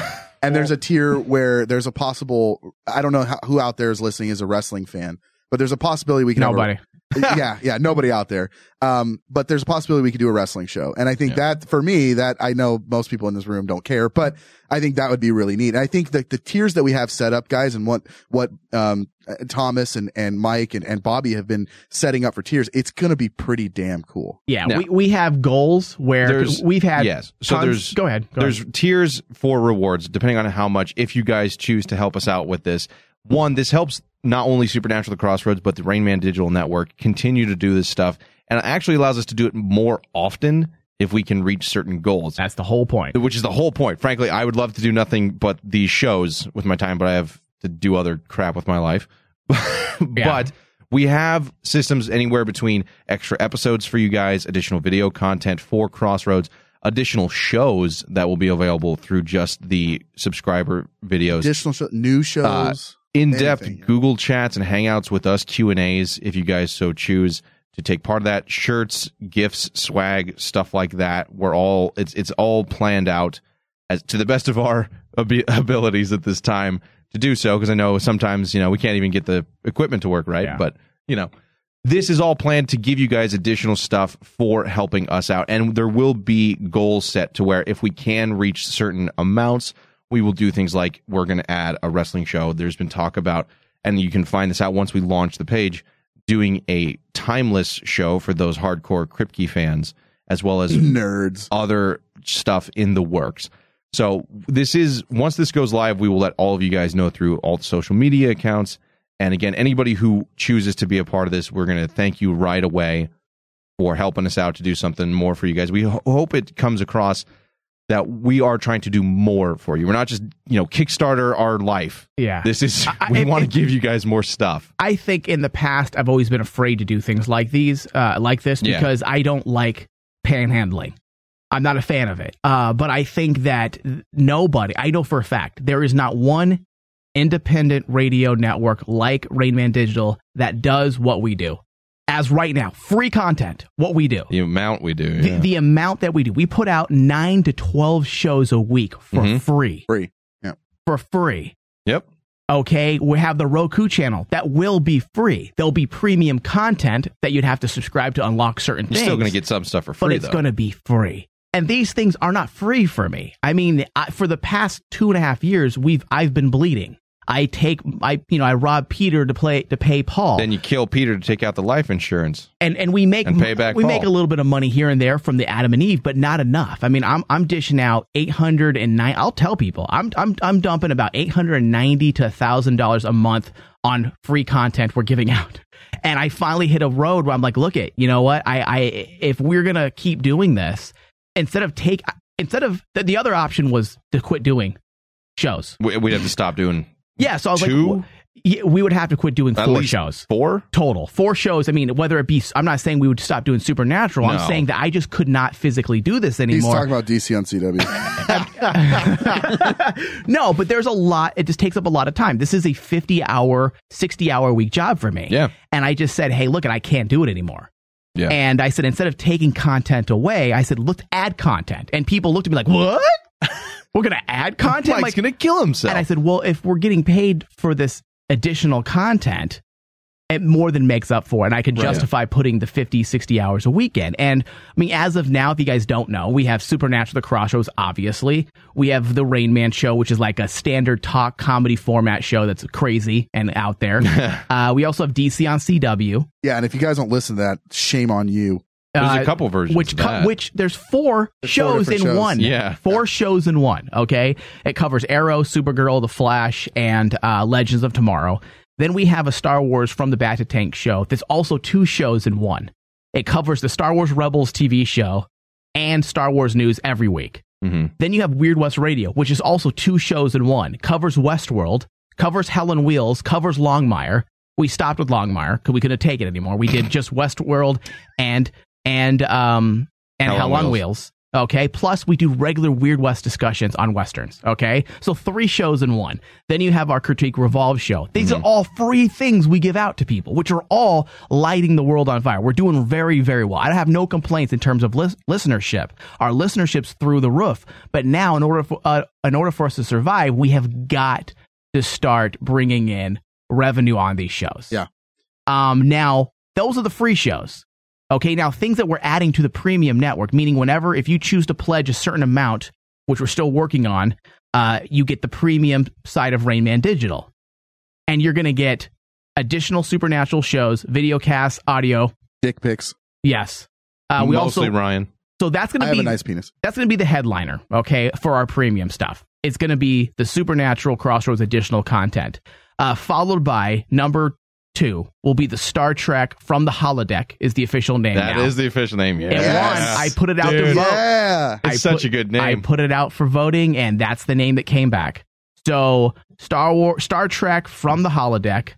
Speaker 9: and there's a tier where there's a possible I don't know how, who out there is listening is a wrestling fan, but there's a possibility we can have a-
Speaker 4: nobody.
Speaker 9: yeah, yeah, nobody out there. Um, but there's a possibility we could do a wrestling show. And I think that for me, that I know most people in this room don't care, but I think that would be really neat. And I think that the tiers that we have set up, guys, and what, what, um, uh, Thomas and, and Mike and, and Bobby have been setting up for tiers, it's going to be pretty damn cool.
Speaker 4: Yeah, we, we have goals where 'cause
Speaker 8: There's-
Speaker 4: we've had.
Speaker 8: yes. So
Speaker 4: tons-
Speaker 8: there's
Speaker 4: Go ahead. go
Speaker 8: there's
Speaker 4: ahead.
Speaker 8: tiers for rewards depending on how much. If you guys choose to help us out with this, one this helps not only Supernatural the Crossroads but the Rainman Digital Network continue to do this stuff, and it actually allows us to do it more often if we can reach certain goals.
Speaker 4: That's the whole point.
Speaker 8: Which is the whole point. Frankly, I would love to do nothing but these shows with my time, but I have to do other crap with my life. But we have systems anywhere between extra episodes for you guys, additional video content for Crossroads, additional shows that will be available through just the subscriber videos.
Speaker 9: Additional show, new shows.
Speaker 8: Uh, in-depth Google chats and hangouts with us Q&As if you guys so choose to take part of that shirts, gifts, swag, stuff like that. We're all it's it's all planned out as to the best of our ab- abilities at this time to do so because I know sometimes, you know, we can't even get the equipment to work right, but you know, this is all planned to give you guys additional stuff for helping us out and there will be goals set to where if we can reach certain amounts we will do things like we're going to add a wrestling show there's been talk about and you can find this out once we launch the page doing a timeless show for those hardcore kripke fans as well as
Speaker 9: nerds
Speaker 8: other stuff in the works so this is once this goes live we will let all of you guys know through all the social media accounts and again anybody who chooses to be a part of this we're going to thank you right away for helping us out to do something more for you guys. We ho- hope it comes across that we are trying to do more for you. We're not just, you know, Kickstarter our life.
Speaker 4: Yeah.
Speaker 8: This is,
Speaker 4: I-
Speaker 8: we
Speaker 4: it-
Speaker 8: want to give you guys more stuff.
Speaker 4: I think in the past I've always been afraid to do things like these, uh, like this,
Speaker 8: Yeah.
Speaker 4: because I don't like panhandling. I'm not a fan of it. Uh, but I think that nobody, I know for a fact, there is not one independent radio network like Rainman Digital that does what we do. As right now, free content, what we do.
Speaker 8: The amount we do.
Speaker 4: The,
Speaker 8: yeah.
Speaker 4: the amount that we do, we put out nine to 12 shows a week for
Speaker 8: Mhm.
Speaker 4: free.
Speaker 9: Free. Yeah.
Speaker 4: For free.
Speaker 8: Yep.
Speaker 4: Okay, we have the Roku channel that will be free. There'll be premium content that you'd have to subscribe to unlock certain
Speaker 8: You're
Speaker 4: things.
Speaker 8: still going to get some stuff for free,
Speaker 4: but it's
Speaker 8: though.
Speaker 4: going to be free. And these things are not free for me. I mean, I, for the past two and a half years, we've I've been bleeding. I take I you know I rob Peter to play to pay Paul.
Speaker 8: then you kill Peter to take out the life insurance.
Speaker 4: and and we make
Speaker 8: And pay back
Speaker 4: we make
Speaker 8: Paul.
Speaker 4: a little bit of money here and there from the Adam and Eve, but not enough. I mean, I'm I'm dishing out eight hundred and nine. I'll tell people, I'm I'm I'm dumping about eight hundred and ninety to thousand dollars a month on free content we're giving out. And I finally hit a road where I'm like, look it, you know what? I I if we're gonna keep doing this, instead of take instead of the, the other option was to quit doing shows.
Speaker 8: We, we'd have to stop doing.
Speaker 4: Yeah, so I was
Speaker 8: Two?
Speaker 4: like, wh- yeah, we would have to quit doing
Speaker 8: At
Speaker 4: four
Speaker 8: least
Speaker 4: shows.
Speaker 8: Four
Speaker 4: total, four shows. I mean, whether it be, I'm not saying we would stop doing Supernatural.
Speaker 9: No.
Speaker 4: I'm saying that I just could not physically do this
Speaker 9: He's
Speaker 4: anymore.
Speaker 9: talking about DC on CW.
Speaker 4: no, but there's a lot. It just takes up a lot of time. This is a 50 hour, 60 hour a week job for me.
Speaker 8: Yeah.
Speaker 4: And I just said, hey, look, and I can't do it anymore.
Speaker 8: Yeah.
Speaker 4: And I said, instead of taking content away, I said, let's add content. And people looked at me like, what? We're going to add content?
Speaker 8: Mike's
Speaker 4: like,
Speaker 8: going to kill himself.
Speaker 4: and I said, well, if we're getting paid for this additional content, it more than makes up for it. And I can
Speaker 8: Right.
Speaker 4: justify putting the 50, 60 hours a week in. And I mean, as of now, if you guys don't know, we have Supernatural The Crossroads, obviously. We have The Rain Man Show, which is like a standard talk comedy format show that's crazy and out there. uh, we also have DC on CW.
Speaker 9: yeah. And if you guys don't listen to that, shame on you.
Speaker 4: Uh, Which co- which there's four shows in
Speaker 9: different shows.
Speaker 4: one.
Speaker 9: Yeah.
Speaker 4: four shows in one. Okay, it covers Arrow, Supergirl, The Flash, and uh, Legends of Tomorrow. Then we have a Star Wars from the Back to Tank show. That's also two shows in one. It covers the Star Wars Rebels TV show and Star Wars news every week. Then you have Weird West Radio, which is also two shows in one. Covers Westworld, covers Helen Wheels, covers Longmire. We stopped with Longmire because we couldn't take it anymore. We did just Westworld and and um and
Speaker 8: Hell
Speaker 4: Hell
Speaker 8: on
Speaker 4: on
Speaker 8: Wheels.
Speaker 4: Wheels. Okay. Plus, we do regular Weird West discussions on westerns. Okay. So three shows in one. Then you have our critique revolve show. These
Speaker 8: Mm-hmm.
Speaker 4: are all free things we give out to people, which are all lighting the world on fire. We're doing very, very well. I have no complaints in terms of lis- listenership. Our listenership's through the roof. But now, in order for uh, in order for us to survive, we have got to start bringing in revenue on these shows.
Speaker 9: Yeah.
Speaker 4: Um, now Those are the free shows. Okay, now things that we're adding to the premium network, meaning whenever if you choose to pledge a certain amount, which we're still working on, uh, you get the premium side of Rain Man Digital, and you're going to get additional supernatural shows, video casts, audio,
Speaker 9: dick pics.
Speaker 4: Yes, uh, we
Speaker 8: Mostly
Speaker 4: also
Speaker 8: Ryan.
Speaker 4: So that's going
Speaker 9: I
Speaker 4: to
Speaker 9: have
Speaker 4: be
Speaker 9: a nice penis.
Speaker 4: That's going to be the headliner, okay, for our premium stuff. It's going to be the Supernatural Crossroads additional content, uh, followed by number two will be the Star Trek from the holodeck is the official name.
Speaker 8: That
Speaker 4: now.
Speaker 8: is the official name. Yeah.
Speaker 4: It won. I put it out to vote.
Speaker 8: It's
Speaker 4: I
Speaker 8: such
Speaker 4: put-
Speaker 8: a good
Speaker 4: I
Speaker 8: name.
Speaker 4: put it out for voting, and that's the name that came back. So Star War, Star Trek from the holodeck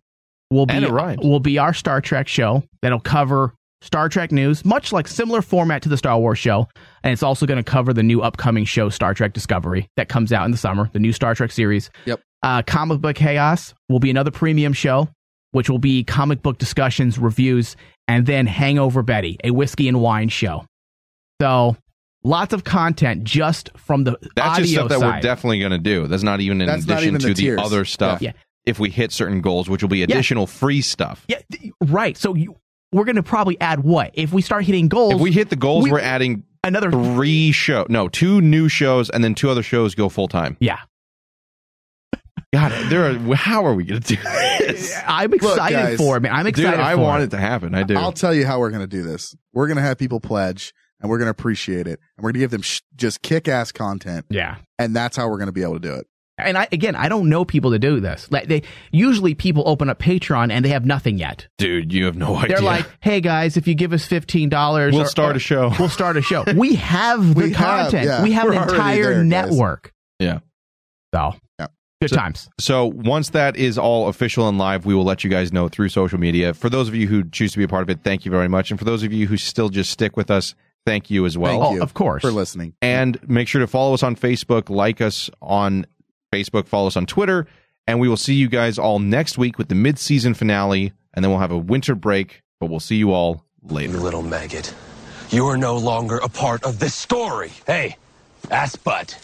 Speaker 4: will be
Speaker 8: And it rhymes.
Speaker 4: will be our Star Trek show that'll cover Star Trek news, much like similar format to the Star Wars show, and it's also going to cover the new upcoming show Star Trek Discovery that comes out in the summer, the new Star Trek series.
Speaker 9: Yep.
Speaker 4: Uh, comic book chaos will be another premium show, which will be comic book discussions, reviews, and then Hangover Betty, a whiskey and wine show. So lots of content just from the
Speaker 8: That's
Speaker 4: audio
Speaker 8: just stuff that
Speaker 4: side.
Speaker 8: we're definitely going to do. That's not even in
Speaker 4: That's not
Speaker 8: addition
Speaker 4: even
Speaker 8: to
Speaker 4: the
Speaker 8: the,
Speaker 4: tiers.
Speaker 8: other stuff.
Speaker 4: Yeah. Yeah.
Speaker 8: If we hit certain goals, which will be additional free stuff.
Speaker 4: Yeah, th- right. So you, we're going to probably add what if we start hitting goals?
Speaker 8: If we hit the goals,
Speaker 4: we-
Speaker 8: we, are adding
Speaker 4: another
Speaker 8: three show. No, two new shows, and then two other shows go full time.
Speaker 4: Yeah.
Speaker 8: God, there are. How are we going to do this?
Speaker 4: I'm
Speaker 9: Look, excited guys. for it, man. I'm excited
Speaker 8: Dude, I
Speaker 9: for
Speaker 8: want
Speaker 9: it.
Speaker 8: it to happen. I do.
Speaker 9: I'll tell you how we're going to do this. We're going to have people pledge and we're going to appreciate it. And we're going to give them sh- just kick ass content.
Speaker 4: Yeah.
Speaker 9: And that's how we're going to be able to do it.
Speaker 4: and I again, I don't know people to do this. Like they usually people open up Patreon and they have nothing yet.
Speaker 8: Dude, you have no idea.
Speaker 4: They're like, "Hey guys, if you give us fifteen dollars,
Speaker 8: We'll start a show.
Speaker 4: We'll start a show. We have the
Speaker 9: We have,
Speaker 4: content.
Speaker 9: yeah.
Speaker 4: We have
Speaker 9: We're
Speaker 4: an
Speaker 9: already
Speaker 4: entire
Speaker 9: there, guys.
Speaker 4: network.
Speaker 8: yeah.
Speaker 4: So, good
Speaker 8: times. So once that is all official and live, we will let you guys know through social media. For those of you who choose to be a part of it, thank you very much. And for those of you who still just stick with us, thank you as well.
Speaker 9: Thank
Speaker 4: Oh,
Speaker 9: you. For listening.
Speaker 8: And make sure to follow us on Facebook, like us on Facebook, follow us on Twitter, and we will see you guys all next week with the mid-season finale, and then we'll have a winter break, but we'll see you all later.
Speaker 10: little maggot. You are no longer a part of this story. Hey, ass butt.